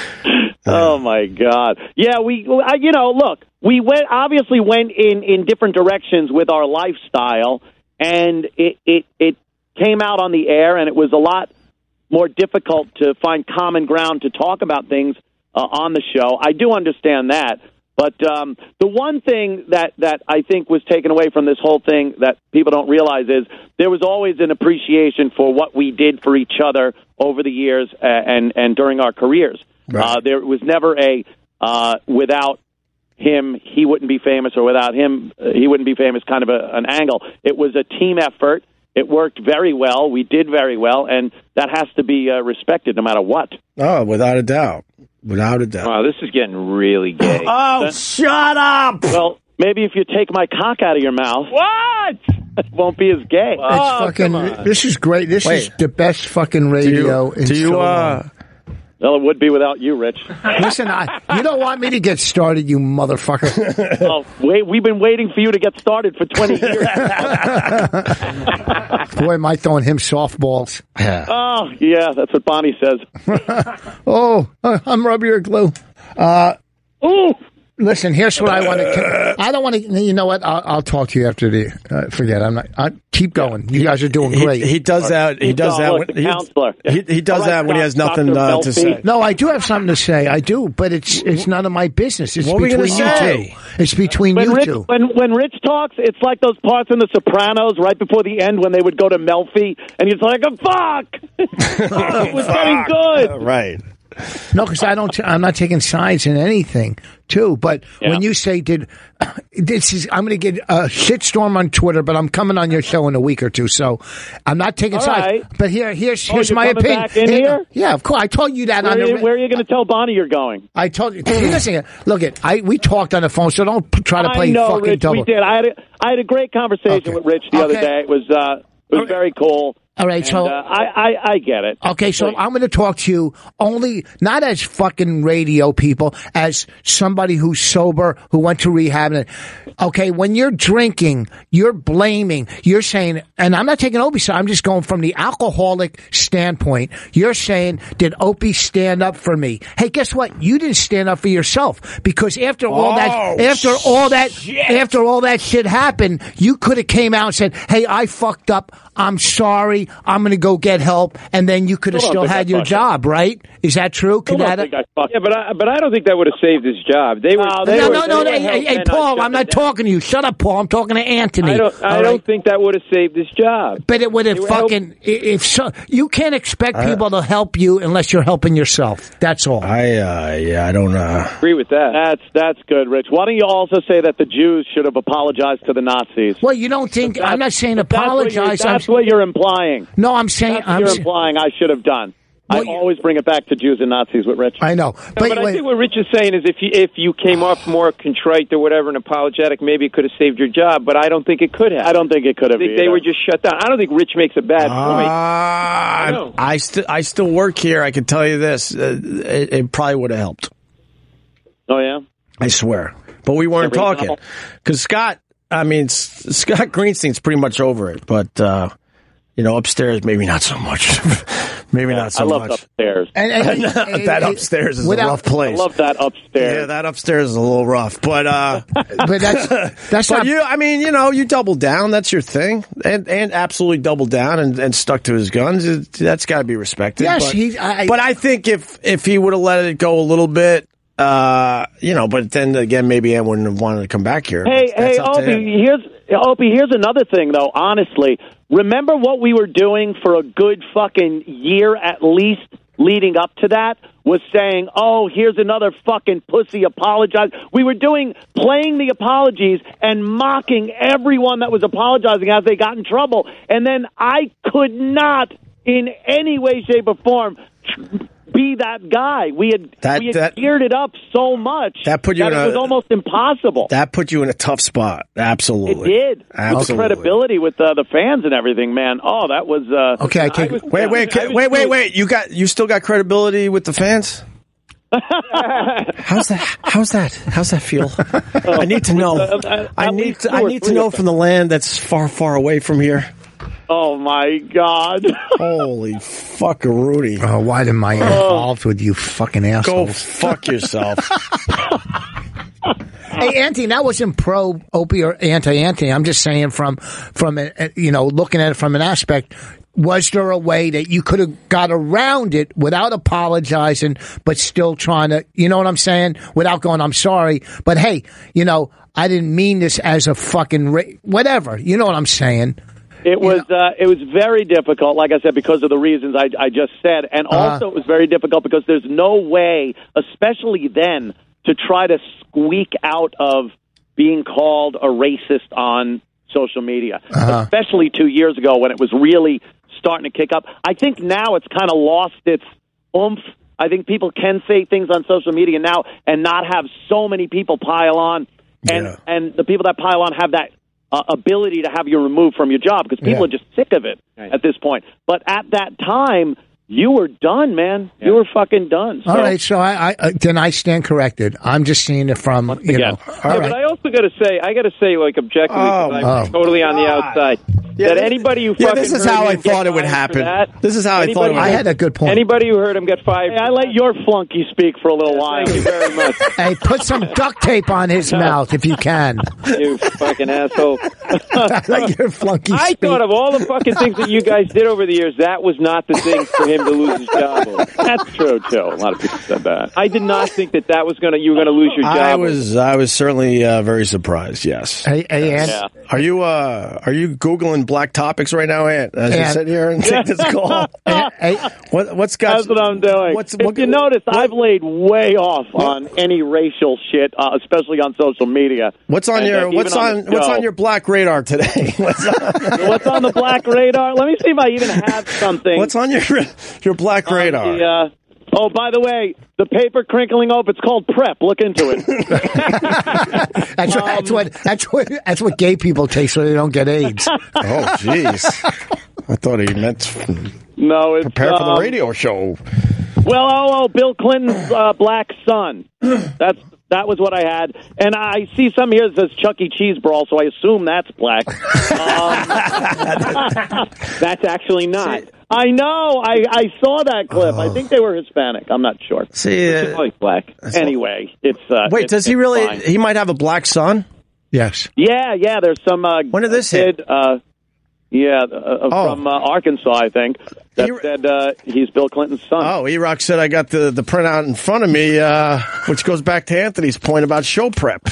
[SPEAKER 7] oh my God! Yeah, we. I, you know, look, we went obviously went in in different directions with our lifestyle, and it it it came out on the air, and it was a lot more difficult to find common ground to talk about things uh, on the show. I do understand that, but um, the one thing that that I think was taken away from this whole thing that people don't realize is there was always an appreciation for what we did for each other over the years uh, and and during our careers. Uh, there was never a uh, without him he wouldn't be famous or without him uh, he wouldn't be famous kind of a, an angle it was a team effort It worked very well. We did very well, and that has to be uh, respected no matter what.
[SPEAKER 1] Oh, without a doubt. Without a doubt.
[SPEAKER 9] Wow, this is getting really gay.
[SPEAKER 1] Oh, shut up!
[SPEAKER 7] Well, maybe if you take my cock out of your mouth,
[SPEAKER 9] What?
[SPEAKER 7] it won't be as gay.
[SPEAKER 2] it's fucking. This is great. This is
[SPEAKER 1] Wait.
[SPEAKER 2] the best fucking radio in
[SPEAKER 1] do you,
[SPEAKER 2] so long.
[SPEAKER 1] uh,
[SPEAKER 7] Well, it would be without you, Rich.
[SPEAKER 2] Listen, I, you don't want me to get started, you motherfucker.
[SPEAKER 7] well, wait, we've been waiting for you to get started for 20 years.
[SPEAKER 2] Boy, am I throwing him softballs.
[SPEAKER 7] oh, yeah, that's what Bonnie says.
[SPEAKER 2] Oh, uh, I'm rubber your glue. Uh,
[SPEAKER 7] Ooh,
[SPEAKER 2] Listen, here's what I want to. I don't want to. You know what? I'll, I'll talk to you after the. Uh, forget. I'm not. I keep going. You guys are doing great.
[SPEAKER 1] he, he does that. He does
[SPEAKER 7] Oh,
[SPEAKER 1] that.
[SPEAKER 7] look,
[SPEAKER 1] When,
[SPEAKER 7] the counselor.
[SPEAKER 1] he, he, he does
[SPEAKER 7] All right,
[SPEAKER 1] that when he has
[SPEAKER 7] Doc-
[SPEAKER 1] nothing
[SPEAKER 7] Dr.
[SPEAKER 1] uh, to
[SPEAKER 7] Belfi.
[SPEAKER 1] say.
[SPEAKER 2] no, I do have something to say. I do, but it's it's none of my business. It's
[SPEAKER 1] What were you
[SPEAKER 2] between
[SPEAKER 1] gonna
[SPEAKER 2] you
[SPEAKER 1] say?
[SPEAKER 2] two. It's between
[SPEAKER 7] when
[SPEAKER 2] you
[SPEAKER 7] Rich,
[SPEAKER 2] two.
[SPEAKER 7] when when Rich talks, it's like those parts in The Sopranos right before the end when they would go to Melfi, and he's like, "Oh, "Fuck, it was getting good."
[SPEAKER 1] Right.
[SPEAKER 2] No, because I don't. I'm not taking sides in anything, too. But when you say did this is, I'm going to get a shitstorm on Twitter. But I'm coming on your show in a week or two, so I'm not taking
[SPEAKER 7] All
[SPEAKER 2] sides.
[SPEAKER 7] right. Oh,
[SPEAKER 2] But here, here's here's
[SPEAKER 7] you're
[SPEAKER 2] my
[SPEAKER 7] coming
[SPEAKER 2] opinion.
[SPEAKER 7] back in here?
[SPEAKER 2] Yeah, of course. I told you that
[SPEAKER 7] Where
[SPEAKER 2] on
[SPEAKER 7] are,
[SPEAKER 2] the.
[SPEAKER 7] you, where are you going to tell Bonnie you're going?
[SPEAKER 2] I told you. Listen, look it. I we talked on the phone, so don't p- try to play
[SPEAKER 7] I know,
[SPEAKER 2] fucking
[SPEAKER 7] Rich.
[SPEAKER 2] double.
[SPEAKER 7] We did. I had a, I had a great conversation
[SPEAKER 2] Okay.
[SPEAKER 7] with Rich the other
[SPEAKER 2] Okay.
[SPEAKER 7] day. It was uh, it was very cool.
[SPEAKER 2] All right,
[SPEAKER 7] And,
[SPEAKER 2] so-
[SPEAKER 7] uh, I, I I get it.
[SPEAKER 2] Okay, so I'm going to talk to you only not as fucking radio people, as somebody who's sober who went to rehab. And okay, when you're drinking, you're blaming, you're saying, and I'm not taking Opie, so I'm just going from the alcoholic standpoint. You're saying, did Opie stand up for me? Hey, guess what? You didn't stand up for yourself because after all that, after all that, after all that shit happened, you could have came out and said, "Hey, I fucked up. I'm sorry. I'm going to go get help," and then you could have
[SPEAKER 7] Still don't
[SPEAKER 2] still
[SPEAKER 7] think I
[SPEAKER 2] had your
[SPEAKER 7] fucked
[SPEAKER 2] job, right? Is that true? Could that-
[SPEAKER 7] I don't think I fucked.
[SPEAKER 9] Yeah, but I, but I don't think that would have saved his job. They were.
[SPEAKER 7] No,
[SPEAKER 9] they
[SPEAKER 2] no,
[SPEAKER 9] were-
[SPEAKER 2] no,
[SPEAKER 9] they
[SPEAKER 2] no,
[SPEAKER 9] were
[SPEAKER 2] no. Hey,
[SPEAKER 9] hell
[SPEAKER 2] hey,
[SPEAKER 9] bent on
[SPEAKER 2] Paul, I'm
[SPEAKER 9] shutting
[SPEAKER 2] not
[SPEAKER 9] it down.
[SPEAKER 2] talking to you. Shut up, Paul. I'm talking to Anthony.
[SPEAKER 9] I don't. I
[SPEAKER 2] All
[SPEAKER 9] don't
[SPEAKER 2] right?
[SPEAKER 9] think that would have saved his job.
[SPEAKER 2] But it would have
[SPEAKER 9] were help-
[SPEAKER 2] fucking i- if so. You can't expect people to help you unless you're helping yourself. That's all.
[SPEAKER 1] I, uh, yeah, I don't, uh,
[SPEAKER 9] agree with that.
[SPEAKER 7] That's that's good, Rich. Why don't you also say that the Jews should have apologized to the Nazis?
[SPEAKER 2] well, you don't think I'm not saying
[SPEAKER 7] That's what you're-
[SPEAKER 2] apologize. I'm-
[SPEAKER 7] That's what you're implying.
[SPEAKER 2] no, I'm saying
[SPEAKER 7] That's what
[SPEAKER 2] I'm.
[SPEAKER 7] you're
[SPEAKER 2] s-
[SPEAKER 7] implying I should have done. I
[SPEAKER 2] Well, you-
[SPEAKER 7] always bring it back to Jews and Nazis with Rich.
[SPEAKER 2] I know, but,
[SPEAKER 9] No, but I
[SPEAKER 2] wait-
[SPEAKER 9] think what Rich is saying is if you if you came off more contrite or whatever and apologetic, maybe it could have saved your job. But I don't think it could have.
[SPEAKER 7] I don't think it could have.
[SPEAKER 9] I think they
[SPEAKER 7] either.
[SPEAKER 9] were just shut down. I don't think Rich makes a bad
[SPEAKER 2] Ah.
[SPEAKER 9] point.
[SPEAKER 1] I,
[SPEAKER 9] know.
[SPEAKER 1] Ah, I, st- I still work here. I can tell you this. Uh, it, it probably would have helped.
[SPEAKER 7] Oh yeah.
[SPEAKER 1] I swear. But we weren't talking. Because Scott, I mean, S- Scott Greenstein's pretty much over it. But, uh, you know, upstairs, maybe not so much. maybe not so
[SPEAKER 7] I love
[SPEAKER 1] much.
[SPEAKER 7] upstairs.
[SPEAKER 2] and, and- and-
[SPEAKER 1] that upstairs is
[SPEAKER 2] without-
[SPEAKER 1] a rough place.
[SPEAKER 7] I love that upstairs.
[SPEAKER 1] yeah, that upstairs is a little rough, but uh,
[SPEAKER 2] But that's that's
[SPEAKER 1] but
[SPEAKER 2] not.
[SPEAKER 1] you, I mean, you know, you double down. That's your thing, and and absolutely double down and, and stuck to his guns. It- That's got to be respected.
[SPEAKER 2] Yes,
[SPEAKER 1] but,
[SPEAKER 2] he- I-
[SPEAKER 1] but I think if if he would have let it go a little bit, uh, you know, but then again, maybe I wouldn't have wanted to come back here.
[SPEAKER 7] Hey,
[SPEAKER 1] That's
[SPEAKER 7] hey,
[SPEAKER 1] up to
[SPEAKER 7] Opie,
[SPEAKER 1] him.
[SPEAKER 7] here's Opie, here's another thing though, honestly. Remember what we were doing for a good fucking year at least leading up to that was saying, "Oh, here's another fucking pussy apologize." We were doing playing the apologies and mocking everyone that was apologizing as they got in trouble. And then I could not in any way shape or form be that guy. We had
[SPEAKER 1] That-
[SPEAKER 7] we had
[SPEAKER 1] that-
[SPEAKER 7] geared it up so much
[SPEAKER 1] That put you in
[SPEAKER 7] it
[SPEAKER 1] a-
[SPEAKER 7] was almost impossible.
[SPEAKER 1] that put you in a tough spot. Absolutely,
[SPEAKER 7] It did. With the
[SPEAKER 1] Absolutely.
[SPEAKER 7] credibility with uh, the fans and everything, man. Oh, that was. Uh,
[SPEAKER 2] Okay, I take-
[SPEAKER 7] was-
[SPEAKER 1] Wait, wait,
[SPEAKER 7] I
[SPEAKER 1] ca-
[SPEAKER 7] was
[SPEAKER 1] wait, wait,
[SPEAKER 7] feeling-
[SPEAKER 1] wait! You got you still got credibility with the fans. how's that? How's that? How's that feel? I need to know.
[SPEAKER 7] uh,
[SPEAKER 1] I
[SPEAKER 7] at
[SPEAKER 1] need
[SPEAKER 7] least
[SPEAKER 1] to,
[SPEAKER 7] two
[SPEAKER 1] I
[SPEAKER 7] or
[SPEAKER 1] need to
[SPEAKER 7] three
[SPEAKER 1] know
[SPEAKER 7] of
[SPEAKER 1] from the land that's far, far away from here.
[SPEAKER 7] Oh my God!
[SPEAKER 1] Holy fuck, Rudy!
[SPEAKER 2] Oh, why am I involved with you fucking
[SPEAKER 1] Go
[SPEAKER 2] assholes?
[SPEAKER 1] fuck yourself.
[SPEAKER 2] Hey, Anthony, that wasn't pro Opie or anti Anthony. I'm just saying from from a, a- you know looking at it from an aspect. Was there a way that you could have got around it without apologizing, but still trying to, you know what I'm saying? Without going, I'm sorry, but hey, you know, I didn't mean this as a fucking ra- whatever. You know what I'm saying?
[SPEAKER 7] It was uh, it was very difficult, like I said, because of the reasons I, I just said, and also it was very difficult because there's no way, especially then, to try to squeak out of being called a racist on social media, especially two years ago when it was really starting to kick up. I think now it's kind of lost its oomph. I think people can say things on social media now and not have so many people pile on, and
[SPEAKER 1] Yeah.
[SPEAKER 7] and the people that pile on have that uh, ability to have you removed from your job because people
[SPEAKER 2] Yeah.
[SPEAKER 7] are just sick of it at this point. But at that time, you were done, man. You were fucking done.
[SPEAKER 2] All
[SPEAKER 7] So-
[SPEAKER 2] right, so I, I uh, then I stand corrected. I'm just seeing it from you
[SPEAKER 7] again.
[SPEAKER 2] know.
[SPEAKER 7] Yeah,
[SPEAKER 2] All
[SPEAKER 7] But I
[SPEAKER 2] right,
[SPEAKER 7] also got to say, I got to say, like objectively, 'cause
[SPEAKER 1] Oh,
[SPEAKER 7] I'm
[SPEAKER 2] my
[SPEAKER 7] totally on the outside.
[SPEAKER 1] Yeah,
[SPEAKER 7] that
[SPEAKER 1] this-
[SPEAKER 7] anybody who
[SPEAKER 1] yeah,
[SPEAKER 7] fucking
[SPEAKER 1] this is
[SPEAKER 7] heard
[SPEAKER 1] how
[SPEAKER 7] him
[SPEAKER 1] I
[SPEAKER 7] get
[SPEAKER 1] thought it would
[SPEAKER 7] fired for
[SPEAKER 1] happen.
[SPEAKER 7] that-
[SPEAKER 1] This is how I thought it would
[SPEAKER 2] I had a good point.
[SPEAKER 7] Anybody who heard him get fired. Hey, I let your flunky speak for a little while. Thank you very much.
[SPEAKER 2] Hey, put some duct tape on his mouth if you can.
[SPEAKER 7] you fucking asshole.
[SPEAKER 2] like your flunky.
[SPEAKER 7] I
[SPEAKER 2] speak.
[SPEAKER 7] thought of all the fucking things that you guys did over the years. That was not the thing for him to lose his job. Over. That's true too. A lot of people said that. I did not think that that was gonna you were gonna lose your job.
[SPEAKER 1] I
[SPEAKER 7] over.
[SPEAKER 1] was I was certainly uh, very surprised. Yes.
[SPEAKER 2] Hey, hey, Ann,
[SPEAKER 7] Yeah.
[SPEAKER 1] Are you uh are you googling black topics right now, Ant? As you
[SPEAKER 2] Ant.
[SPEAKER 1] sit here and take this call,
[SPEAKER 2] hey,
[SPEAKER 1] what what's got?
[SPEAKER 7] That's what I'm doing.
[SPEAKER 1] What's,
[SPEAKER 7] if you notice, I've laid way off on any racial shit, uh, especially on social media.
[SPEAKER 1] What's on
[SPEAKER 7] And, uh,
[SPEAKER 1] your
[SPEAKER 7] even
[SPEAKER 1] what's on
[SPEAKER 7] on the
[SPEAKER 1] what's
[SPEAKER 7] show.
[SPEAKER 1] on your black radar today? What's on,
[SPEAKER 7] What's on the black radar? Let me see if I even have something.
[SPEAKER 1] what's on your your black
[SPEAKER 7] on
[SPEAKER 1] radar?
[SPEAKER 7] the, uh, oh, by the way, the paper crinkling up. It's called prep. Look into it.
[SPEAKER 2] that's, what, that's what that's what that's what gay people take so they don't get AIDS.
[SPEAKER 1] Oh, jeez. I thought he meant
[SPEAKER 7] no, it's
[SPEAKER 1] prepare for
[SPEAKER 7] um,
[SPEAKER 1] the radio show.
[SPEAKER 7] Well, oh, oh Bill Clinton's uh, black son. That's that was what I had, and I see some here that says Chuck E. Cheese brawl, so I assume that's black. Um, that's actually not. I know. I I saw that clip.
[SPEAKER 1] Oh.
[SPEAKER 7] I think they were Hispanic. I'm not sure.
[SPEAKER 1] See,
[SPEAKER 7] It's
[SPEAKER 1] uh,
[SPEAKER 7] probably black. Anyway, it's uh,
[SPEAKER 1] Wait,
[SPEAKER 7] it's-
[SPEAKER 1] does he
[SPEAKER 7] it's
[SPEAKER 1] really?
[SPEAKER 7] fine.
[SPEAKER 1] He might have a black son.
[SPEAKER 2] Yes.
[SPEAKER 7] Yeah, yeah. There's some. Uh,
[SPEAKER 1] When did this
[SPEAKER 7] kid, Uh, yeah, uh,
[SPEAKER 1] Oh.
[SPEAKER 7] from uh, Arkansas, I think. That
[SPEAKER 1] He-
[SPEAKER 7] said, uh, he's Bill Clinton's son.
[SPEAKER 1] Oh, E Rock said I got the the printout in front of me, uh, which goes back to Anthony's point about show prep.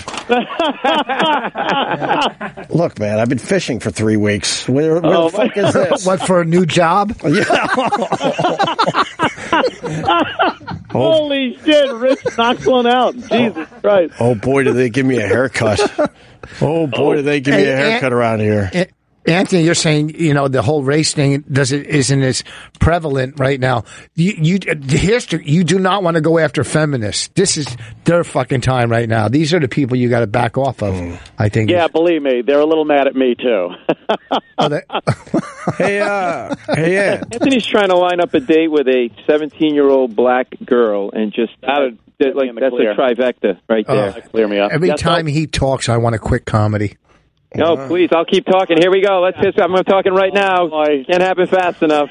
[SPEAKER 1] Look, man, I've been fishing for three weeks. Where, where
[SPEAKER 7] Oh,
[SPEAKER 1] the fuck is this?
[SPEAKER 2] What for a new job?
[SPEAKER 7] Holy shit, Rich knocked one out. Jesus Christ.
[SPEAKER 1] Oh boy, did they give me a haircut! Oh boy, did they give me
[SPEAKER 2] Hey,
[SPEAKER 1] a
[SPEAKER 2] Ant-
[SPEAKER 1] haircut around here.
[SPEAKER 2] A- Anthony, you're saying you know the whole race thing doesn't isn't as prevalent right now. You you the history you do not want to go after feminists. This is their fucking time right now. These are the people you got to back off of.
[SPEAKER 1] Mm.
[SPEAKER 2] I think.
[SPEAKER 7] Yeah, believe me, they're a little mad at me, too.
[SPEAKER 2] Are they-
[SPEAKER 7] uh,
[SPEAKER 1] Hey, uh, hey, Ant.
[SPEAKER 9] Anthony's trying to line up a date with a 17 year old black girl and just out of that, like
[SPEAKER 7] in the
[SPEAKER 9] that's
[SPEAKER 7] clear. Uh-huh.
[SPEAKER 9] a trifecta right there.
[SPEAKER 7] Clear me up.
[SPEAKER 2] every
[SPEAKER 7] Yes,
[SPEAKER 2] time he talks, I want to quit comedy.
[SPEAKER 7] Uh-huh.
[SPEAKER 9] No, please, I'll keep talking. Here we go. Let's just I'm talking right now.
[SPEAKER 7] boy.
[SPEAKER 9] Can't happen fast enough.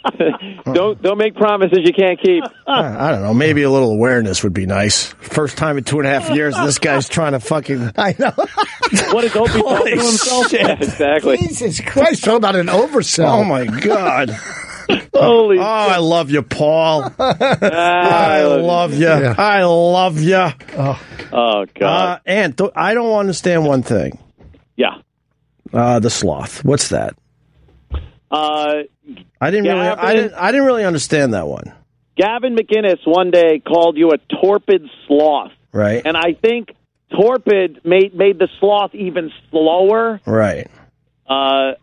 [SPEAKER 9] don't don't make promises you can't keep.
[SPEAKER 1] I don't know. Maybe a little awareness would be nice. First time in two and a half years, this guy's trying to fucking. oh,
[SPEAKER 2] I know.
[SPEAKER 7] I'll- What is Opie talking to himself?
[SPEAKER 1] shit.
[SPEAKER 7] Yeah, exactly.
[SPEAKER 2] Jesus Christ! Talk about an
[SPEAKER 1] Oh
[SPEAKER 2] oversell.
[SPEAKER 1] my god!
[SPEAKER 7] Holy
[SPEAKER 1] Oh,
[SPEAKER 9] Ah,
[SPEAKER 1] I love you, Paul. I
[SPEAKER 7] God.
[SPEAKER 1] love you.
[SPEAKER 2] Yeah.
[SPEAKER 1] I love you.
[SPEAKER 7] Oh, God.
[SPEAKER 1] Uh, and th- I don't understand one thing.
[SPEAKER 7] yeah.
[SPEAKER 1] Uh, the sloth. What's that?
[SPEAKER 7] Uh,
[SPEAKER 1] I didn't
[SPEAKER 7] Yeah,
[SPEAKER 1] really.
[SPEAKER 7] I've been-
[SPEAKER 1] I didn't. I didn't really understand that one.
[SPEAKER 7] Gavin McInnes one day called you a torpid sloth.
[SPEAKER 1] Right.
[SPEAKER 7] And I think torpid made, made the sloth even slower.
[SPEAKER 1] right.
[SPEAKER 7] Uh,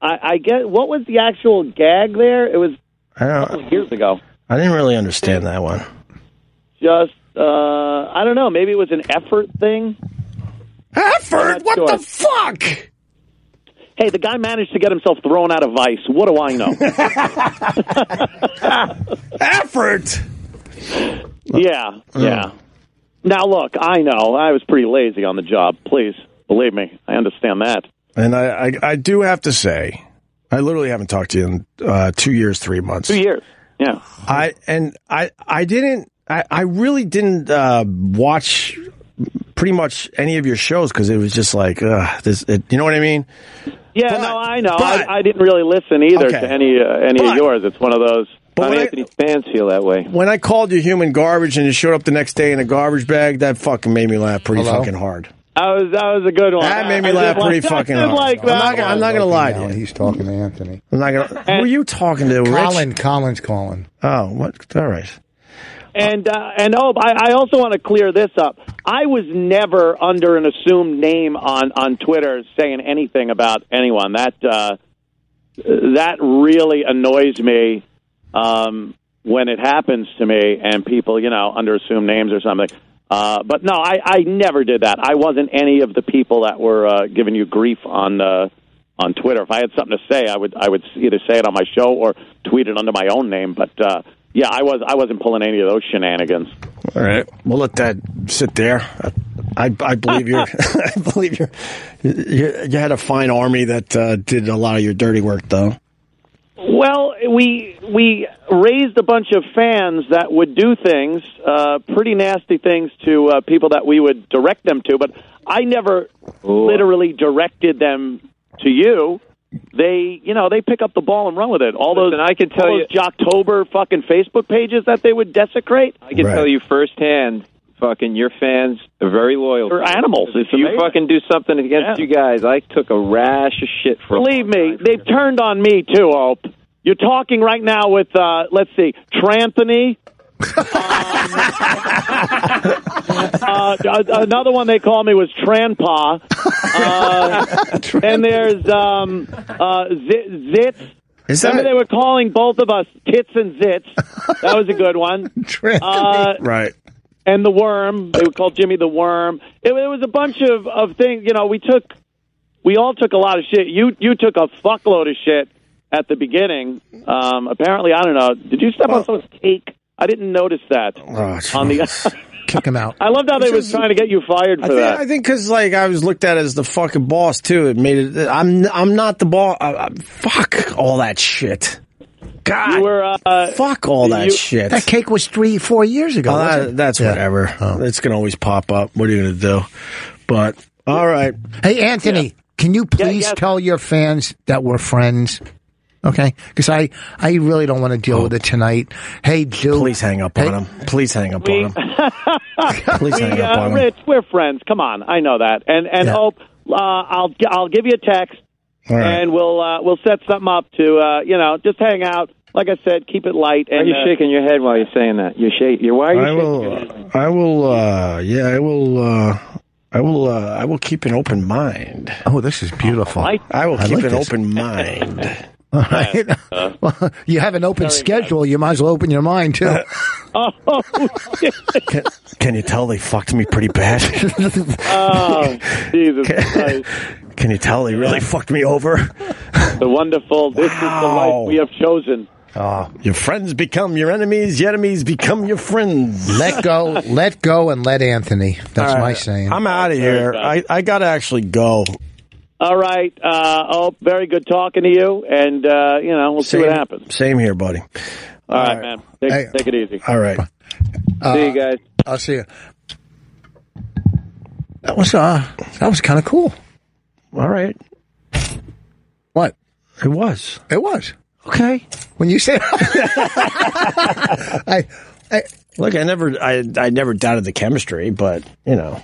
[SPEAKER 7] I, I get what was the actual gag there? It was
[SPEAKER 1] I don't.
[SPEAKER 7] years ago.
[SPEAKER 1] I didn't really understand that one.
[SPEAKER 7] Just uh, I don't know. Maybe it was an effort thing.
[SPEAKER 1] Effort.
[SPEAKER 7] I'm not what the
[SPEAKER 1] fuck?
[SPEAKER 7] Hey, the guy managed to get himself thrown out of Vice. What do I know?
[SPEAKER 1] Effort.
[SPEAKER 7] yeah, yeah. Now look, I know I was pretty lazy on the job. Please believe me, I understand that.
[SPEAKER 1] And I, I, I do have to say, I literally haven't talked to you in uh, two years, three months.
[SPEAKER 7] Two years. Yeah.
[SPEAKER 1] I and I I didn't I, I really didn't uh, watch pretty much any of your shows because it was just like ugh, this it, you know what I mean
[SPEAKER 7] Yeah,
[SPEAKER 1] But-
[SPEAKER 7] no, I know.
[SPEAKER 1] but-
[SPEAKER 7] I, I didn't really listen either
[SPEAKER 1] Okay.
[SPEAKER 7] to any uh, any
[SPEAKER 1] But-
[SPEAKER 7] of yours. It's one of those.
[SPEAKER 1] But
[SPEAKER 9] Tom
[SPEAKER 1] when I-
[SPEAKER 9] Anthony fans feel that way.
[SPEAKER 1] when I called you human garbage and you showed up the next day in a garbage bag that fucking made me laugh pretty
[SPEAKER 2] Hello?
[SPEAKER 1] fucking hard
[SPEAKER 7] That was that was a good one.
[SPEAKER 1] that made me
[SPEAKER 7] Uh, I did
[SPEAKER 1] laugh
[SPEAKER 7] like-
[SPEAKER 1] pretty
[SPEAKER 7] I
[SPEAKER 1] fucking
[SPEAKER 7] did
[SPEAKER 1] hard
[SPEAKER 7] like
[SPEAKER 1] I'm
[SPEAKER 7] that
[SPEAKER 1] not, gonna- I'm
[SPEAKER 7] one.
[SPEAKER 1] not gonna lie to
[SPEAKER 2] Now
[SPEAKER 1] you
[SPEAKER 2] he's talking to Anthony.
[SPEAKER 1] I'm not gonna who are you talking to Rich
[SPEAKER 2] Colin, Colin's calling.
[SPEAKER 1] oh what all right
[SPEAKER 7] And uh, and oh, I, I also want to clear this up. I was never under an assumed name on on Twitter saying anything about anyone. That uh, that really annoys me um, when it happens to me and people, you know, under assumed names or something. Uh, but no, I, I never did that. I wasn't any of the people that were uh, giving you grief on uh, on Twitter. If I had something to say, I would I would either say it on my show or tweet it under my own name. But uh, yeah, I was I wasn't pulling any of those shenanigans.
[SPEAKER 1] All right, we'll let that sit there. I, I believe you're. I believe you're, you. You had a fine army that uh, did a lot of your dirty work, though.
[SPEAKER 7] Well, we we raised a bunch of fans that would do things, uh, pretty nasty things to uh, people that we would direct them to. But I never literally directed them to you. They, you know, they pick up the ball and run with it. All those
[SPEAKER 9] Listen, I can tell
[SPEAKER 7] all those Jocktober fucking Facebook pages that they would desecrate.
[SPEAKER 9] I can
[SPEAKER 1] Right.
[SPEAKER 9] tell you firsthand, fucking your fans are very loyal.
[SPEAKER 7] They're animals.
[SPEAKER 9] If
[SPEAKER 7] It's
[SPEAKER 9] you
[SPEAKER 7] amazing.
[SPEAKER 9] fucking do something against you
[SPEAKER 7] Yeah.
[SPEAKER 9] guys, I took a rash of shit for. a
[SPEAKER 7] Believe
[SPEAKER 9] long
[SPEAKER 7] me,
[SPEAKER 9] time.
[SPEAKER 7] they've turned on me too, Alp. You're talking right now with, uh, let's see, Tranthony. um, uh, another one they called me was Tranpa. Uh, and there's um, uh, Z- Zitz.
[SPEAKER 1] Is
[SPEAKER 7] Remember
[SPEAKER 1] that
[SPEAKER 7] they were calling both of us Tits and Zits. That was a good one. Uh,
[SPEAKER 1] right?
[SPEAKER 7] and the worm. They would call Jimmy the worm. It, it was a bunch of, of things. You know, we took, we all took a lot of shit. You you took a fuckload of shit at the beginning. Um, apparently, I don't know. Did you step on someone's cake? I didn't notice that.
[SPEAKER 1] Oh,
[SPEAKER 7] on the,
[SPEAKER 2] Kick him out.
[SPEAKER 7] I loved how they was trying to get you fired for
[SPEAKER 1] I think,
[SPEAKER 7] that.
[SPEAKER 1] I think because like I was looked at as the fucking boss too. It made it. I'm I'm not the boss. I, I- fuck all that shit. God,
[SPEAKER 7] you were uh,
[SPEAKER 1] fuck all that
[SPEAKER 7] you-
[SPEAKER 1] shit.
[SPEAKER 2] That cake was three, four years ago.
[SPEAKER 1] Oh, that-
[SPEAKER 2] wasn't it?
[SPEAKER 1] that's
[SPEAKER 2] Yeah.
[SPEAKER 1] whatever.
[SPEAKER 2] Oh.
[SPEAKER 1] It's gonna always pop up. What are you gonna do? But all right,
[SPEAKER 2] Hey, Anthony, can you please
[SPEAKER 7] yes.
[SPEAKER 2] tell your fans that we're friends? Okay, because I, I really don't want to deal with it tonight. Hey, dude.
[SPEAKER 1] Oh. please hang up
[SPEAKER 2] Hey.
[SPEAKER 1] on him. Please hang up on him. Please hang up
[SPEAKER 7] uh,
[SPEAKER 1] on him.
[SPEAKER 7] Rich, we're friends. Come on, I know that. And and
[SPEAKER 2] Yeah.
[SPEAKER 7] hope uh, I'll I'll give you a text.
[SPEAKER 1] All right.
[SPEAKER 7] and we'll uh, we'll set something up to uh, you know just hang out. Like I said, keep it light.
[SPEAKER 9] Why are
[SPEAKER 7] And
[SPEAKER 9] you
[SPEAKER 7] uh,
[SPEAKER 9] shaking your head while you're saying that? You're shaking. You're, why are you
[SPEAKER 1] I
[SPEAKER 9] shaking? your head?
[SPEAKER 1] will. I will. Uh, yeah, I will. Uh, I will. Uh, I will keep an open mind.
[SPEAKER 2] Oh, this is beautiful.
[SPEAKER 7] I-
[SPEAKER 1] I will
[SPEAKER 2] I
[SPEAKER 1] keep
[SPEAKER 2] like
[SPEAKER 1] an
[SPEAKER 2] this.
[SPEAKER 1] open mind.
[SPEAKER 2] All right. well, you have an open schedule. You might as well open your mind too.
[SPEAKER 7] Oh,
[SPEAKER 1] can, can you tell they fucked me pretty bad?
[SPEAKER 7] oh, Jesus Christ!
[SPEAKER 1] can you tell they really fucked me over?
[SPEAKER 7] The wonderful. This is the
[SPEAKER 1] Wow.
[SPEAKER 7] life we have chosen.
[SPEAKER 1] Your friends become your enemies. Your enemies become your friends.
[SPEAKER 2] let go, let go, and let Anthony. That's my saying.
[SPEAKER 1] I'm out of here. I, I gotta actually go.
[SPEAKER 7] All right. Uh, oh, very good talking to you. And uh, you know we'll see what happens.
[SPEAKER 1] Same here, buddy.
[SPEAKER 7] All right, man. Take,
[SPEAKER 2] Hey.
[SPEAKER 7] take it easy.
[SPEAKER 1] All right. Uh,
[SPEAKER 9] See you guys.
[SPEAKER 2] I'll see you. That was uh, that was kind of cool.
[SPEAKER 1] All right.
[SPEAKER 2] What?
[SPEAKER 1] It was.
[SPEAKER 2] It was
[SPEAKER 1] Okay.
[SPEAKER 2] when you said. I, I,
[SPEAKER 1] Look, I never, I, I never doubted the chemistry, but you know,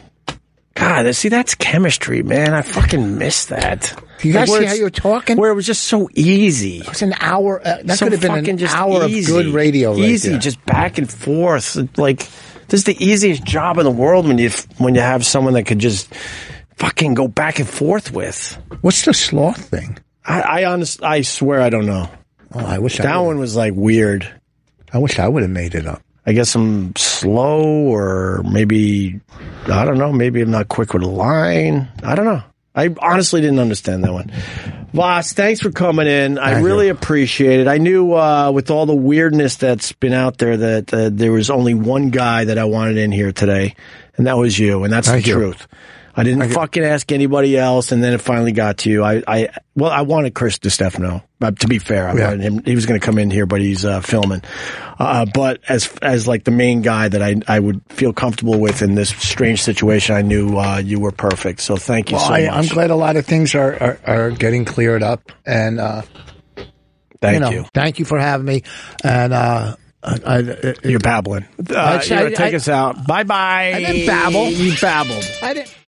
[SPEAKER 1] God, see, that's chemistry, man. I fucking miss that.
[SPEAKER 2] you guys
[SPEAKER 1] where
[SPEAKER 2] see how
[SPEAKER 1] it's-
[SPEAKER 2] you were talking?
[SPEAKER 1] Where it was just so easy.
[SPEAKER 2] It's an hour. Uh, that
[SPEAKER 1] So
[SPEAKER 2] could have been
[SPEAKER 1] fucking
[SPEAKER 2] an
[SPEAKER 1] just
[SPEAKER 2] hour
[SPEAKER 1] easy.
[SPEAKER 2] of good radio. right
[SPEAKER 1] Easy,
[SPEAKER 2] there.
[SPEAKER 1] just back and forth. Like this is the easiest job in the world when you when you have someone that could just fucking go back and forth with.
[SPEAKER 2] What's the sloth thing?
[SPEAKER 1] I, I honest, I swear, I don't know.
[SPEAKER 2] Oh, I wish
[SPEAKER 1] That
[SPEAKER 2] I
[SPEAKER 1] one was like weird.
[SPEAKER 2] I wish I would have made it up.
[SPEAKER 1] I guess I'm slow, or maybe I don't know. Maybe I'm not quick with a line. I don't know. I honestly didn't understand that one. Voss, thanks for coming in. I
[SPEAKER 2] Thank
[SPEAKER 1] really
[SPEAKER 2] you.
[SPEAKER 1] appreciate it. I knew uh, with all the weirdness that's been out there that uh, there was only one guy that I wanted in here today, and that was you, and that's
[SPEAKER 2] Thank
[SPEAKER 1] the
[SPEAKER 2] you.
[SPEAKER 1] truth. I didn't fucking ask anybody else, and then it finally got to you. I, I well, I wanted Chris DiStefano. Uh, to be fair, I
[SPEAKER 2] Yeah.
[SPEAKER 1] wanted him. He was going to come in here, but he's uh, filming. Uh, but as as like the main guy that I I would feel comfortable with in this strange situation, I knew uh, you were perfect. So thank you
[SPEAKER 2] Well,
[SPEAKER 1] so
[SPEAKER 2] Oh, I,
[SPEAKER 1] much.
[SPEAKER 2] I'm glad a lot of things are are, are getting cleared up, and uh,
[SPEAKER 1] thank
[SPEAKER 2] you know,
[SPEAKER 1] you.
[SPEAKER 2] thank you for having me. And uh, I, I,
[SPEAKER 1] You're babbling. Uh,
[SPEAKER 2] I-
[SPEAKER 1] you're gonna
[SPEAKER 2] I-
[SPEAKER 1] take
[SPEAKER 2] I-
[SPEAKER 1] us out. Bye bye.
[SPEAKER 2] I didn't babble.
[SPEAKER 1] You babbled.
[SPEAKER 2] I didn't.